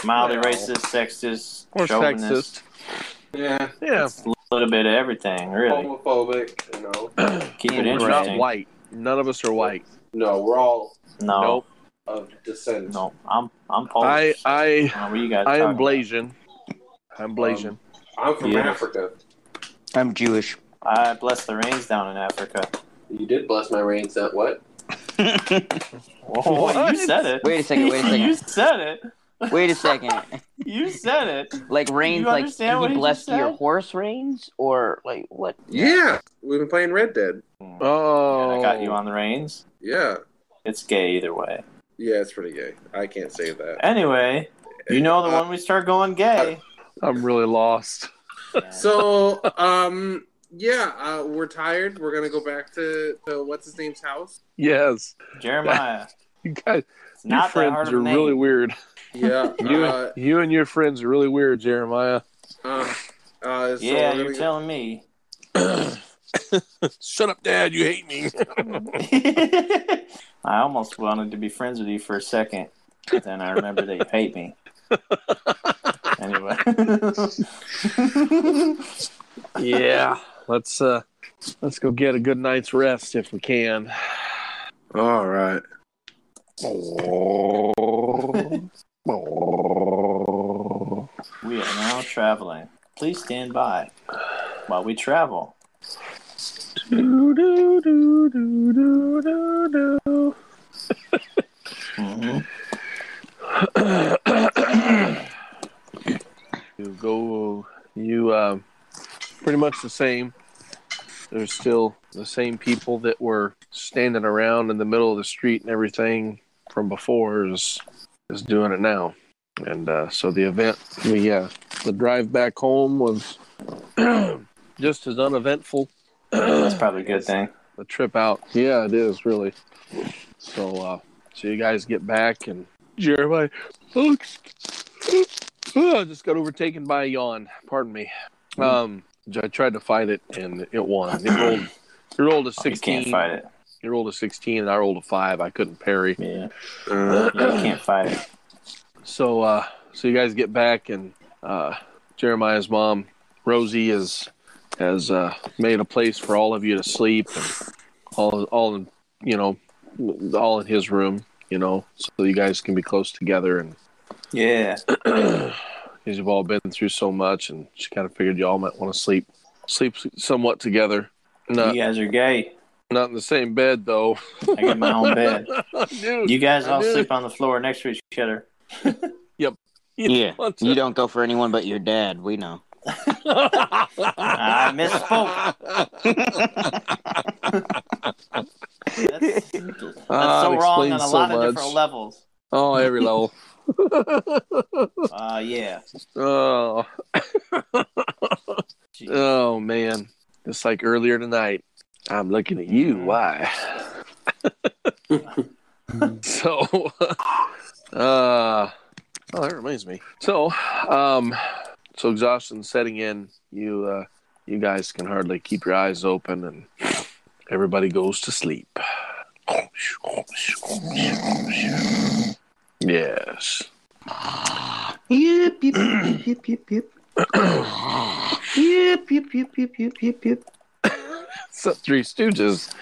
[SPEAKER 3] Mildly racist, sexist,
[SPEAKER 4] Or
[SPEAKER 3] chauvinist.
[SPEAKER 4] sexist?
[SPEAKER 1] Yeah,
[SPEAKER 4] Yeah.
[SPEAKER 3] A little bit of everything, really.
[SPEAKER 1] homophobic. You know,
[SPEAKER 3] Keep it
[SPEAKER 2] We're
[SPEAKER 4] We're not
[SPEAKER 3] interesting.
[SPEAKER 4] white. None of us are white.
[SPEAKER 1] no, we're all
[SPEAKER 3] No.
[SPEAKER 4] Nope.
[SPEAKER 1] of descent.
[SPEAKER 3] No. I'm I'm
[SPEAKER 4] I
[SPEAKER 10] Oh.
[SPEAKER 3] Polish.
[SPEAKER 4] I
[SPEAKER 3] I, what you guys
[SPEAKER 4] I
[SPEAKER 3] talking
[SPEAKER 4] am
[SPEAKER 3] about?
[SPEAKER 4] Blasian. I'm Blasian.
[SPEAKER 10] Um,
[SPEAKER 1] I'm from
[SPEAKER 3] Yeah.
[SPEAKER 1] Africa.
[SPEAKER 2] I'm Jewish.
[SPEAKER 3] I bless the rains down in Africa.
[SPEAKER 1] You did bless my reins. That what?
[SPEAKER 3] Whoa,
[SPEAKER 4] What?
[SPEAKER 3] you said it.
[SPEAKER 2] Wait a second, wait a second.
[SPEAKER 3] you said it.
[SPEAKER 2] Wait a second.
[SPEAKER 3] You said it.
[SPEAKER 2] Like reins,
[SPEAKER 3] You
[SPEAKER 2] like
[SPEAKER 3] understand what
[SPEAKER 2] he
[SPEAKER 3] he just
[SPEAKER 2] blessed your
[SPEAKER 3] said?
[SPEAKER 2] horse reins, or like what?
[SPEAKER 1] Yeah, we've been playing Red Dead.
[SPEAKER 4] Oh,
[SPEAKER 3] I got you on the reins.
[SPEAKER 1] Yeah,
[SPEAKER 3] It's gay either way.
[SPEAKER 1] yeah, it's pretty gay. I can't say that.
[SPEAKER 3] Anyway, you know the
[SPEAKER 1] Uh,
[SPEAKER 3] one we start going gay.
[SPEAKER 4] I'm really lost.
[SPEAKER 5] So, um, yeah, uh, we're tired. We're gonna go back to, to what's his name's house.
[SPEAKER 4] Yes,
[SPEAKER 3] Jeremiah.
[SPEAKER 4] you guys,
[SPEAKER 10] It's
[SPEAKER 4] your
[SPEAKER 10] not that
[SPEAKER 4] friends
[SPEAKER 10] hard of
[SPEAKER 4] are
[SPEAKER 10] a name.
[SPEAKER 4] really weird.
[SPEAKER 5] Yeah.
[SPEAKER 4] You,
[SPEAKER 5] Uh,
[SPEAKER 4] you and your friends are really weird, Jeremiah.
[SPEAKER 5] uh, uh, so
[SPEAKER 3] yeah,
[SPEAKER 5] we're
[SPEAKER 3] you're
[SPEAKER 5] gonna-
[SPEAKER 3] telling me.
[SPEAKER 4] Shut up, Dad. You hate me.
[SPEAKER 3] I almost wanted to be friends with you for a second, but then I remember that you hate me. Anyway,
[SPEAKER 4] yeah, let's uh, let's go get a good night's rest if we can.
[SPEAKER 5] All right.
[SPEAKER 3] we are now traveling. Please stand by while we travel. Mhm.
[SPEAKER 4] you go you um pretty much the same there's still the same people that were standing around in the middle of the street and everything from before is is doing it now and uh, so the event the uh, the drive back home was just as uneventful
[SPEAKER 3] That's probably a good thing. Oh,
[SPEAKER 4] the trip out. Yeah, it is really. So, uh, so you guys get back and Jeremiah, oh, I just got overtaken by a yawn. Pardon me.
[SPEAKER 3] Hmm.
[SPEAKER 4] Um, I tried to fight it and it won. It rolled. It rolled
[SPEAKER 3] Oh,
[SPEAKER 4] a
[SPEAKER 3] You can't
[SPEAKER 4] sixteen.
[SPEAKER 3] fight it.
[SPEAKER 4] It rolled a sixteen, and I rolled a five. I couldn't parry.
[SPEAKER 3] Yeah,
[SPEAKER 4] Uh.
[SPEAKER 3] yeah you can't fight it.
[SPEAKER 4] So, uh, so you guys get back, and uh, Jeremiah's mom, Rosie, is has uh, made a place for all of you to sleep, and all all in you know, all in his room, you know, so you guys can be close together, and
[SPEAKER 3] Yeah,
[SPEAKER 4] because you've all been through so much, and she kind of figured y'all might want to sleep sleep somewhat together, not
[SPEAKER 3] you guys are gay.
[SPEAKER 4] not in the same bed though.
[SPEAKER 3] I get my own bed.
[SPEAKER 4] Dude,
[SPEAKER 3] You guys
[SPEAKER 4] I
[SPEAKER 3] all
[SPEAKER 4] knew
[SPEAKER 3] sleep on the floor next to each other.
[SPEAKER 2] Yeah.
[SPEAKER 4] want to-
[SPEAKER 2] You don't go for anyone but your dad. We know.
[SPEAKER 3] I misspoke. That's, that's
[SPEAKER 4] Ah,
[SPEAKER 3] so
[SPEAKER 4] it
[SPEAKER 3] wrong on
[SPEAKER 4] explains
[SPEAKER 3] a
[SPEAKER 4] so
[SPEAKER 3] lot of
[SPEAKER 4] much.
[SPEAKER 3] different levels.
[SPEAKER 4] Oh, every level.
[SPEAKER 3] Uh, yeah.
[SPEAKER 4] oh,
[SPEAKER 3] Jeez.
[SPEAKER 4] oh man! Just like earlier tonight, I'm looking at you. Why? so, uh, oh, that reminds me. So, um, so exhaustion setting in. You, uh, you guys can hardly keep your eyes open, and everybody goes to sleep. Yes.
[SPEAKER 10] Yep, yep, yep, yep, yep, yep. Yep, yep, yep, yep, yep, yep, yep.
[SPEAKER 4] so Three Stooges.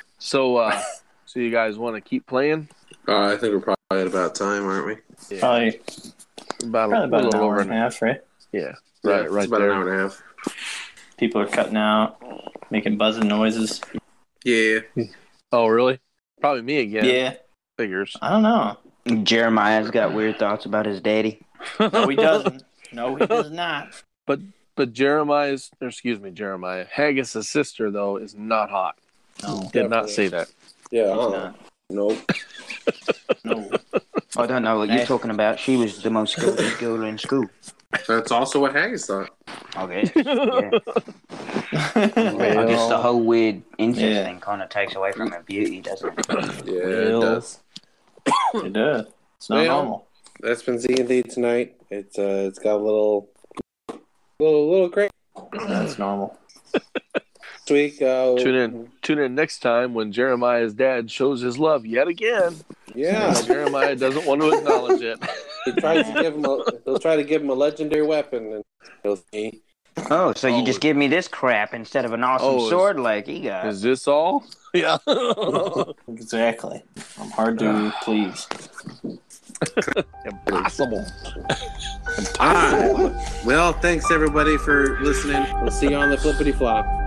[SPEAKER 4] so, uh, so you guys want to keep playing?
[SPEAKER 5] Uh, I think we're probably at about time, aren't we?
[SPEAKER 3] Probably,
[SPEAKER 4] About
[SPEAKER 3] probably about an
[SPEAKER 4] little
[SPEAKER 3] hour and a half, right?
[SPEAKER 4] Yeah,
[SPEAKER 5] Yeah,
[SPEAKER 4] right,
[SPEAKER 5] it's
[SPEAKER 4] right
[SPEAKER 5] About
[SPEAKER 4] there.
[SPEAKER 5] an hour and a half.
[SPEAKER 3] People are cutting out, making buzzing noises.
[SPEAKER 5] Yeah.
[SPEAKER 4] Oh, really? Probably me again.
[SPEAKER 3] Yeah.
[SPEAKER 4] Figures.
[SPEAKER 3] I don't know.
[SPEAKER 2] Jeremiah's got weird thoughts about his daddy.
[SPEAKER 3] No, he doesn't. No, he does not.
[SPEAKER 4] But Jeremiah's, or excuse me, Jeremiah Haggis's sister though is not hot.
[SPEAKER 3] No,
[SPEAKER 4] Did not say that.
[SPEAKER 11] Yeah,
[SPEAKER 5] Oh.
[SPEAKER 3] he's
[SPEAKER 11] uh,
[SPEAKER 3] not.
[SPEAKER 11] nope.
[SPEAKER 3] No.
[SPEAKER 2] I don't know what
[SPEAKER 3] Hey.
[SPEAKER 2] you're talking about. She was the most gorgeous girl in school.
[SPEAKER 5] That's also what Haggis thought.
[SPEAKER 2] Okay. Yeah. I guess the whole weird incest
[SPEAKER 3] Yeah.
[SPEAKER 2] thing kind of takes away from her beauty, doesn't it?
[SPEAKER 5] Yeah, it does.
[SPEAKER 3] it does. It's not
[SPEAKER 5] Well,
[SPEAKER 3] normal.
[SPEAKER 11] That's been Z and D tonight. It's uh, it's got a little, little, little great
[SPEAKER 3] That's normal.
[SPEAKER 11] this week. Uh,
[SPEAKER 4] Tune in, tune in next time when Jeremiah's dad shows his love yet again.
[SPEAKER 11] Yeah,
[SPEAKER 4] Jeremiah doesn't want to acknowledge it.
[SPEAKER 11] he tries to give him. A, he'll try to give him a legendary weapon, and he'll see.
[SPEAKER 2] Oh, so you
[SPEAKER 4] Oh,
[SPEAKER 2] just give me this crap instead of an awesome
[SPEAKER 4] Oh, is-
[SPEAKER 2] sword like he got.
[SPEAKER 4] Is this all? Yeah.
[SPEAKER 3] Exactly. I'm hard to please.
[SPEAKER 4] Impossible.
[SPEAKER 5] All right. Well, thanks everybody for listening.
[SPEAKER 11] We'll see you on the flippity flop.